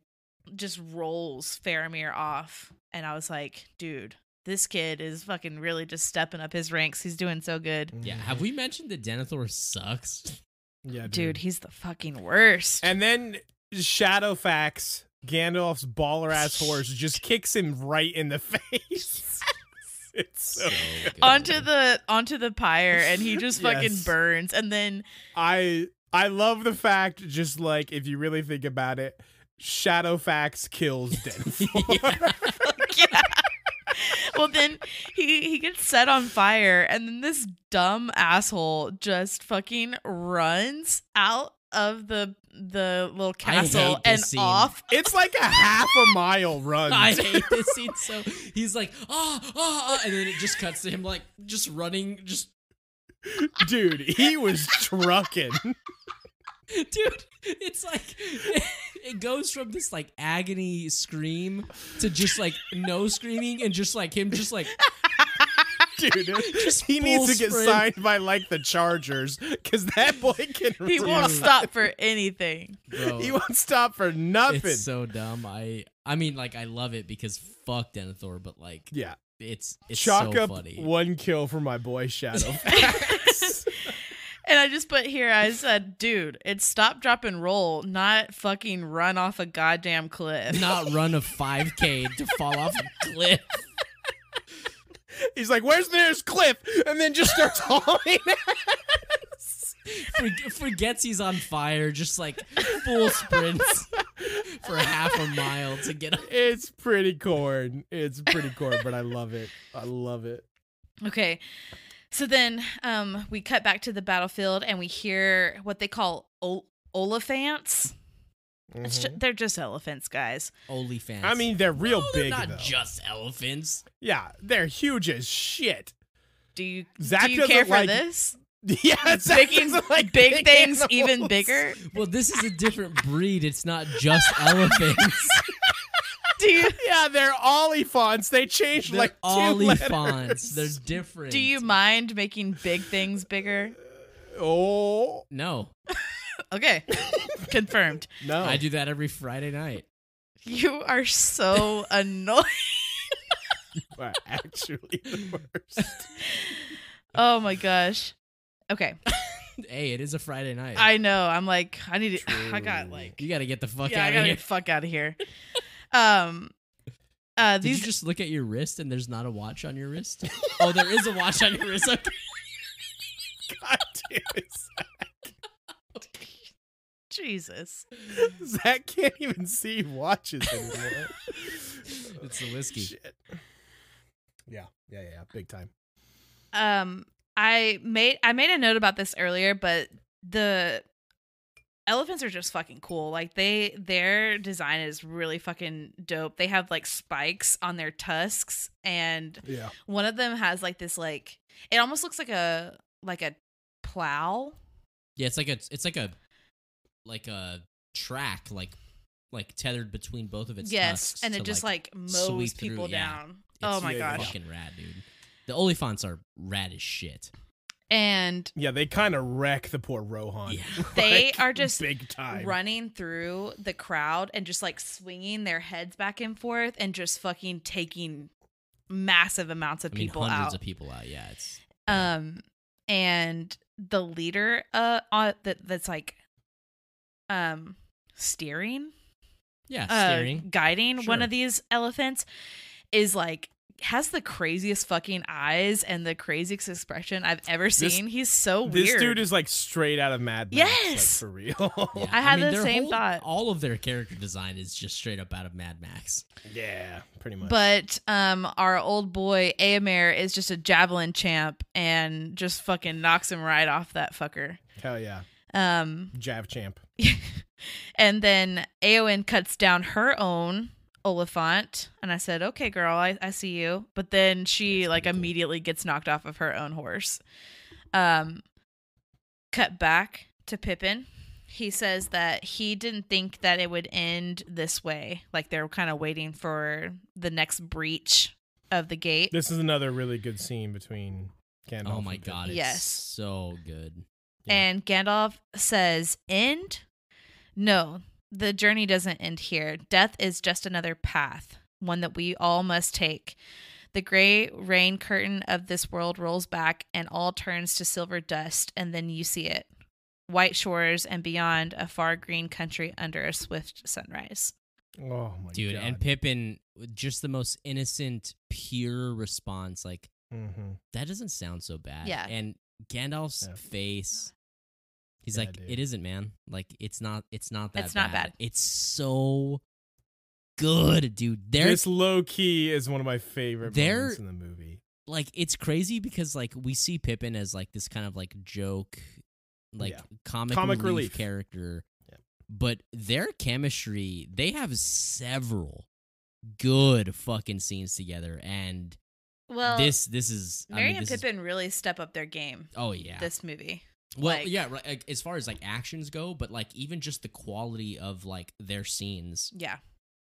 just rolls Faramir off. And I was like, dude, this kid is fucking really just stepping up his ranks. He's doing so good.
Mm-hmm.
Yeah. Have we mentioned that Denethor sucks?
Yeah,
Dude, he's the fucking worst.
And then Shadowfax, Gandalf's baller ass horse, just kicks him right in the face. it's so.
good.
onto the onto the pyre and he just fucking
Yes.
burns and then
I I love the fact, just like if you really think about it, Shadowfax kills Denethor.
yeah. well then he he gets set on fire and then this dumb asshole just fucking runs out of the the little
hate
castle
this
and
scene.
off
It's like a half a mile run.
I hate this scene so. He's like, ah, ah, ah, and then it just cuts to him like just running, just
Dude, he was trucking.
dude. It's like it goes from this like agony scream to just like no screaming and just like him just like
Dude,
Just
he needs
full
to get
sprint.
signed by like the Chargers because that boy can.
he won't
run.
stop for anything
bro.
He won't stop for nothing.
It's so dumb. I I mean like I love it because fuck Denethor, but like
yeah,
it's it's
chalk
so
up
funny.
one kill for my boy Shadow.
and i just put here i said dude it's stop drop and roll not fucking run off a goddamn cliff
Not run a 5k to fall off a cliff.
He's like, "Where's the nearest cliff?" And then just starts hauling.
For- forgets he's on fire, just like full sprints for half a mile to get up.
It's pretty corn. It's pretty corn, but I love it. I love it.
Okay. So then um, we cut back to the battlefield and we hear what they call ol- Oliphants. It's
Mm-hmm.
ju- they're just elephants, guys.
Holy fans.
Mm-hmm. I mean, they're real
Well, they're
big
not
though.
just elephants.
yeah, they're huge as shit.
Do you,
Zach
do you
doesn't
care for
like
this?
Yeah, it's
Big,
like
big, things
animals.
even bigger?
Well, this is a different breed. It's not just elephants.
Do you,
Yeah, they're oliphants. They changed
They're
like two
oliphants. They're
letters.
different.
do you mind making big things bigger?
oh
No,
Okay. Confirmed.
no!
I do that every Friday night.
You are so annoying.
We're actually the worst.
Oh my gosh. Okay.
Hey, it is a Friday night.
I know. I'm like, I need to, I got like
You got to get the fuck
yeah,
out
I
of
gotta
here.
get the fuck out of here. Um, uh,
Did
these
you just look at your wrist and there's not a watch on your wrist? oh, there is a watch on your wrist. Okay.
God damn it, Zach.
Jesus,
Zach can't even see watches anymore.
It's the whiskey.
Shit. Yeah, yeah, yeah, yeah, big time.
um, I made I made a note about this earlier, but the elephants are just fucking cool. Like they their design is really fucking dope. They have like spikes on their tusks, and
Yeah,
one of them has like this like it almost looks like a like a plow.
Yeah, it's like a it's like a like a track like like tethered between both of its
yes,
tusks
and
to,
it just like, mows
sweep through-
people
yeah.
down.
it's
oh my
yeah,
gosh!
fucking rad, dude. The Oliphants are rad as shit.
And
yeah, they kind of wreck the poor Rohan.
Yeah.
They
Like,
are just
big time.
running through the crowd and just like swinging their heads back and forth and just fucking taking massive amounts of
I mean
people
hundreds
out.
of people out. Yeah, it's
um and the leader uh on, that that's like um steering
yeah,
uh,
steering.
guiding one
Sure.
of these elephants is like has the craziest fucking eyes and the craziest expression I've ever
This-
seen. He's so weird.
This dude is like straight out of Mad Max. like,
Yes!
for real.
Yeah,
I had the
their
same thought.
All of their character design is just straight up out of Mad Max.
yeah, pretty much.
But um, our old boy Amer is just a javelin champ and just fucking knocks him right off that fucker.
Hell yeah,
Um,
Jav champ.
and then Aowen cuts down her own Oliphant, and I said, "Okay, girl, I, I see you." But then she
That's
like
pretty cool.
immediately gets knocked off of her own horse. Um, cut back to Pippin. He says that he didn't think that it would end this way. Like they're kind of waiting for the next breach of the gate.
This is another really good scene between Gandalf.
oh my
and Pippin.
god, it's
Yes.
so good.
Yeah.
And Gandalf says, End? No, the journey doesn't end here. Death is just another path, one that we all must take. The gray rain curtain of this world rolls back and all turns to silver dust, and then you see it. White shores and beyond a far green country under a swift sunrise.
Oh my
dude.
god,
And Pippin, just the most innocent, pure response. Like
Mm-hmm.
that doesn't sound so bad.
Yeah.
And Gandalf's
Yeah.
face. He's
Yeah,
like,
dude.
it isn't, man. Like, it's not. It's not that.
It's not bad.
It's so good, dude. There's
This low key is one of my favorite
There-
moments in the movie.
like it's crazy because like we see Pippin as like this kind of like joke, like
Yeah.
comic,
Comic
relief,
relief.
character.
Yep.
But their chemistry, they have several good fucking scenes together, and
Well,
this this is I
Mary
mean,
and
this is-
Pippin really step up their game.
oh yeah,
This movie.
well
like-
yeah, right, like, as far as like actions go, but like even just the quality of like their scenes,
Yeah.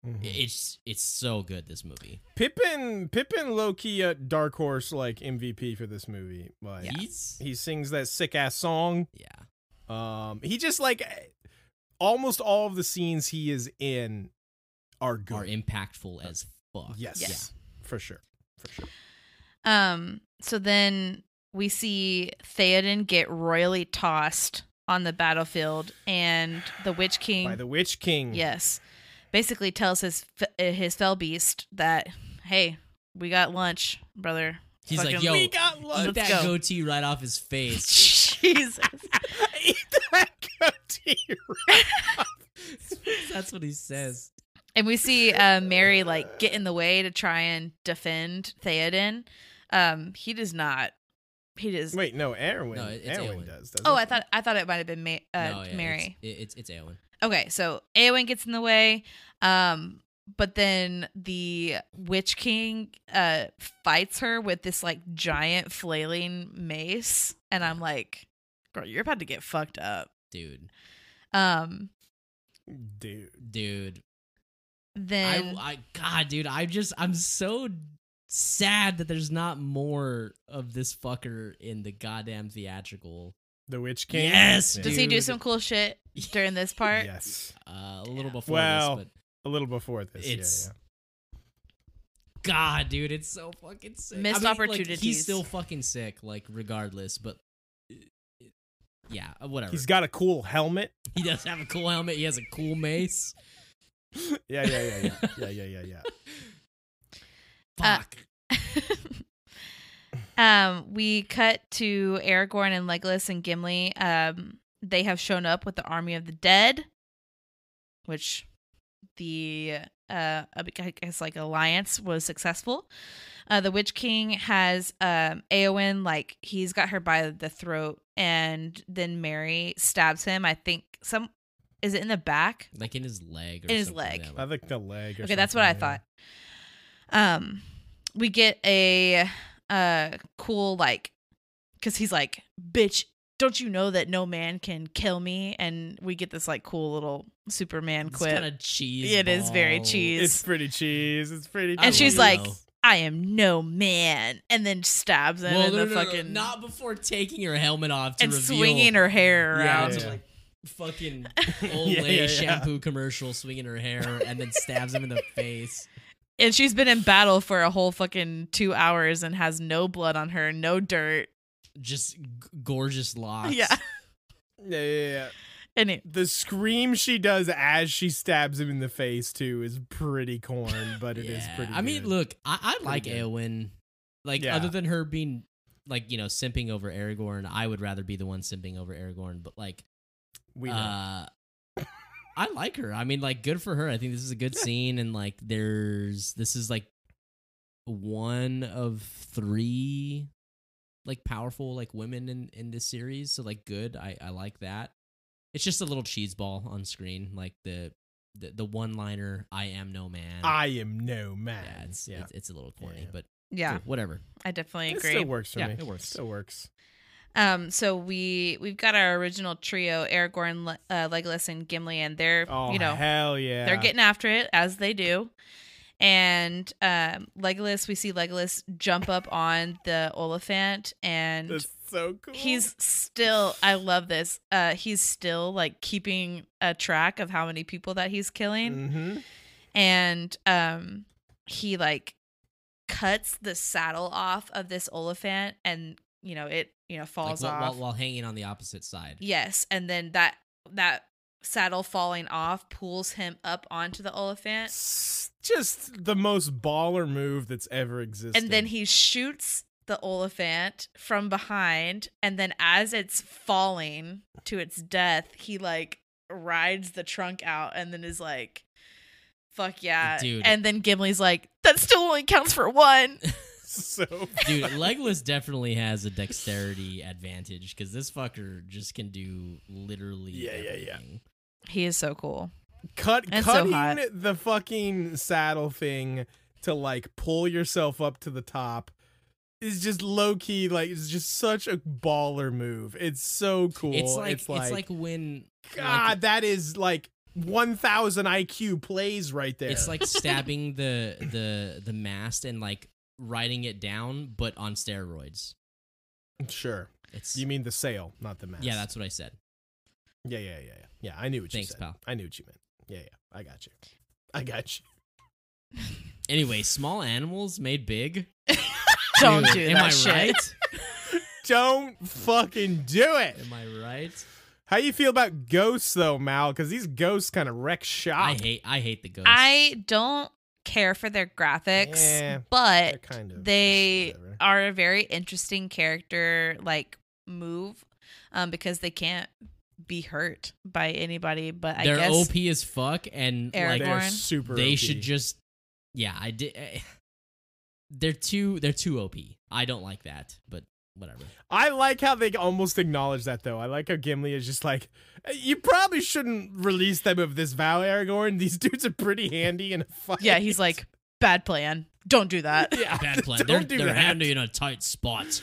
i-
Mm-hmm.
Mhm.
it's it's so good. This movie,
Pippin, Pippin, low key, uh, dark horse like MVP for this movie. Like
He's-
he sings that sick ass song.
yeah,
Um, he just like almost all of the scenes he is in are good.
are impactful as fuck.
yes,
Yeah.
for sure, for sure.
Um, so then we see Theoden get royally tossed on the battlefield, and the Witch King.
By the Witch King.
Yes. Basically tells his f- uh, his fell beast that, hey, we got lunch, brother.
He's like,
Fucking-
yo,
we got
Eat
lunch.
that
go.
goatee right off his face.
Jesus.
Eat that goatee.
That's what he says.
and we see uh, Mary like get in the way to try and defend Theoden. Um, he does not. He does.
Wait, no, Erwin.
No, it's
Erwin
Eowyn.
does. doesn't
Oh, I
he?
thought I thought it might have been Ma- uh,
No, yeah,
Mary.
It's, it- it's it's Eowyn.
Okay, so Eowyn gets in the way, um, but then the Witch King uh fights her with this like giant flailing mace, and I'm like, girl, you're about to get fucked up.
Dude,
Um,
dude.
dude, I,
then
I, God, dude, I just, I'm so sad that there's not more of this fucker in the goddamn theatrical.
The Witch King.
Yes,
Yeah.
does he do
dude.
some cool shit during this part?
Yes,
Uh, a little before
Well,
this,
a little before this. yeah,
It's-
yeah.
but God, dude, it's so fucking sick. I
Missed
mean, like, he's
opportunities.
still fucking sick, like regardless, but. uh, Yeah, uh, whatever.
He's got a cool helmet.
he does have a cool helmet. He has a cool mace.
Yeah, yeah, yeah, yeah, yeah, yeah, yeah, yeah.
Uh,
Fuck.
um, we cut to Aragorn and Legolas and Gimli. Um, they have shown up with the army of the dead, which the uh, I guess like alliance was successful. Uh, the Witch King has um Eowyn like he's got her by the throat, and then Mary stabs him. I think some is it in the back?
like in his leg. Or
In his
something like
leg.
that.
I think the leg. Or
okay that's what i
something, yeah.
thought um we get a uh cool like because he's like bitch don't you know that no man can kill me and we get this like cool little superman
It's
quip
kind of cheese.
It is very
ball.
cheese.
It's pretty cheese. It's pretty.
I
and she's
love it,
like
though.
i am no man and then stabs him
Well,
in
no,
the
no, no, no,
fucking
not before taking her helmet off to
and
reveal
swinging her hair
Yeah,
around
it's
Yeah.
like fucking old
Yeah,
lady
yeah, yeah.
shampoo commercial, swinging her hair, and then stabs him in the face.
and she's been in battle for a whole fucking two hours and has no blood on her no dirt
Just g- gorgeous locks.
yeah
yeah, yeah, yeah.
and it
The scream she does as she stabs him in the face too is pretty corn, but it is
Yeah.
pretty.
I mean,
good.
look, I, I like
good.
Eowyn. Like,
Yeah.
other than her being like you know simping over Aragorn, I would rather be the one simping over Aragorn. But like,
we know.
Uh, I like her. I mean, like, good for her. I think this is a good scene, and like, there's this is like one of three like powerful like women in in this series. So like, good. I I like that. It's just a little cheese ball on screen, like the the, the one liner. I am no man.
I am no man.
yeah, it's,
yeah.
it's it's a little corny,
yeah.
but
yeah
cool, whatever.
i definitely
it
agree
still works for
Yeah,
me.
it works.
Still works.
Um, so we we've got our original trio: Aragorn, Le- uh, Legolas, and Gimli, and they're
Oh
you know
hell yeah!
they're getting after it as they do. And um, Legolas, we see Legolas jump up on the Oliphant, and
That's so cool.
he's still. I love this. Uh, he's still like keeping a track of how many
Mm-hmm.
people that he's killing,
Mhm.
and um, he like
cuts the saddle off of this Oliphant and you know it you know falls
like, while,
off.
while, while hanging on the opposite side.
Yes, and then that that saddle falling off pulls him up onto the Oliphant
S- Just the most baller move that's ever existed.
and then he shoots the Oliphant from behind and then as it's falling to its death, he like rides the trunk out and then is like fuck yeah.
Dude.
And then Gimli's like that still only counts for one.
so
Dude, Legolas definitely has a dexterity advantage because this fucker just can do literally
Yeah, yeah, yeah.
everything.
He is so cool.
cut
That's so
cutting
hot.
the fucking saddle thing to like pull yourself up to the top is just low key like it's just such a baller move. It's so cool.
It's like it's like, when
God,
like-
that is like 1000 IQ plays right there.
it's like stabbing the the the mast and like writing it down, but on steroids.
sure.
It's
You mean the sail, not the mast.
yeah, that's what I said.
Yeah, yeah, yeah, yeah. Yeah, I knew what
Thanks,
you said.
pal.
I knew what you meant. Yeah, yeah. I got you. I got you.
Anyway, small animals made big.
Don't
Dude,
do
am
that
I
shit.
right?
Don't fucking do it.
Am I right?
How you feel about ghosts though, Mal? Because these ghosts kind of wreck shop.
I hate I hate the ghost.
I don't care for their graphics,
Yeah, They're
but
kind of
they
whatever.
are a very interesting character like move um, because they can't be hurt by anybody. But I
They're
guess
OP as fuck, and
Aragorn.
like
They're super.
they
OP.
should just yeah i did they're too they're too op i don't like that but whatever
I like how they almost acknowledge that though. I like how Gimli is just like, you probably shouldn't release them of this vow, Aragorn. These dudes are pretty handy in a fight.
yeah, he's like bad plan. Don't do that.
yeah,
bad plan
Don't
they're,
do
they're
that.
handing you in a tight spot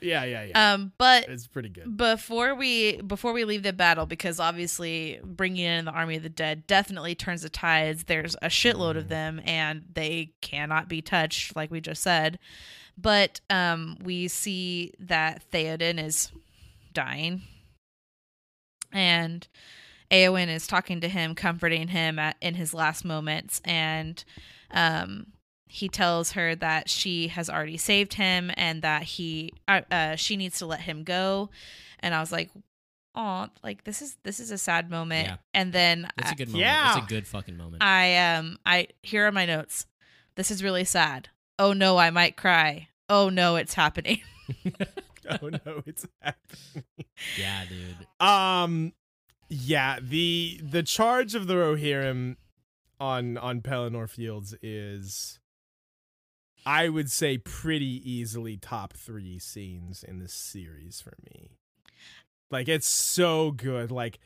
Yeah, yeah, yeah.
Um, but
it's pretty good.
before we before we leave the battle because obviously bringing in the army of the dead definitely turns the tides there's a shitload
Mhm.
of them and they cannot be touched like we just said but um we see that theoden is dying and Eowyn is talking to him comforting him at, in his last moments and um he tells her that she has already saved him and that he uh, uh, she needs to let him go and i was like oh like this is this is a sad moment
Yeah.
and then
it's
I,
a good moment it's
Uh, yeah.
a good fucking moment
I um i here are my notes this is really sad oh no i might cry oh no it's happening
oh no, it's happening.
yeah dude
Um, yeah the the charge of the Rohirrim on on Pelennor Fields is, I would say, pretty easily top three scenes in this series for me. Like it's so good. Like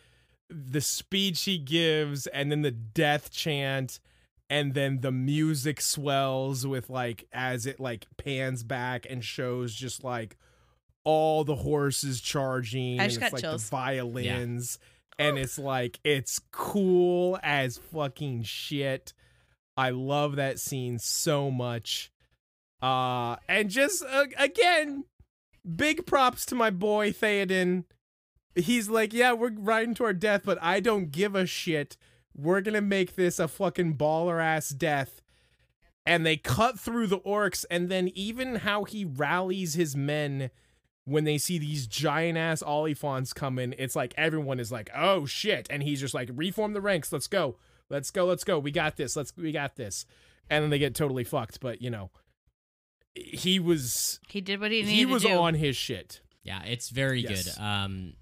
the speech he gives, and then the death chant. And then the music swells with like as it like pans back and shows just like all the horses charging.
I
and
just
it's
got
like
chills.
the violins and it's like it's cool as fucking shit. I love that scene so much. Uh and just uh, again, big props to my boy Theoden. He's like, "Yeah, we're riding to our death, but I don't give a shit. We're going to make this a fucking baller ass death." And they cut through the orcs and then even how he rallies his men when they see these giant ass Oliphants coming, it's like everyone is like, oh shit. And he's just like, reform the ranks. Let's go. Let's go. Let's go. We got this. Let's, we got this. And then they get totally fucked. But, you know, he was,
he did what he needed
he was
to do.
on his shit.
yeah it's very
Yes.
good um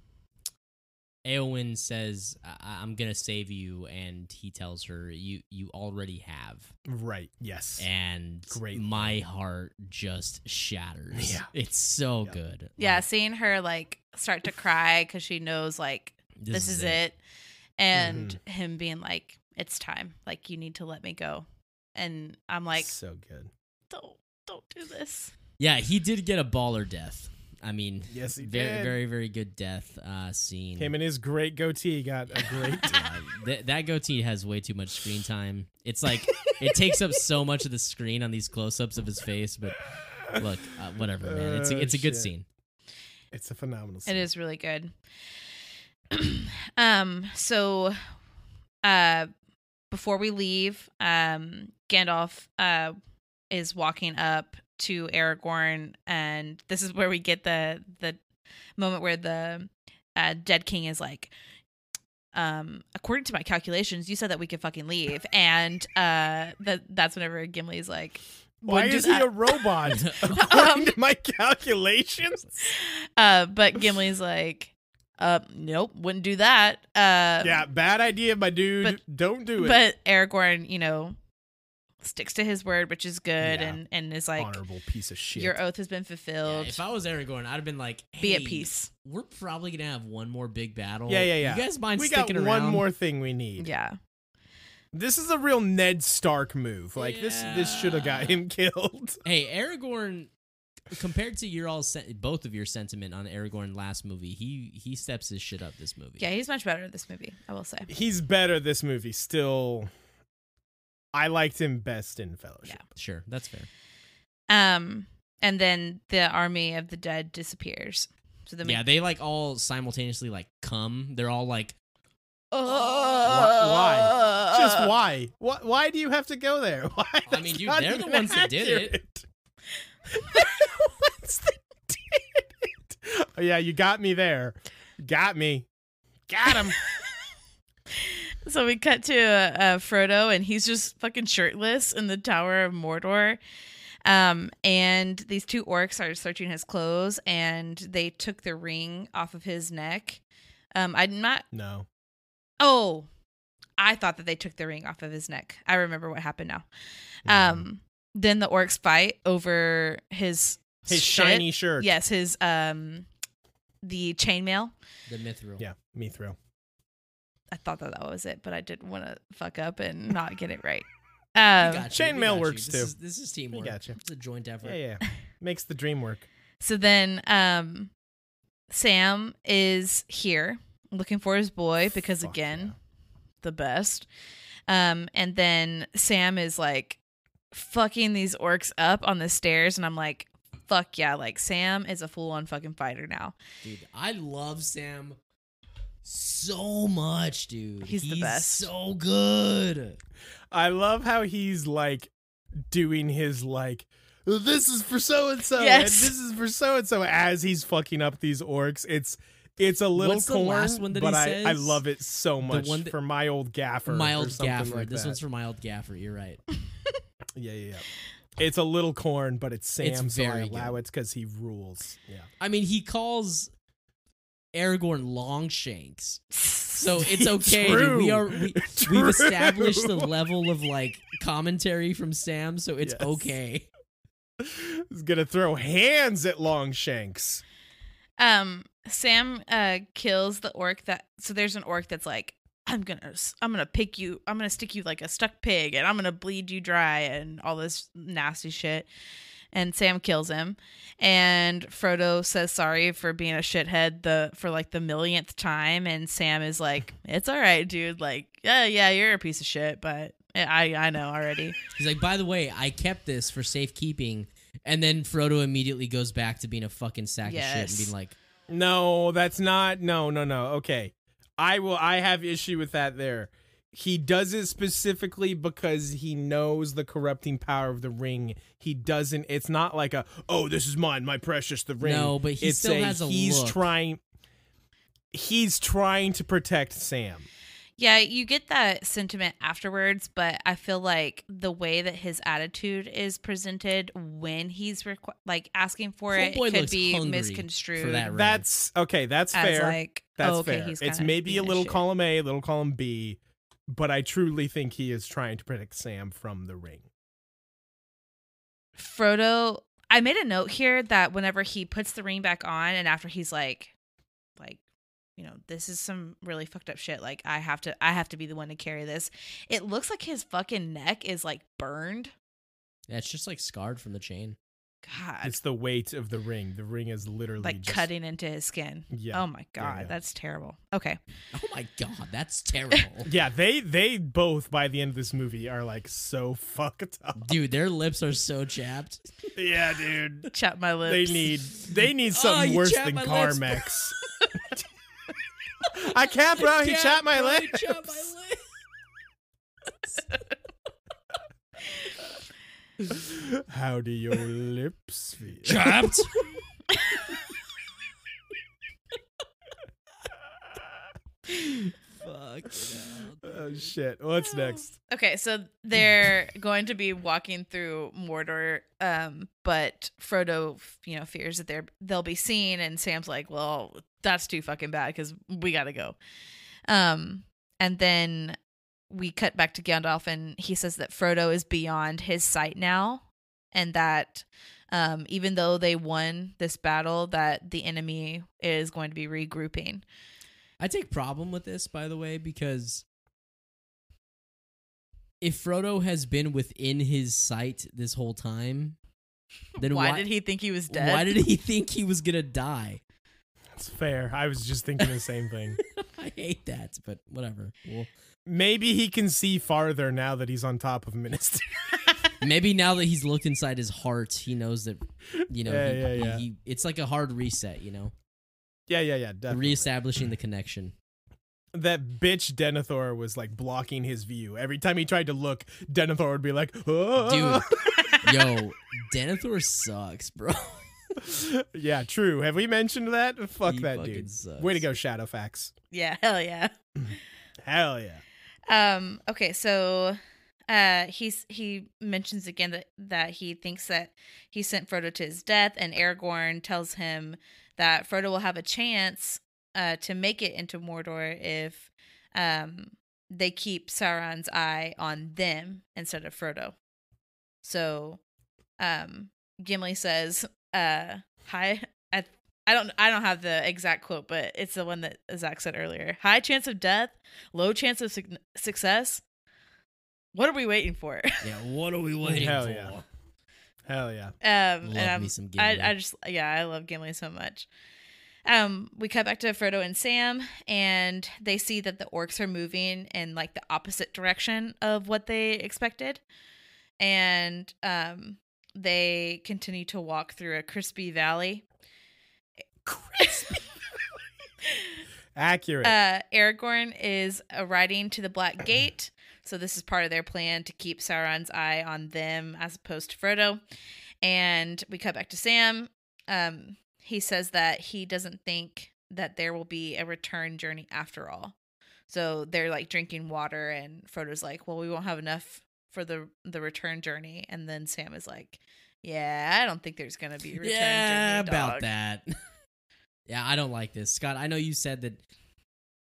Eowyn says I- i'm gonna save you and he tells her you you already have
Right. Yes.
and
Great.
my heart just shatters
Yeah.
it's so
Yeah.
good
yeah
Like,
seeing her like start to cry because she knows like this, is, it. Mm-hmm. And him being like, it's time. Like, you need to let me go. And I'm like,
so good.
don't, don't do this.
Yeah, he did get a baller death. I mean,
Yes, he
very,
did.
very, very good death uh, scene.
Him and his great goatee got a great.
Yeah, th- that goatee has way too much screen time. It's like it takes up so much of the screen on these close-ups of his face. But look, uh, whatever, man. It's a,
Oh,
it's a good
shit.
scene.
It's a phenomenal scene.
It is really good. um, so uh before we leave, um Gandalf uh is walking up to Aragorn, and this is where we get the the moment where the uh, dead king is like, um, according to my calculations, you said that we could fucking leave, and uh, that that's whenever Gimli's like,
Why
wouldn't do
is he
that.
a robot? According to my calculations,
uh, but Gimli's like, uh, nope, wouldn't do that. Uh,
yeah, bad idea, my dude. Don't do it.
but Aragorn, you know, sticks to his word, which is good,
Yeah.
and and is like,
Honorable piece of shit.
your oath has been
Yeah,
fulfilled.
if I was Aragorn, I'd have been like,
Be at
"Hey,
peace.
We're probably gonna have one more big battle.
Yeah, yeah, yeah.
You guys mind
we got
sticking
one
around?
more thing we need.
Yeah.
This is a real Ned Stark move. Like this, this should have got
Yeah.
him killed.
Hey, Aragorn. Compared to your all, sen- both of your sentiment on Aragorn last movie, he he steps his shit up this movie.
Yeah, he's much better in this movie, I will say.
He's better this movie. Still, I liked him best in Fellowship.
sure, that's fair.
Um and then the army of the dead disappears. So the
yeah, they like all simultaneously like come. They're all like,
Why- Just
Uh.
why? Why? Why do you have to go there? Why?
I mean,
That's
dude,
not
they're the
even
ones that did it.
accurate. They're the ones that did it. Oh, yeah, you got me there. Got me. Got him.
So we cut to uh, uh, Frodo and he's just fucking shirtless in the Tower of Mordor. Um and these two orcs are searching his clothes and they took the ring off of his neck. Um I'm not
no.
Oh, I thought that they took the ring off of his neck. I remember what happened now.
Mm-hmm.
Um, then the orcs fight over his
his
shit.
shiny shirt.
Yes, his um, the chainmail.
the mithril.
Yeah, me through.
I thought that that was it, but I didn't want to fuck up and not get it right.
We
Um,
got you,
Chain
we
mail
got you.
works
this
too.
Is, this is teamwork.
got you.
It's a joint effort.
Yeah, yeah. Makes the dream work.
so then, um, Sam is here looking for his boy because
Fuck
again,
yeah.
the best. Um, and then Sam is like fucking these orcs up on the stairs, and I'm like, fuck yeah, like Sam is a full on fucking fighter now.
Dude, I love Sam so much, dude.
He's the best.
So good.
I love how he's like doing his like this is for so and so and
Yes.
this is for so and so as he's fucking up these orcs. It's it's a little
What's the
corn,
last one that
but
he
I, I
says?
love it so much
one that-
for my old gaffer. or
Mild
something
Gaffer.
Like
this
that.
one's for Mild Gaffer. You're right.
yeah, yeah, yeah. It's a little corn, but it's Sam,
It's
so I
very
allow it because he rules. Yeah,
I mean, he calls Aragorn Longshanks. So it's okay. dude.
True.
We are we, we've established the
True.
level of like commentary from Sam, so it's
Yes.
okay.
he's gonna throw hands at Longshanks.
Um, Sam uh kills the orc that so there's an orc that's like, I'm gonna I'm gonna pick you, I'm gonna stick you like a stuck pig, and I'm gonna bleed you dry, and all this nasty shit. And Sam kills him, and Frodo says sorry for being a shithead the for like the millionth time, and Sam is like, "It's all right, dude. Like, yeah, yeah, you're a piece of shit, but eh, I I know already."
He's like, by the way, I kept this for safekeeping. And then Frodo immediately goes back to being a fucking sack of shit and
Yes.
being like,
No, that's not. No, no, no. Okay. I will I have issue with that there. He does it specifically because he knows the corrupting power of the ring. He doesn't it's not like a oh this is mine, my precious the ring.
No, but he
it's
still has a
he's
look.
trying he's trying to protect Sam.
Yeah, you get that sentiment afterwards, but I feel like the way that his attitude is presented when he's requ- like asking for it
Homeboy
could
looks
be
hungry
misconstrued
for that ring.
That's okay, that's
as
fair.
like,
that's
oh, okay,
fair.
he's
it's
kinda
maybe
being
a little
shit.
column A, a little column B, but I truly think he is trying to protect Sam from the ring.
Frodo. I made a note here that whenever he puts the ring back on, and after he's like, like, you know, this is some really fucked up shit. Like, I have to, I have to be the one to carry this. It looks like his fucking neck is like burned.
that's just like scarred from the chain.
God,
It's the weight of the ring. The ring is literally
like
just,
cutting into his skin.
Yeah.
Oh my god,
yeah.
that's terrible. Okay.
Oh my God, that's terrible.
Yeah, they they both by the end of this movie are like so fucked up.
Dude, their lips are so chapped.
Yeah, dude.
Chop my
They
lips.
need they need
Oh,
something
you
worse
chapped
than
my lips, bro.
Carmex. I can't, bro. He
Cap,
chapped my
bro,
leg.
he chapped my lips.
How do your lips feel?
Trapped. Fuck.
Oh shit! What's next?
Okay, so they're going to be walking through Mordor, um, but Frodo, you know, fears that they're they'll be seen, and Sam's like, "Well, that's too fucking bad because we gotta go." Um, and then we cut back to Gandalf, and he says that Frodo is beyond his sight now, and that um, even though they won this battle, that the enemy is going to be regrouping.
I take problem with this, by the way, because if Frodo has been within his sight this whole time, then
why,
why,
did he think he was dead?
Why did he think he was gonna die?
That's fair. I was just thinking the same thing.
I hate that, but whatever. Well,
Maybe he can see farther now that he's on top of Minister.
maybe now that he's looked inside his heart, he knows that you know
Yeah,
he,
yeah,
he-
yeah.
he- it's like a hard reset, you know,
yeah, yeah, yeah. Definitely.
reestablishing the connection.
that bitch Denethor was like blocking his view. Every time he tried to look, Denethor would be like, oh.
Yo, Denethor sucks, bro.
"Dude." yeah, true. Have we mentioned that? Fuck
He
that
fucking
dude.
sucks.
Way to go, Shadowfax.
yeah, hell yeah.
Hell yeah.
Um. Okay. So, uh, he's he mentions again that that he thinks that he sent Frodo to his death, and Aragorn tells him that Frodo will have a chance, uh, to make it into Mordor if, um, they keep Sauron's eye on them instead of Frodo. So, um, Gimli says, uh, hi. I I don't I don't have the exact quote, but it's the one that Zach said earlier. High chance of death, low chance of suc success. What are we waiting for?
Yeah, what are we waiting
Hell
for?
yeah. Hell yeah.
Um,
Love
and I'm,
me some Gimli.
I, I just yeah, I love Gimli so much. Um, we cut back to Frodo and Sam, and they see that the orcs are moving in like the opposite direction of what they expected, and um, they continue to walk through a crispy valley.
Accurate.
Uh, Aragorn is uh, riding to the Black Gate, so this is part of their plan to keep Sauron's eye on them as opposed to Frodo. And we cut back to Sam. Um, he says that he doesn't think that there will be a return journey after all. So they're like drinking water, and Frodo's like, "Well, we won't have enough for the the return journey." And then Sam is like, "Yeah, I don't think there's gonna be a return
yeah,
journey."
about
dog."
that. yeah, I don't like this, Scott. I know you said that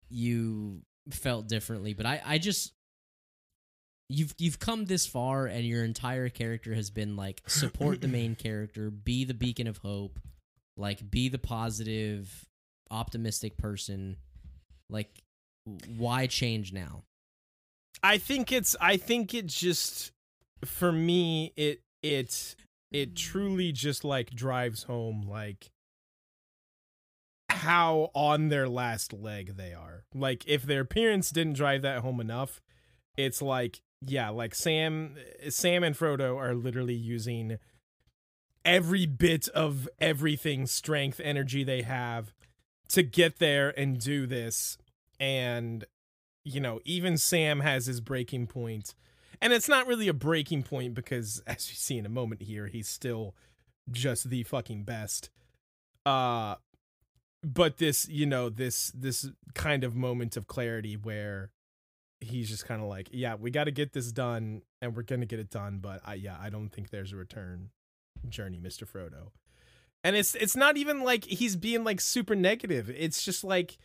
you felt differently, but I, I just you've you've come this far, and your entire character has been like support the main character, be the beacon of hope, like be the positive, optimistic person. Like, w- why change now?
I think it's I think it just for me it it it truly just like drives home like how on their last leg they are. Like if their parents didn't drive that home enough, it's like yeah, like Sam Sam and Frodo are literally using every bit of everything strength energy they have to get there and do this and you know, even Sam has his breaking point. And it's not really a breaking point because as you see in a moment here, he's still just the fucking best. Uh but this, you know, this this kind of moment of clarity where he's just kind of like, yeah, we got to get this done and we're going to get it done, but I yeah, I don't think there's a return journey, Mr. Frodo. And it's it's not even like he's being like super negative. It's just like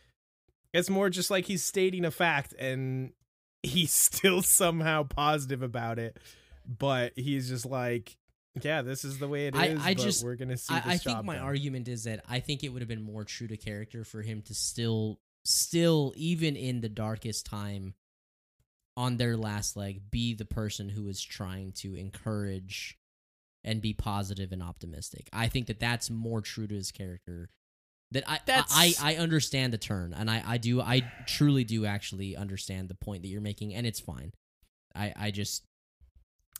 it's more just like he's stating a fact and he's still somehow positive about it, but he's just like, yeah, this is the way it is.
I- I
but
just-
we're gonna see.
I,
this
I think
job
my
done."
argument is that I think it would have been more true to character for him to still, still, even in the darkest time, on their last leg, be the person who is trying to encourage and be positive and optimistic. I think that that's more true to his character. That I,
That's-
I I I understand the turn, and I I do I truly do actually understand the point that you're making, and it's fine. I I just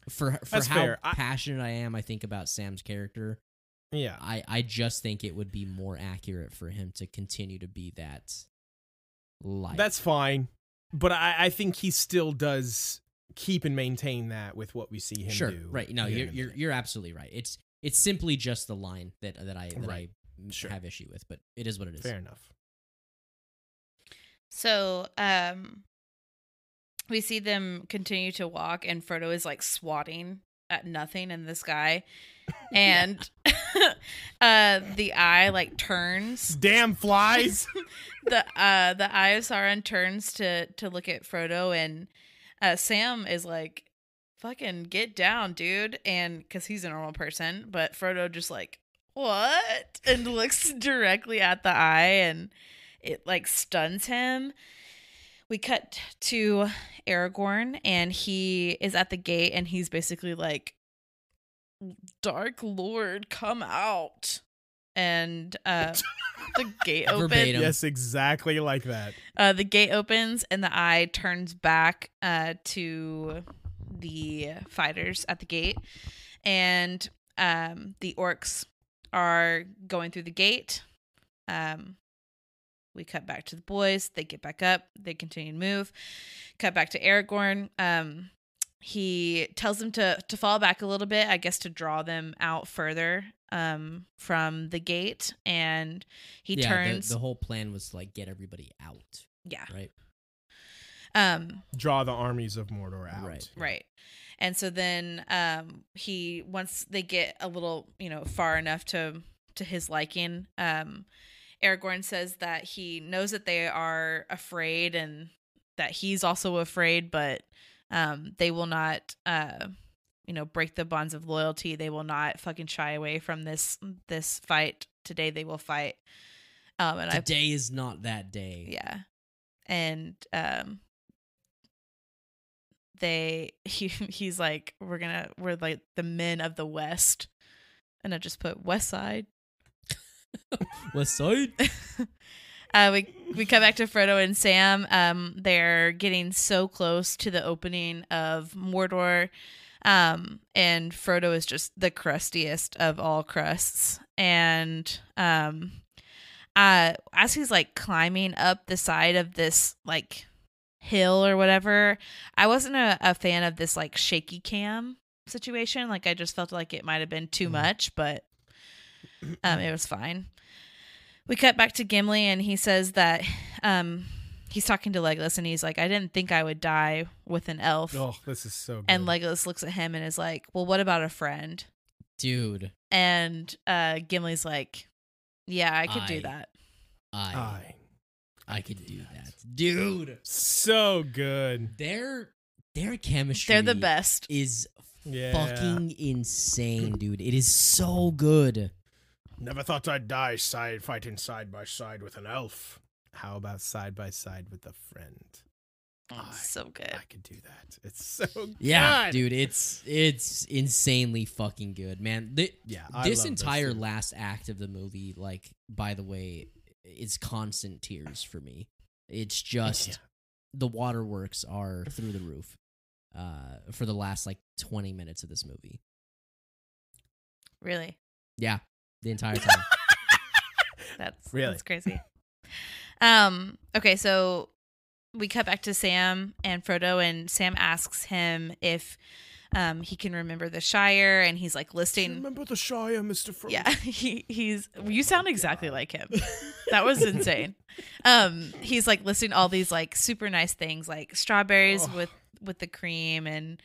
for for
That's
how
fair. I-
passionate I am, I think about Sam's character.
Yeah.
I, I just think it would be more accurate for him to continue to be that light.
That's fine. But I, I think he still does keep and maintain that with what we see him
sure,
do.
right? No,
here
you're
in a
you're,
minute.
you're absolutely right. It's it's simply just the line that that I that
Right.
I
Sure.
have issue with, but it is what it is.
fair enough.
So, um, we see them continue to walk, and Frodo is like swatting at nothing in the sky, and uh, the eye like turns
Damn flies.
the uh the eye of Sauron turns to to look at Frodo, and uh, Sam is like, "Fucking get down, dude!" And because he's a normal person, but Frodo just like what and looks directly at the eye, and it like stuns him. We cut to Aragorn, and he is at the gate, and he's basically like, "Dark Lord, come out!" And uh, the gate opens.
Verbatim.
yes, exactly like that.
Uh, the gate opens and the eye turns back uh, to the fighters at the gate, and um, the orcs are going through the gate. Um, we cut back to the boys. They get back up. They continue to move. Cut back to Aragorn. Um, he tells them to to fall back a little bit, I guess, to draw them out further um, from the gate, and he
yeah, the-
turns.
The, whole plan was to, like get everybody out,
yeah.
right?
Um,
Draw the armies of Mordor out.
Right.
Right. And so then um he once they get a little, you know, far enough to to his liking, um Aragorn says that he knows that they are afraid and that he's also afraid, but um they will not uh you know, break the bonds of loyalty. They will not fucking shy away from this this fight. Today they will fight. Um and I
Today is not that day.
yeah. And um they he he's like, We're gonna we're like the men of the West. And I just put West Side.
West Side.
Uh, we we come back to Frodo and Sam. Um, they're getting so close to the opening of Mordor, um, and Frodo is just the crustiest of all crusts. And um, uh, as he's like climbing up the side of this like hill or whatever, I wasn't a, a fan of this like shaky cam situation. Like I just felt like it might have been too
Mm.
much, but um, it was fine. We cut back to Gimli, and he says that um, he's talking to Legolas, and he's like, "I didn't think I would die with an elf."
Oh, this is so good.
And Legolas looks at him and is like, "Well, what about a friend?"
Dude,
And uh, Gimli's like, "Yeah, I could
I-
do that."
I
I.
I, could do that. Dude,
So good.
their their chemistry
They're the best.
is
Yeah.
fucking insane, dude. It is so good.
Never thought I'd die side fighting side by side with an elf. How about side by side with a friend? I-
Oh, so good.
I could do that. It's so good.
Yeah, dude, it's it's insanely fucking good, man. Th-
Yeah, I
this
love
entire
scene.
last act of the movie, like by the way, is constant tears for me. It's just
Yeah.
the waterworks are through the roof uh, for the last like twenty minutes of this movie.
Really,
Yeah, the entire time.
that's
Really.
that's crazy. Um. Okay, so we cut back to Sam and Frodo, and Sam asks him if um he can remember the Shire, and he's like listing.
Remember the Shire, Mister Frodo?
Yeah, he he's
Oh my
you sound exactly
God.
like him. That was insane. Um he's like listing all these like super nice things like strawberries
Oh.
with with the cream and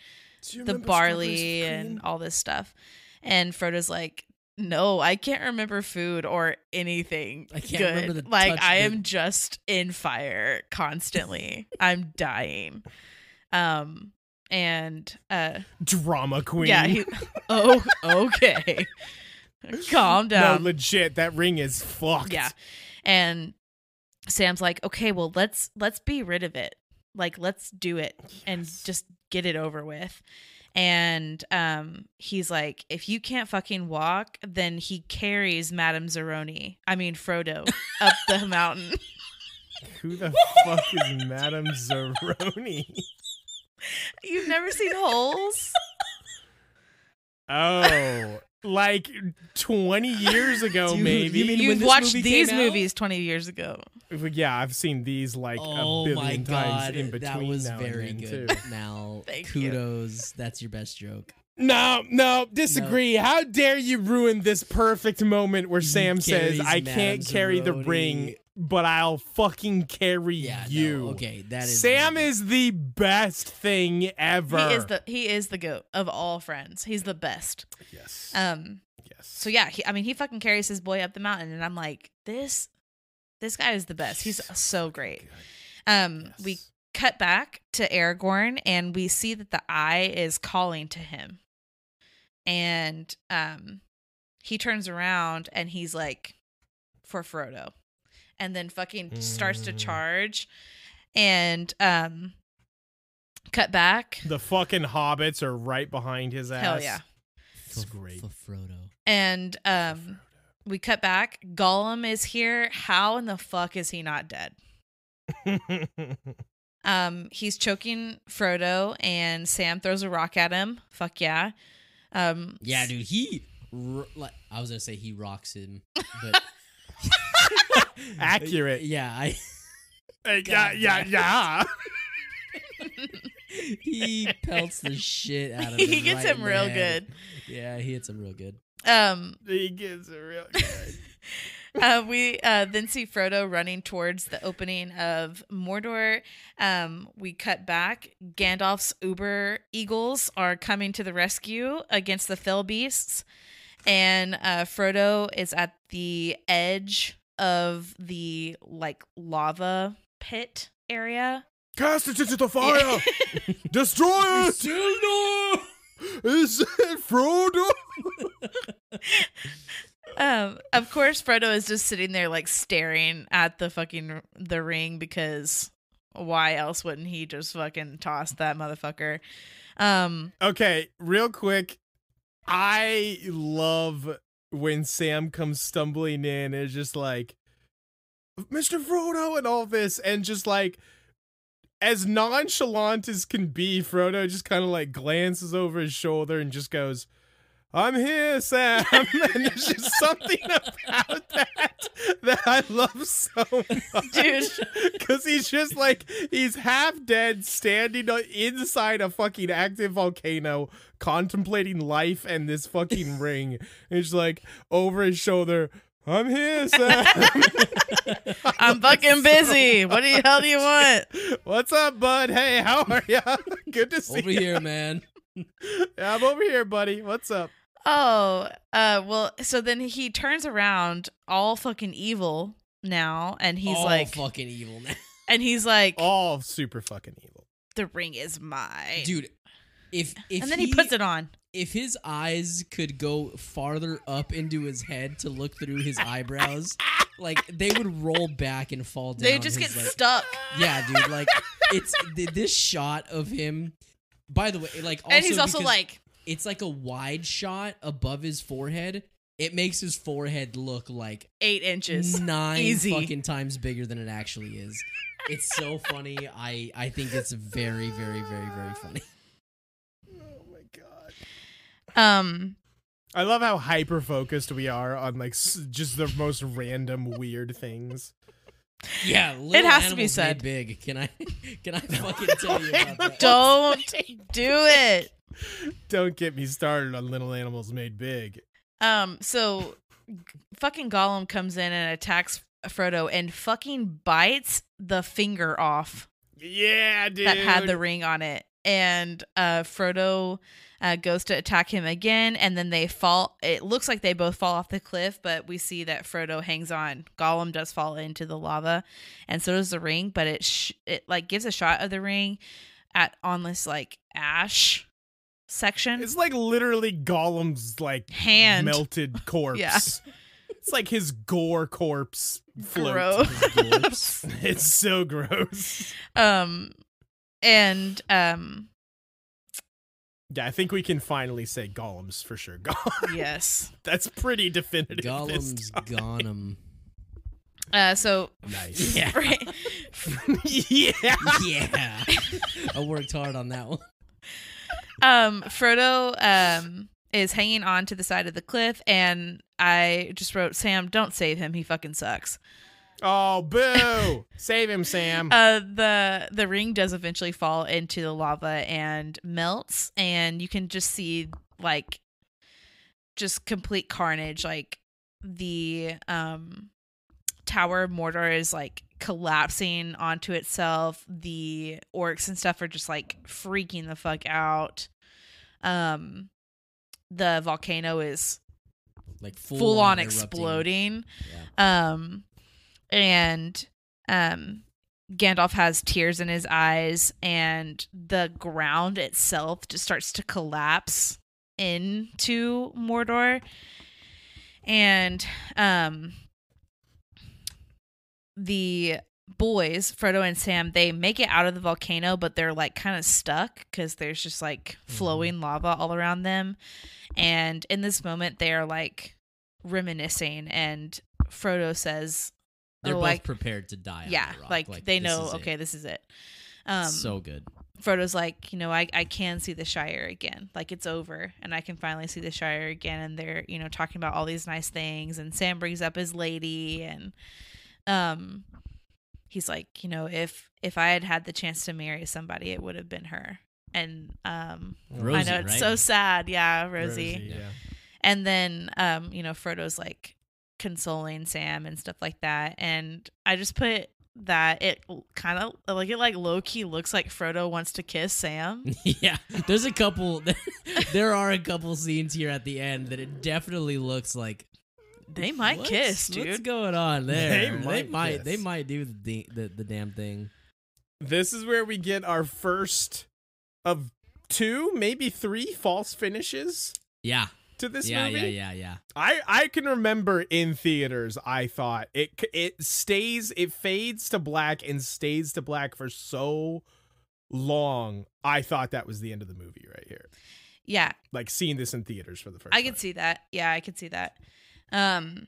Do you
the
remember strawberries
barley
with
and
cream?
all this stuff. And Frodo's like no, I can't remember food or anything.
I can't
good.
remember the
like
touch
I
that-
am just in fire constantly. I'm dying. Um and uh
drama queen.
yeah, he, oh okay. Calm down.
No, legit. That ring is fucked.
um, Yeah. And Sam's like, "Okay, well, let's let's be rid of it. Like let's do it and
Yes.
just get it over with." And um he's like, "If you can't fucking walk, then he carries Madame Zeroni. I mean Frodo up the mountain."
Who the fuck is Madame Zeroni?
You've never seen holes?
Oh, like 20 years ago,
Dude, you
maybe.
mean- when
You've
this
watched
movie came
these
out?
movies 20 years ago.
Well, yeah, I've seen these like
oh
a
my
billion
god,
times in between.
that was
now and
very
then,
good.
too.
Mal,
Thank you.
kudos. That's your best joke.
No, no, disagree. How dare you ruin this perfect moment where
He
Sam says,
carries
"I
Madame
can't carry the
Zeroni."
ring, but I'll fucking carry
Yeah, no,
you."
okay, that is
Sam
really
is the best thing ever.
He is the he is the goat of all friends. He's the best.
yes.
Um.
yes.
So yeah, he, I mean, he fucking carries his boy up the mountain, and I'm like, this this guy is the best. He's so great. Um. We cut back to Aragorn, and we see that the eye is calling to him, and um, he turns around and he's like, for Frodo, and then fucking starts to
Mm.
charge, and um, cut back.
The fucking hobbits are right behind his ass.
Hell yeah.
It's
f-
great.
For Frodo.
And um we cut back. Gollum is here. How in the fuck is he not dead? Um he's choking Frodo and Sam throws a rock at him. Fuck yeah. Um
Yeah, dude, he. ro- like, I was gonna say he rocks him, but
Accurate.
Yeah, I.
Hey, yeah,
God
yeah,
damn.
yeah.
He pelts the shit out of him.
he gets
right in
him
the
real
head.
good.
Yeah, he hits him real good.
Um
He gets a real good.
uh, we uh, then see Frodo running towards the opening of Mordor. Um, we cut back. Gandalf's Uber Eagles are coming to the rescue against the Fell Beasts, and uh, Frodo is at the edge of the like lava pit area.
Cast it into the fire. Destroy it. Is it Frodo?
Um, of course, Frodo is just sitting there like staring at the fucking the ring because why else wouldn't he just fucking toss that motherfucker? Um,
Okay, real quick. I love when Sam comes stumbling in and is just like, Mr. Frodo and all this, and just like, as nonchalant as can be, Frodo just kind of like glances over his shoulder and just goes, I'm here, Sam. and there's just something about that that I love so much.
Dude.
Because he's just like, he's half dead, standing o- inside a fucking active volcano, contemplating life and this fucking ring. And he's like, over his shoulder, I'm here, Sam.
I'm fucking busy. What the hell do you want?
What's up, bud? Hey, how are ya? Good to see
Over
you.
here, man.
I'm over here, buddy. What's up?
Oh, uh, well, so then he turns around, all fucking evil now, and he's
All
like,
fucking evil now,
and he's like,
All super fucking evil.
the ring is mine,
dude. If if
And then he, puts it on.
if his eyes could go farther up into his head to look through his eyebrows, like they would roll back and fall down.
They just
his,
get
like-
stuck,
Yeah, dude. Like it's th- this shot of him. By the way, like also
and he's also
because
like,
it's like a wide shot above his forehead. It makes his forehead look like
eight inches.
nine
easy.
fucking times bigger than it actually is. It's so funny. I I think it's very very very very funny.
Oh my god.
Mm.
Um,
I love how hyper focused we are on like s- just the most random weird things.
Yeah, little
has to be
animals made
said.
Big. Can I can I fucking tell you about that?
don't do it.
Don't get me started on little animals made big.
Um, so g- fucking Gollum comes in and attacks Frodo and fucking bites the finger off
Yeah, dude.
that had the ring on it. And uh, Frodo uh, goes to attack him again, and then they fall. It looks like they both fall off the cliff, but we see that Frodo hangs on. Gollum does fall into the lava, and so does the ring. But it sh- it like gives a shot of the ring at on this like ash section
It's like literally Gollum's like
hand.
melted corpse.
Yeah.
It's like his gore corpse float.
Gross.
Gross.
It's so gross.
Um, and um,
Yeah, I think we can finally say Gollum's for sure. Gollum.
yes.
That's pretty definitive. this
Gollum's
time.
gone him.
Uh, so
Nice.
Yeah.
yeah.
yeah. I worked hard on that one.
um Frodo um is hanging on to the side of the cliff, and I just wrote, Sam, don't save him. He fucking sucks.
Oh, boo! Save him, Sam.
Uh, the the ring does eventually fall into the lava and melts, and you can just see like just complete carnage. Like the um tower of mortar is like collapsing onto itself. The orcs and stuff are just like freaking the fuck out. Um, the volcano is
Like full,
full, on,
erupting.
exploding.
Yeah.
Um, and um, Gandalf has tears in his eyes, and the ground itself just starts to collapse into Mordor. And um, the boys, Frodo and Sam, they make it out of the volcano, but they're like kind of stuck because there's just like flowing lava all around them. And in this moment, they are like reminiscing, and Frodo says,
They're
Oh,
both
like-
prepared to die. on
yeah
that rock.
like, they
this
know
is it.
okay this is it um
so good.
frodo's like you know I, I can see the shire again like it's over and i can finally see the shire again and they're you know talking about all these nice things and sam brings up his lady and um he's like you know if if i had had the chance to marry somebody it would have been her and um
Rosie,
i know it's
right?
so sad yeah rosie.
yeah.
And then, um, you know, Frodo's like consoling Sam and stuff like that. And I just put that it kind of like it like low key looks like Frodo wants to kiss Sam.
yeah, there's a couple. there are a couple scenes here at the end that it definitely looks like
They might
what's-
kiss,
What's
dude.
going on there?
They
They might.
might
They might,
kiss.
do the, da- the the damn thing.
This is where we get our first of two, maybe three false finishes
Yeah.
to this
yeah.
movie.
Yeah. Yeah. Yeah.
I I can remember in theaters. I thought it c- it stays, it fades to black and stays to black for so long. I thought that was the end of the movie right here.
Yeah,
Like seeing this in theaters for the first.
I could
time.
see that. Yeah, I could see that. Um,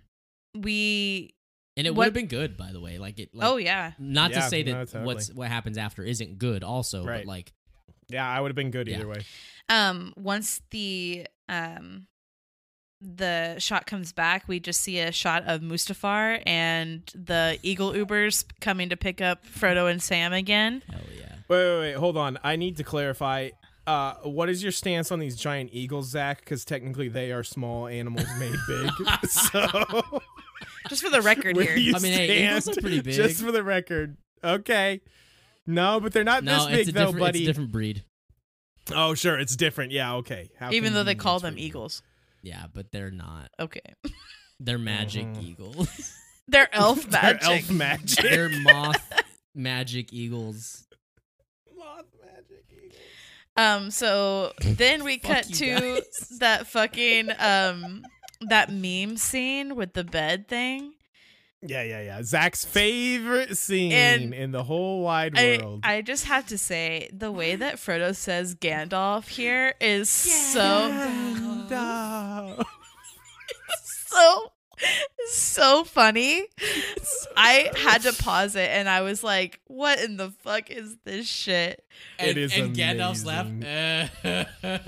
we.
And it
What-
would have been good, by the way. Like it. Like,
oh yeah,
Not
Yeah,
to say that
no, totally.
what's what happens after isn't good, also,
Right.
but like
Yeah, I would have been good
Yeah.
either way.
um once the um the shot comes back we just see a shot of mustafar and the eagle ubers coming to pick up frodo and sam again
hell yeah.
Wait, wait, wait, hold on. I need to clarify. Uh, what is your stance on these giant eagles, Zach? Because technically they are small animals made big. so
just for the record
where
here
do you
I mean, hey, eagles
stand?
are pretty big.
Just for the record, okay. No, but they're not
No,
this
it's a
big though,
different, it's a
buddy.
different breed.
Oh, sure, it's different. Yeah, okay. How
even
can
though
you
they
mean
call
it's
them
big?
eagles
Yeah, but they're not.
okay
They're magic
Mhm.
eagles.
they're elf
They're
magic
elf magic.
They're moth magic eagles.
Moth magic eagles.
um so then we
Fuck
cut
you
to
guys.
that fucking um that meme scene with the bed thing
Yeah, yeah, yeah. Zach's favorite scene
And
in the whole wide
I,
world.
I just have to say the way that Frodo says Gandalf here is
And, uh,
so so so funny. I had to pause it and I was like, "What in the fuck is this shit?"
It is
Gandalf's
amazing.
laugh.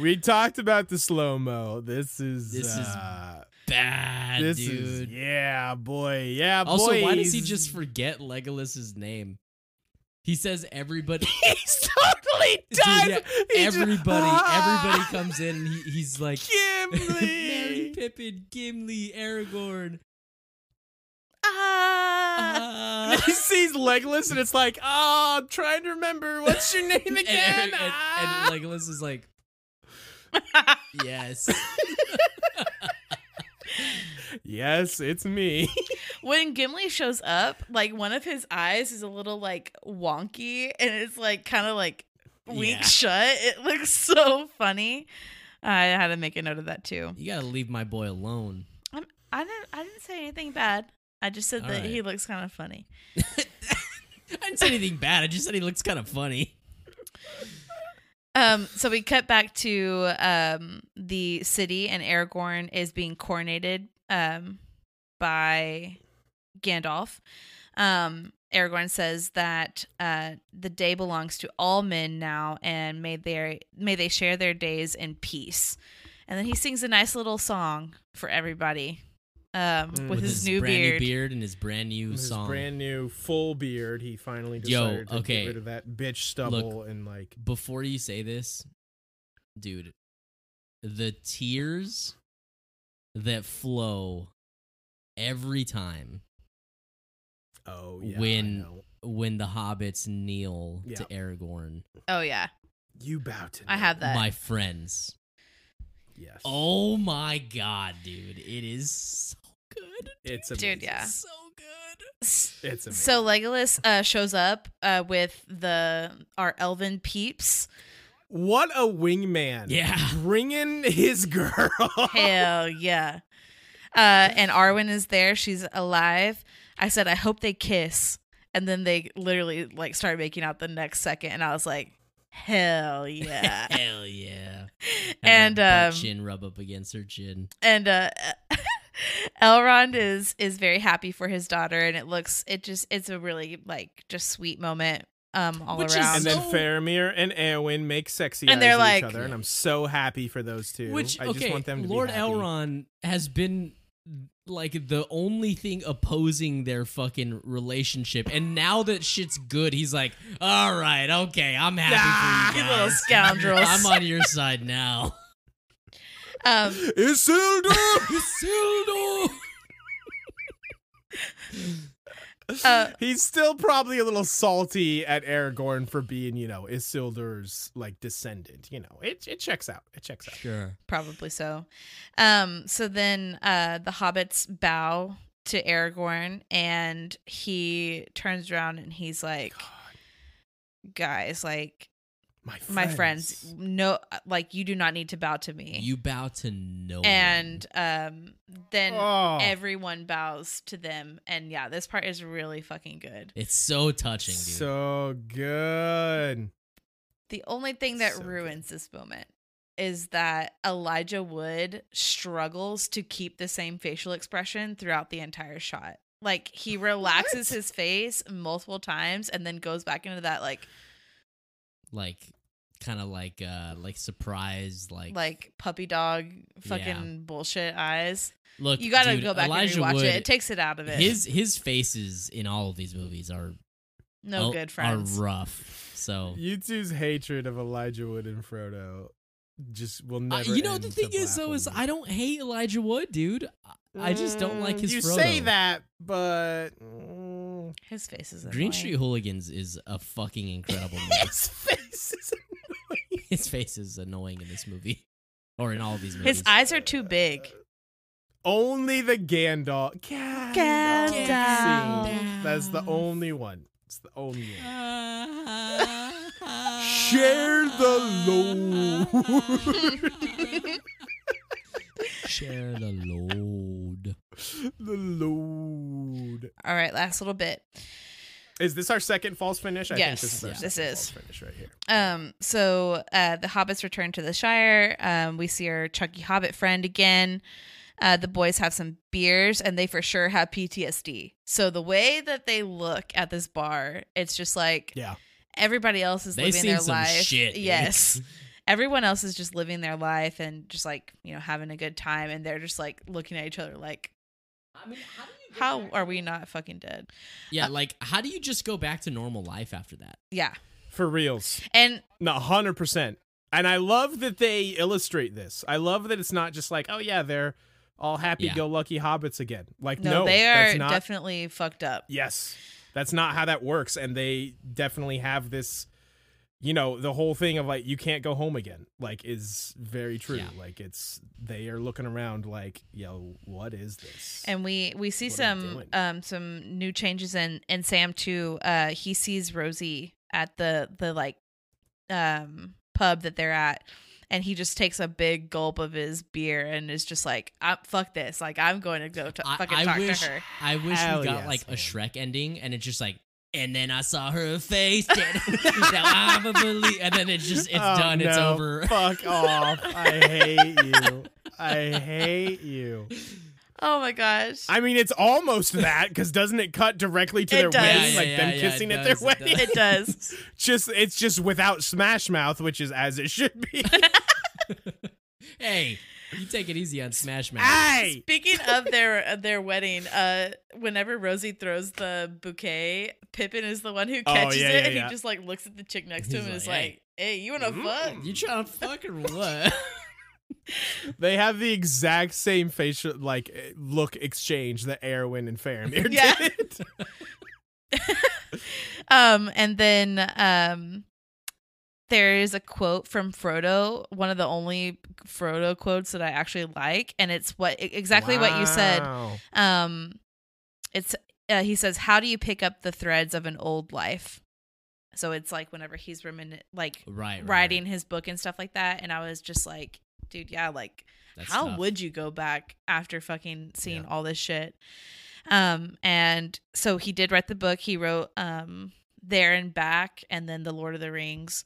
we talked about the slow mo. This is
This is
uh,
Bad
this is
dude.
yeah, boy, yeah, boy.
also, why does he just forget Legolas's name? He says everybody.
He's totally
Dude, yeah,
done. He just-
everybody, everybody
Ah,
comes in. And he, he's like, Mary,
Gimli.
Pippin, Gimli, Aragorn.
Uh-huh.
Ah.
Ah.
he sees Legolas and it's like, oh, I'm trying to remember. What's your name
And-
again?
And, and,
Ah.
and Legolas is like, yes.
yes, it's me.
When Gimli shows up, like one of his eyes is a little like wonky and it's like kind of like wink
Yeah.
shut. It looks so funny. I had to make a note of that too.
You gotta leave my boy alone.
I didn't. I didn't say anything bad. I just said
All
that
right.
he looks kind of funny.
I didn't say anything bad. I just said he looks kind of funny.
Um. So we cut back to um the city, and Aragorn is being coronated um by Gandalf. Um. Aragorn says that uh, the day belongs to all men now, and may their may they share their days in peace. And then he sings a nice little song for everybody um,
Mm. With
with, his, new
brand
beard.
new beard and his brand new
His
song.
brand new full beard. He finally
Yo,
decided to
okay.
get rid of that bitch stubble and like
Before you say this, dude, the tears that flow every time
oh yeah, I
When-
know.
when the hobbits kneel to
Yeah.
Aragorn,
Oh yeah,
you bow to
I have
me.
that.
my friends.
Yes.
Oh my god, dude, it is so good.
it's
dude,
amazing.
yeah.
So good.
It's amazing.
So Legolas uh, shows up uh, with the our elven peeps.
what a wingman.
Yeah.
Bringing his girl.
Hell yeah! Uh, and Arwen is there. She's alive. I said, I hope they kiss. And then they literally like start making out the next second, and I was like, Hell yeah!
Hell yeah. Have
And,
that butt
um,
chin rub up against her chin.
and uh Elrond is is very happy for his daughter and it looks it just it's a really like just sweet moment um all
Which is-
around.
and then
So-
Faramir and Eowyn make sexy
And
eyes
they're
at
like-
each other, and I'm so happy for those two.
Which
I
okay,
just want them to be
Lord
happy.
Elrond has been like the only thing opposing their fucking relationship, and now that shit's good, he's like, "All right, okay, I'm happy for you
you little
guys.
scoundrels.
I'm on your side now."
um
Isildur.
Isildur!
Uh,
He's still probably a little salty at Aragorn for being, you know, Isildur's like descendant. You know, it it checks out. It checks out.
Sure.
probably so. Um so then uh the hobbits bow to Aragorn and he turns around and he's like
God,
guys like
my friends.
my friends, no like you do not need to bow to me.
You bow to no
and um then
Oh,
everyone bows to them and yeah this part is really fucking good
It's so touching, dude.
so good.
the only thing that
So good.
ruins this moment is that elijah wood struggles to keep the same facial expression throughout the entire shot like he relaxes
What?
his face multiple times and then goes back into that like
like kind of like uh like surprised like
like, puppy dog fucking bullshit eyes
look
you gotta
dude,
go back
Elijah
and rewatch
Wood,
it it takes it out of it
his his faces in all of these movies are
no
Oh, are-
good friends Uh,
are rough so
You two's hatred of Elijah Wood and Frodo just will
I-
never.
Uh, you know
end
the
to
thing is though
baffle
is
me.
i don't hate elijah wood dude Uh, I just don't like
Mm,
his
You
Frodo.
say that, but mm,
his face is
green
annoying.
street hooligans is a fucking incredible movie
his face is annoying.
his face is annoying in this movie or in all of these movies
his eyes are too big
Only the Gandalf. Gandalf. scene.
Gandalf.
That's the only one. It's the only one.
Share
the
load. Share the load.
The load.
all right last little bit
Is this our second false finish? I think
Yes,
this is our
yeah.
this
second
is.
false finish right here.
Um, so uh, the hobbits return to the Shire. Um, we see our chunky hobbit friend again. Uh, the boys have some beers and they for sure have PTSD. So the way that they look at this bar, it's just like
Yeah.
everybody else is
They
living
seen
their
some
life.
shit. dude.
yes. Everyone else is just living their life and just like, you know, having a good time and they're just like looking at each other like,
I mean, how do you get
How
back-
are we not fucking dead?
Yeah, like how do you just go back to normal life after that?
Yeah.
For reals.
And
No, 100%. And I love that they illustrate this. I love that it's not just like, oh, yeah, they're all happy go lucky hobbits again. Like,
no,
no,
they are
that's not
definitely fucked up.
Yes. That's not how that works. And they definitely have this, you know, the whole thing of like, you can't go home again, like, is very true.
Yeah.
Like, it's, they are looking around like, yo, what is this?
and we we
What are
see
we
some
doing?
um some new changes in in sam too uh he sees rosie at the the like um pub that they're at and he just takes a big gulp of his beer and is just like I, fuck this like i'm going to go to
I,
fucking
I
talk
wish
to her
I wish
Hell
we got
yes,
like a
man.
Shrek ending and it's just like and then I saw her face and now I'm a belie-" and then it's just it's
Oh,
done, it's
no.
over.
Fuck off. I hate you. I hate you.
Oh my gosh.
I mean, it's almost that because doesn't it cut directly to
It
their
does.
wedding,
Yeah, yeah,
like them
yeah, yeah,
kissing
it
at their
does, it
wedding?
does.
it does.
just it's just without Smash Mouth, which is as it should be.
hey, you take it easy on Smash Mouth.
hey,
Speaking of their of their wedding, uh, whenever Rosie throws the bouquet, Pippin is the one who catches
yeah,
it,
yeah,
and
yeah.
he just like looks at the chick next to
He's
him and is
like, mm."
like, "Hey, you wanna fuck?"
You trying to fuck or what?
they have the exact same facial like eh, look exchange that Erwin and Faramir
Yeah.
did.
Um, and then um, there is a quote from Frodo, one of the only Frodo quotes that I actually like, and it's what e-, exactly what you said.
Wow.
Um, it's uh, he says, "How do you pick up the threads of an old life?" So it's like whenever he's remin- like
right, right.
writing his book and stuff like that, and I was just like, "Dude, yeah, like
That's
how
tough.
would you go back after fucking seeing all this shit um and so he did write the book he wrote um there and back and then the lord of the rings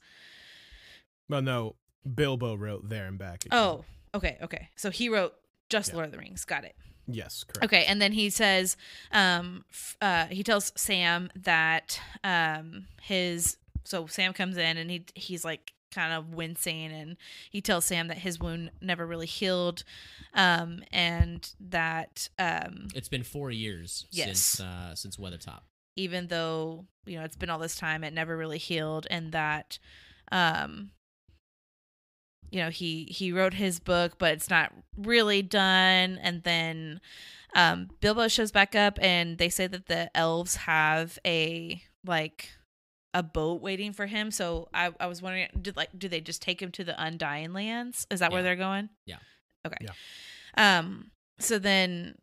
Well, no, Bilbo wrote there and back. Again.
oh okay okay so he wrote just
Yeah.
lord of the rings got it
yes, correct.
okay and then he says um f- uh he tells sam that um his so sam comes in and he he's like kind of wincing and he tells sam that his wound never really healed um and that um
It's been four years
Yes.
since uh, since Weathertop.
even though you know it's been all this time it never really healed and that um you know he he wrote his book but it's not really done and then um bilbo shows back up and they say that the elves have a like a boat waiting for him so i i was wondering did like do they just take him to the undying lands is that where
Yeah.
they're going
Yeah.
okay um so then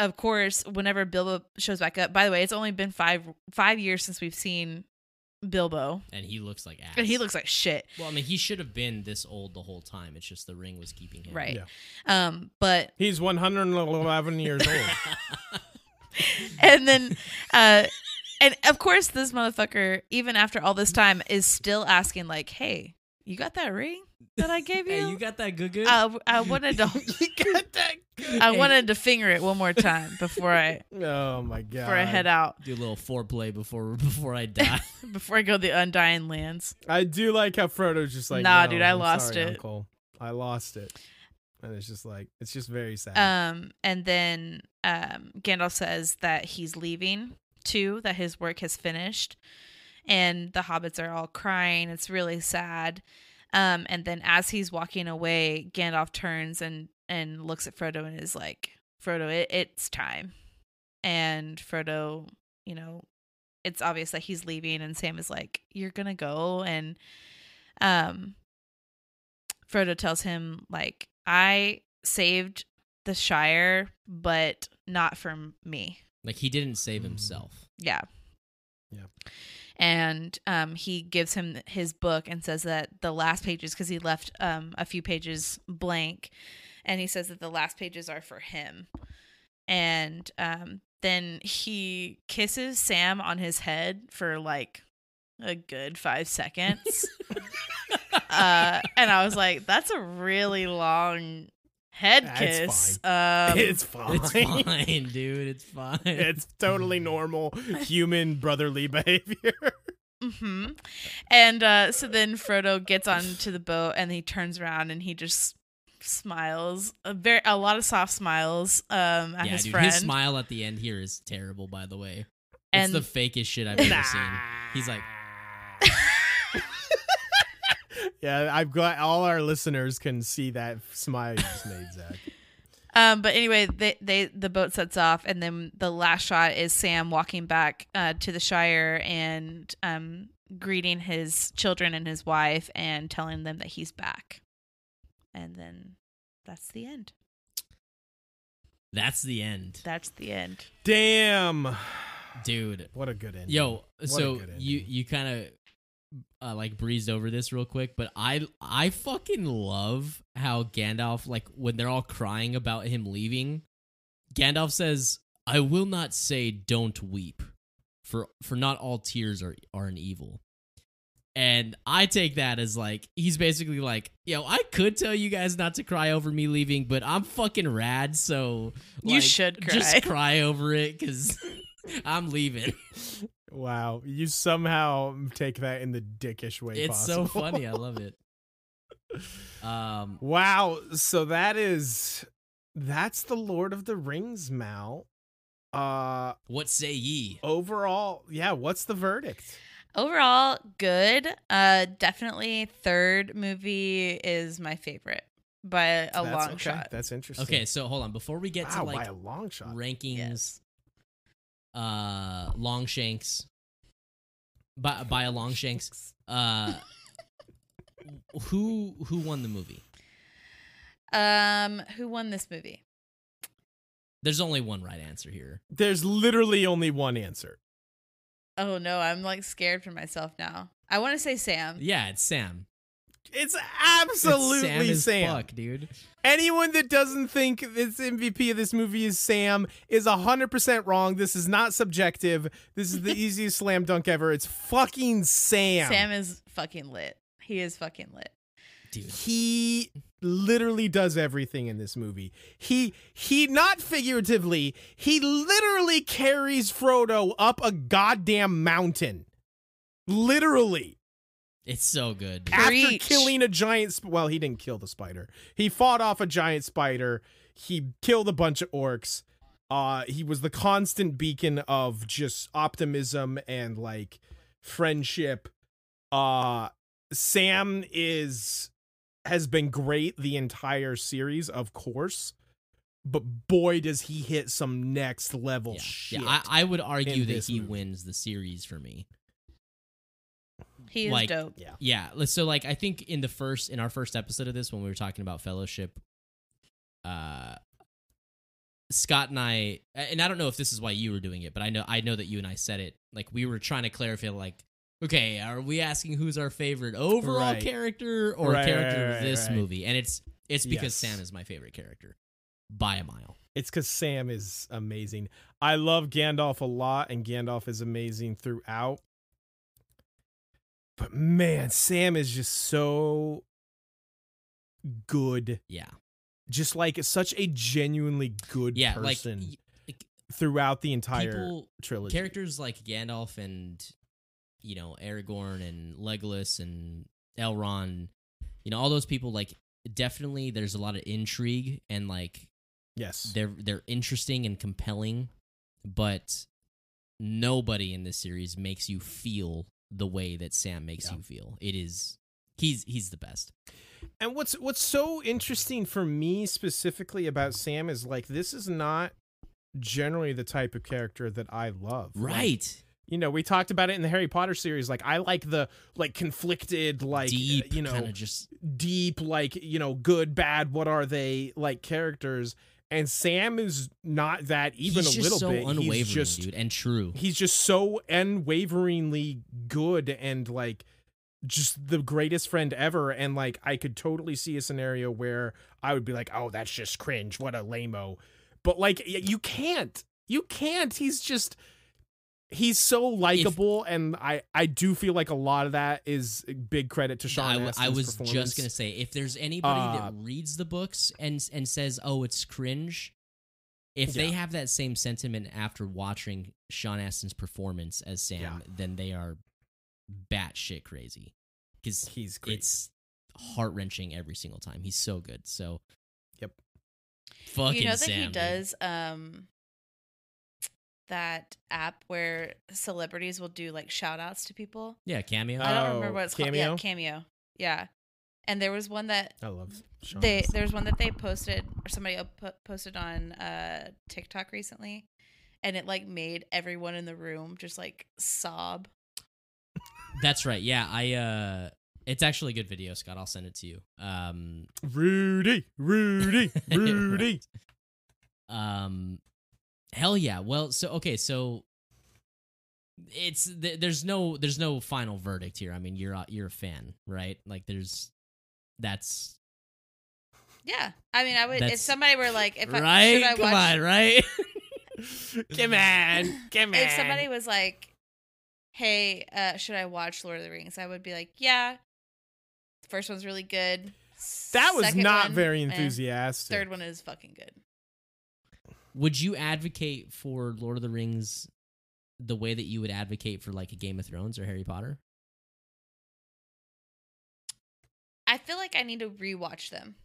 of course, whenever Bilbo shows back up, by the way, it's only been five five years since we've seen Bilbo,
And he looks like ass.
and he looks like shit,
Well, I mean, he should have been this old the whole time. It's just the ring was keeping him.
right?
Yeah.
Um, but
He's 111 years old.
and then, uh, and of course, this motherfucker, even after all this time, is still asking like, "Hey, you got that ring that I gave you?
hey, you got that good good?
I, I wanted to,
you got that?
Uh, I wanted to finger it one more time before I
Oh my god!
before I head out
do a little foreplay before before I die.
before I go to the Undying Lands."
I do like how Frodo's just like,
Nah,
"No,
dude, I
I'm
lost
sorry,
it."
Uncle. I lost it, and it's just like it's just very sad.
Um, and then um, Gandalf says that he's leaving too, that his work has finished, and the hobbits are all crying. It's really sad. Um, and then as he's walking away, Gandalf turns and and looks at Frodo and is like, "Frodo, it, it's time." And Frodo, you know, it's obvious that he's leaving, and Sam is like, "You're gonna go," and um, Frodo tells him like, "I saved the Shire, but not from me.
like he didn't save
Mm.
himself.
Yeah.
Yeah.
And um, he gives him his book and says that the last pages, because he left um, a few pages blank, and he says that the last pages are for him. And um, then he kisses Sam on his head for like a good five seconds. uh, and I was like, that's a really long head
That's
kiss. Um,
it's fine.
It's fine, dude. It's fine.
It's totally normal human brotherly behavior.
hmm And uh, so then Frodo gets onto the boat and he turns around and he just smiles a very a lot of soft smiles um
yeah,
at his
dude.
friend
His smile at the end here is terrible. By the way,
and
it's the fakest shit I've ever seen. He's like,
yeah, I'm glad all our listeners can see that smile you just made, Zach.
um but anyway they they the boat sets off and then the last shot is Sam walking back uh to the Shire and um greeting his children and his wife and telling them that he's back and then that's the end
"That's the end,
that's the end
Damn,
dude."
what a good ending.
Yo,
a
so
good
you
ending.
you kind of uh, like breezed over this real quick, but I I fucking love how Gandalf like when they're all crying about him leaving, Gandalf says, "I will not say don't weep, for for not all tears are are an evil." And I take that as like he's basically like, yo, I could tell you guys not to cry over me leaving, but I'm fucking rad, so
You
like,
should cry.
just cry over it because I'm leaving.
Wow, you somehow take that in the dickish way.
it's
possible.
so funny. I love it. Um,
Wow, so that is that's the Lord of the Rings, Mal. Uh
what say ye?
overall, yeah, what's the verdict?
Overall, good. Uh, definitely third movie is my favorite by a
That's-
long
okay,
shot.
That's interesting.
Okay, so hold on. Before we get
wow,
to
by
like
a long shot.
rankings,
Yes.
uh, Longshanks, by by a Longshanks, uh, who who won the movie?
Um, who won this movie?
There's only one right answer here.
There's literally only one answer.
Oh no, I'm like scared for myself now. I want to say Sam.
Yeah, it's Sam.
It's
It's
absolutely
Sam. as
Sam.
fuck, dude.
Anyone that doesn't think this MVP of this movie is Sam is 100% wrong. This is not subjective. This is the easiest slam dunk ever. It's fucking Sam.
Sam is fucking lit. He is fucking lit.
Dude,
he literally does everything in this movie. He he not figuratively, he literally carries Frodo up a goddamn mountain. Literally.
it's so good. dude.
After
Preach.
killing a giant sp- well, he didn't kill the spider. He fought off a giant spider. He killed a bunch of orcs. Uh he was the constant beacon of just optimism and like friendship. Uh Sam is has been great the entire series, of course. But boy does he hit some next level
yeah,
shit.
yeah, I, I would argue
in
that
this
he
movie.
wins the series for me.
He is
Like-
dope.
Yeah. let's- So like I think in the first in our first episode of this when we were talking about fellowship, uh Scott and I and I don't know if this is why you were doing it, but I know I know that you and I said it. Like we were trying to clarify like okay, are we asking who's our favorite overall
Right.
character or
Right,
character
right,
of
right,
this
right.
movie? And it's it's because
Yes.
Sam is my favorite character by a mile.
It's because Sam is amazing. I love Gandalf a lot, and Gandalf is amazing throughout. But man, Sam is just so good.
Yeah.
Just like such a genuinely good
Yeah, like,
person
y- like
throughout the entire
people
trilogy.
characters like Gandalf and you know Aragorn and Legolas and Elrond, you know all those people like definitely there's a lot of intrigue and like
yes.
they're they're interesting and compelling, but nobody in this series makes you feel the way that Sam makes
Yeah.
you feel. It is he's he's the best.
And what's what's so interesting for me specifically about Sam is like this is not generally the type of character that I love. Like,
Right.
you know we talked about it in the harry potter series like i like the like conflicted like uh,
Deep,
you know
kind of just
deep like you know good bad what are they like characters and sam is not that even
he's
a
just
little
so
bit
unwavering,
he's just
dude, and true.
he's just so unwaveringly good and like just the greatest friend ever and like i could totally see a scenario where i would be like oh that's just cringe what a lameo but like y- you can't you can't he's just he's so likable and i i do feel like a lot of that is big credit to sean
I w- I,
Astin's
was
performance.
just gonna say if there's anybody
Uh,
that reads the books and and says oh it's cringe if they
Yeah.
have that same sentiment after watching sean astin's performance as sam
Yeah.
then they are batshit crazy because
he's great
it's heart-wrenching every single time he's so good so
Yep.
fucking
you know that
sam
he
dude.
does um that app where celebrities will do like shout outs to people.
yeah cameo
Uh,
I don't
Oh,
remember what it's
Cameo?
called. Yeah, cameo. Yeah. And there was one that
i love sean
they
Astin.
there's one that they posted or somebody up- po- posted on uh TikTok recently and it like made everyone in the room just like sob.
that's right yeah i uh it's actually a good video scott i'll send it to you um
rudy rudy rudy
Um, hell yeah. Well, so okay, so it's th- there's no there's no final verdict here. I mean, you're a, you're a fan, right? Like, there's that's
Yeah. I mean, I would if
That's-
somebody were like if I
right.
should I
Come
watch
on, right?
come on come on
if somebody was like hey, uh, should I watch Lord of the Rings? I would be like, yeah. The first one's really good.
That was
Second
not
one,
very
eh.
enthusiastic.
Third one is fucking good.
Would you advocate for Lord of the Rings the way that you would advocate for like a Game of Thrones or Harry Potter?
I feel like I need to rewatch them.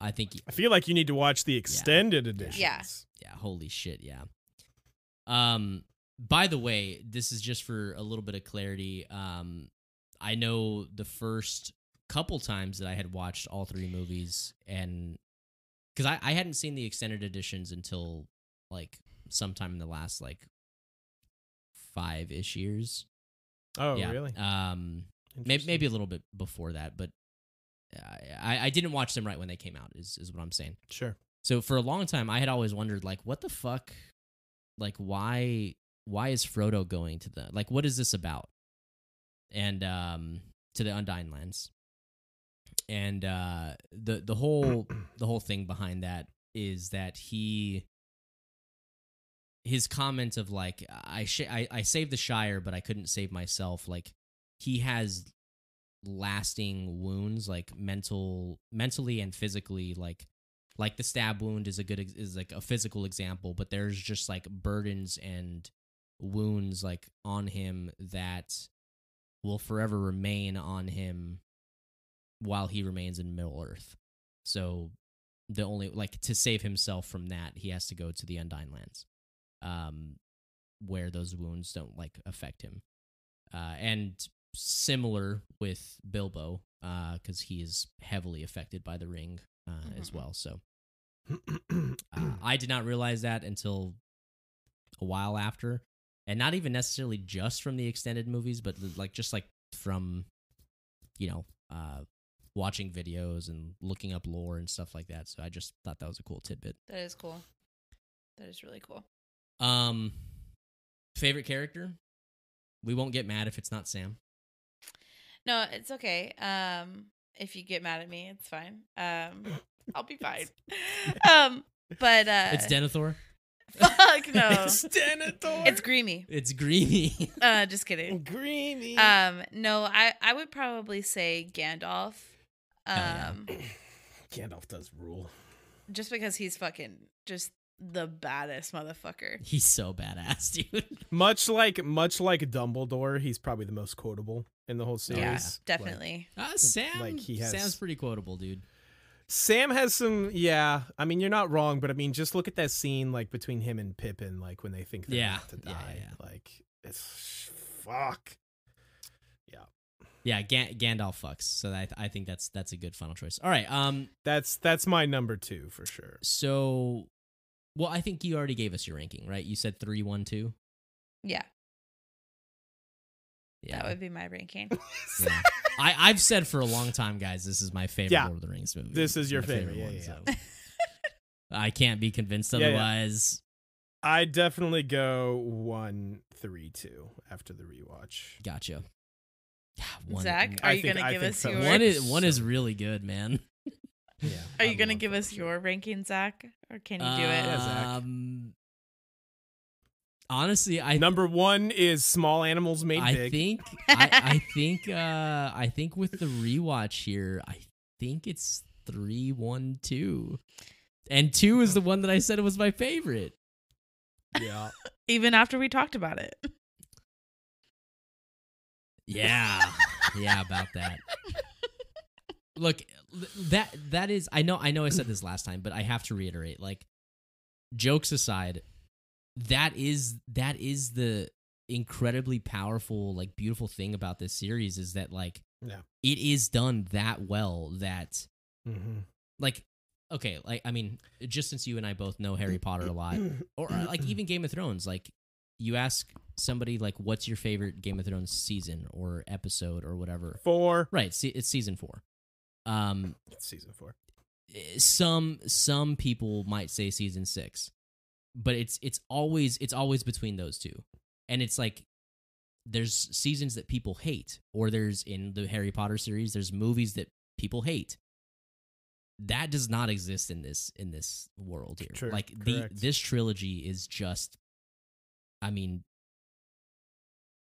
I think
I feel like you need to watch the extended editions.
Yeah.
yeah, holy shit, yeah. Um by the way, this is just for a little bit of clarity. Um I know the first couple times that I had watched all three movies and cuz I I hadn't seen the extended editions until like sometime in the last like 5ish years.
Oh,
yeah.
really?
Um maybe,
Interesting.
maybe a little bit before that, but I, I I didn't watch them right when they came out is is what I'm saying.
Sure.
So for a long time, I had always wondered, like, what the fuck, like, why, why is Frodo going to the, like, what is this about? And um, to the Undying Lands, and uh, the the whole the whole thing behind that is that he, his comment of like, I sh- I, I saved the Shire, but I couldn't save myself. Like, he has lasting wounds, like mental, mentally and physically, like like the stab wound is a good ex- is like a physical example but there's just like burdens and wounds like on him that will forever remain on him while he remains in middle earth so the only like to save himself from that he has to go to the undying lands um where those wounds don't like affect him uh and similar with bilbo uh because he is heavily affected by the ring uh as
Mhm.
well so uh, I did not realize that until a while after, and not even necessarily just from the extended movies, but like just like from, you know, uh, watching videos and looking up lore and stuff like that. So I just thought that was a cool tidbit.
That is cool. That is really cool.
Um, favorite character? We won't get mad if it's not Sam.
No, it's okay. Um, if you get mad at me, it's fine. Um, I'll be fine. Um, but uh,
it's Denethor.
fuck no.
It's
Denethor.
It's Greamy.
It's Greeny.
Uh, just kidding.
Greeny.
Um, no, I I would probably say Gandalf.
Oh, yeah.
Um,
Gandalf does rule.
just because he's fucking just the baddest motherfucker.
He's so badass, dude.
Much like much like Dumbledore, he's probably the most quotable in the whole series.
Yeah,
Like,
definitely.
Uh, Sam.
Like, he has-
Sam's pretty quotable, dude.
Sam has some yeah, I mean you're not wrong, but I mean just look at that scene like between him and Pippin, like when they think they're
Yeah,
about to
yeah,
die.
yeah.
Like it's fuck.
Yeah, Gan- Gandalf fucks. So I, I think that's that's a good final choice. All right. Um.
That's that's my number two for sure.
So, well, I think you already gave us your ranking, right? You said three, one, two.
Yeah,
Yeah.
that would be my ranking.
yeah. I I've said for a long time, guys. This is my favorite
Yeah.
Lord of the Rings movie.
This is
It's
your
my
favorite, yeah,
one, so. I can't be convinced
Yeah, yeah.
otherwise.
I definitely go one three two after the rewatch.
Gotcha. Yeah, One,
Zach,
I
are you
think-
gonna
I
give
think
us
so.
your?
one is one is really good, man.
Yeah. I
Are you gonna
love
give
that
us
show.
your ranking, Zach, or can you do
Yeah,
it?
Zach.
Um. Honestly, I
number one is small animals made
I
big.
think I, I think uh I think with the rewatch here, I think it's three one two. And two is the one that I said was my favorite.
yeah.
Even after we talked about it,
Yeah. yeah, about that. Look, that that is I know I know I said this last time, but I have to reiterate like jokes aside, that is that is the incredibly powerful like beautiful thing about this series is that like
Yeah.
it is done that well that
Mm-hmm.
like okay like i mean just since you and i both know harry potter a lot or uh, like even game of thrones like you ask somebody like what's your favorite game of thrones season or episode or whatever
four.
right see, it's season four um
It's season four.
eh, some some people might say season six but it's it's always it's always between those two and it's like there's seasons that people hate or there's in the harry potter series there's movies that people hate that does not exist in this in this world here
True,
like the
correct.
this trilogy is just i mean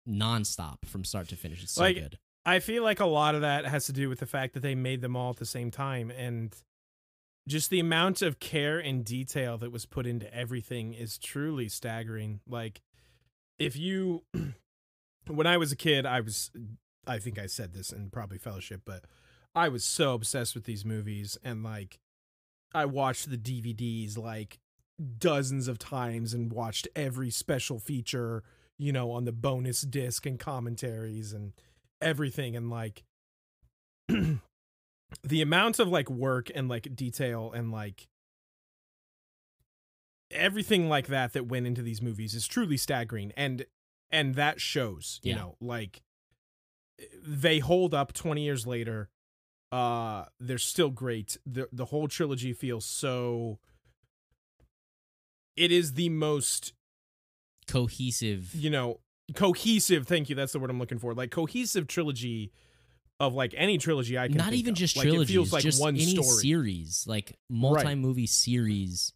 nonstop from start to finish. It's so
Like-
good.
I feel like a lot of that has to do with the fact that they made them all at the same time and just the amount of care and detail that was put into everything is truly staggering. Like if you when I was a kid, I was I think I said this in probably fellowship, but I was so obsessed with these movies and like I watched the DVDs like dozens of times and watched every special feature, you know, on the bonus disc and commentaries and everything and like the amount of like work and like detail and like everything like that that went into these movies is truly staggering and and that shows you
Yeah.
know like they hold up 20 years later uh they're still great the the whole trilogy feels so it is the most
Cohesive.
you know cohesive thank you that's the word i'm looking for like cohesive trilogy of like any trilogy i can
Not
think
even
of.
just
like,
trilogies,
it feels like
just
one
any
story
series, like
Right.
multi-movie series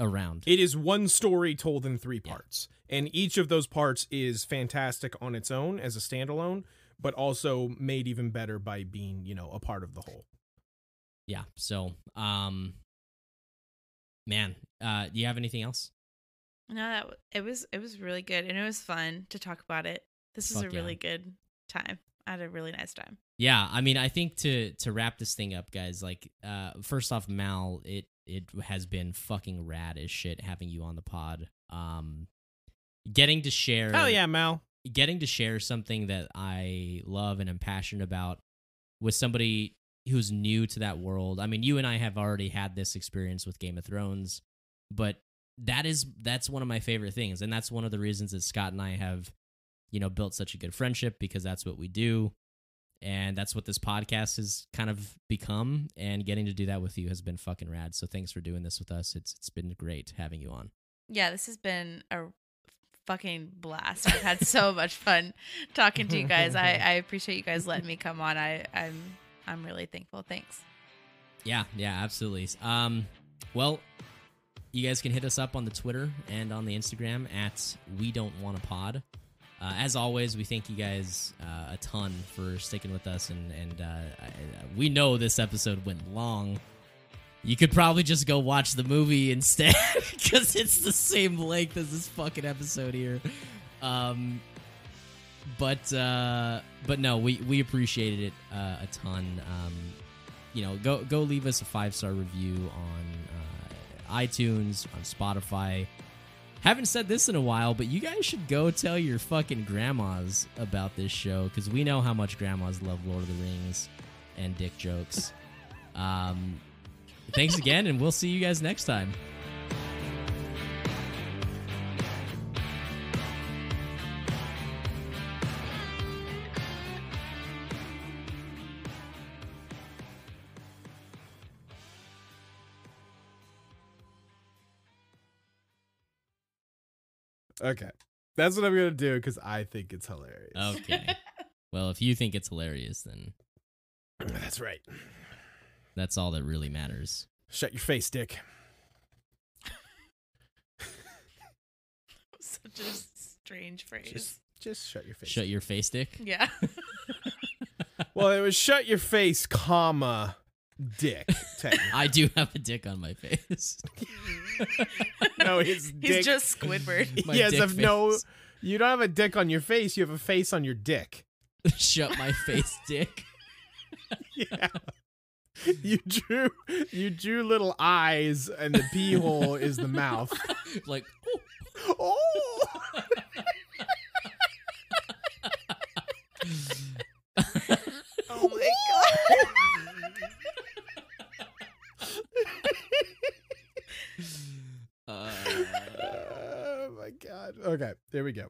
around.
it is one story told in three
Yeah.
parts and each of those parts is fantastic on its own as a standalone but also made even better by being you know a part of the whole
yeah. So, um, man, uh, do you have anything else?
No, that w- it was it was really good and it was fun to talk about it. This was
Fuck
a
yeah.
really good time. I had a really nice time.
Yeah, I mean, I think to to wrap this thing up, guys. Like, uh, first off, Mal, it it has been fucking rad as shit having you on the pod. Um, getting to share.
hell yeah mal
getting to share something that I love and am passionate about with somebody who's new to that world. I mean, you and I have already had this experience with Game of Thrones, but that is that's one of my favorite things and that's one of the reasons that Scott and I have you know built such a good friendship because that's what we do and that's what this podcast has kind of become and getting to do that with you has been fucking rad. So thanks for doing this with us. It's it's been great having you on.
Yeah, this has been a fucking blast. I've had so much fun talking to you guys. I, I appreciate you guys letting me come on. I, I'm I'm really thankful. Thanks.
Yeah, yeah, absolutely. Um, well, you guys can hit us up on the Twitter and on the Instagram at We Don't Want a Pod. Uh, as always, we thank you guys uh, a ton for sticking with us, and and uh, I, I- we know this episode went long. You could probably just go watch the movie instead because it's the same length as this fucking episode here. Um, but uh, but no, we we appreciated it uh, a ton. Um, you know, go go leave us a five star review on uh, iTunes, on Spotify. Haven't said this in a while, but you guys should go tell your fucking grandmas about this show because we know how much grandmas love Lord of the Rings and dick jokes. Um, thanks again, and we'll see you guys next time.
Okay. That's what I'm going to do because I think it's hilarious.
Okay. well, if you think it's hilarious, then
that's right
that's all that really matters.
shut your face dick
Such a strange phrase.
just just shut your face
Shut your face, Dick.
yeah.
well it was shut your face comma dick technically.
I do have a dick on my face.
no his
He's
dick
just Squidward.
My
Yes,
dick
I've no-
face.
You don't have a dick on your face. You have a face on your dick.
Shut my face, dick.
Yeah.
You drew you drew little eyes and the pee hole is the mouth.
Like,
Oh
Oh my god.
uh,
Oh my god. Okay, there we go.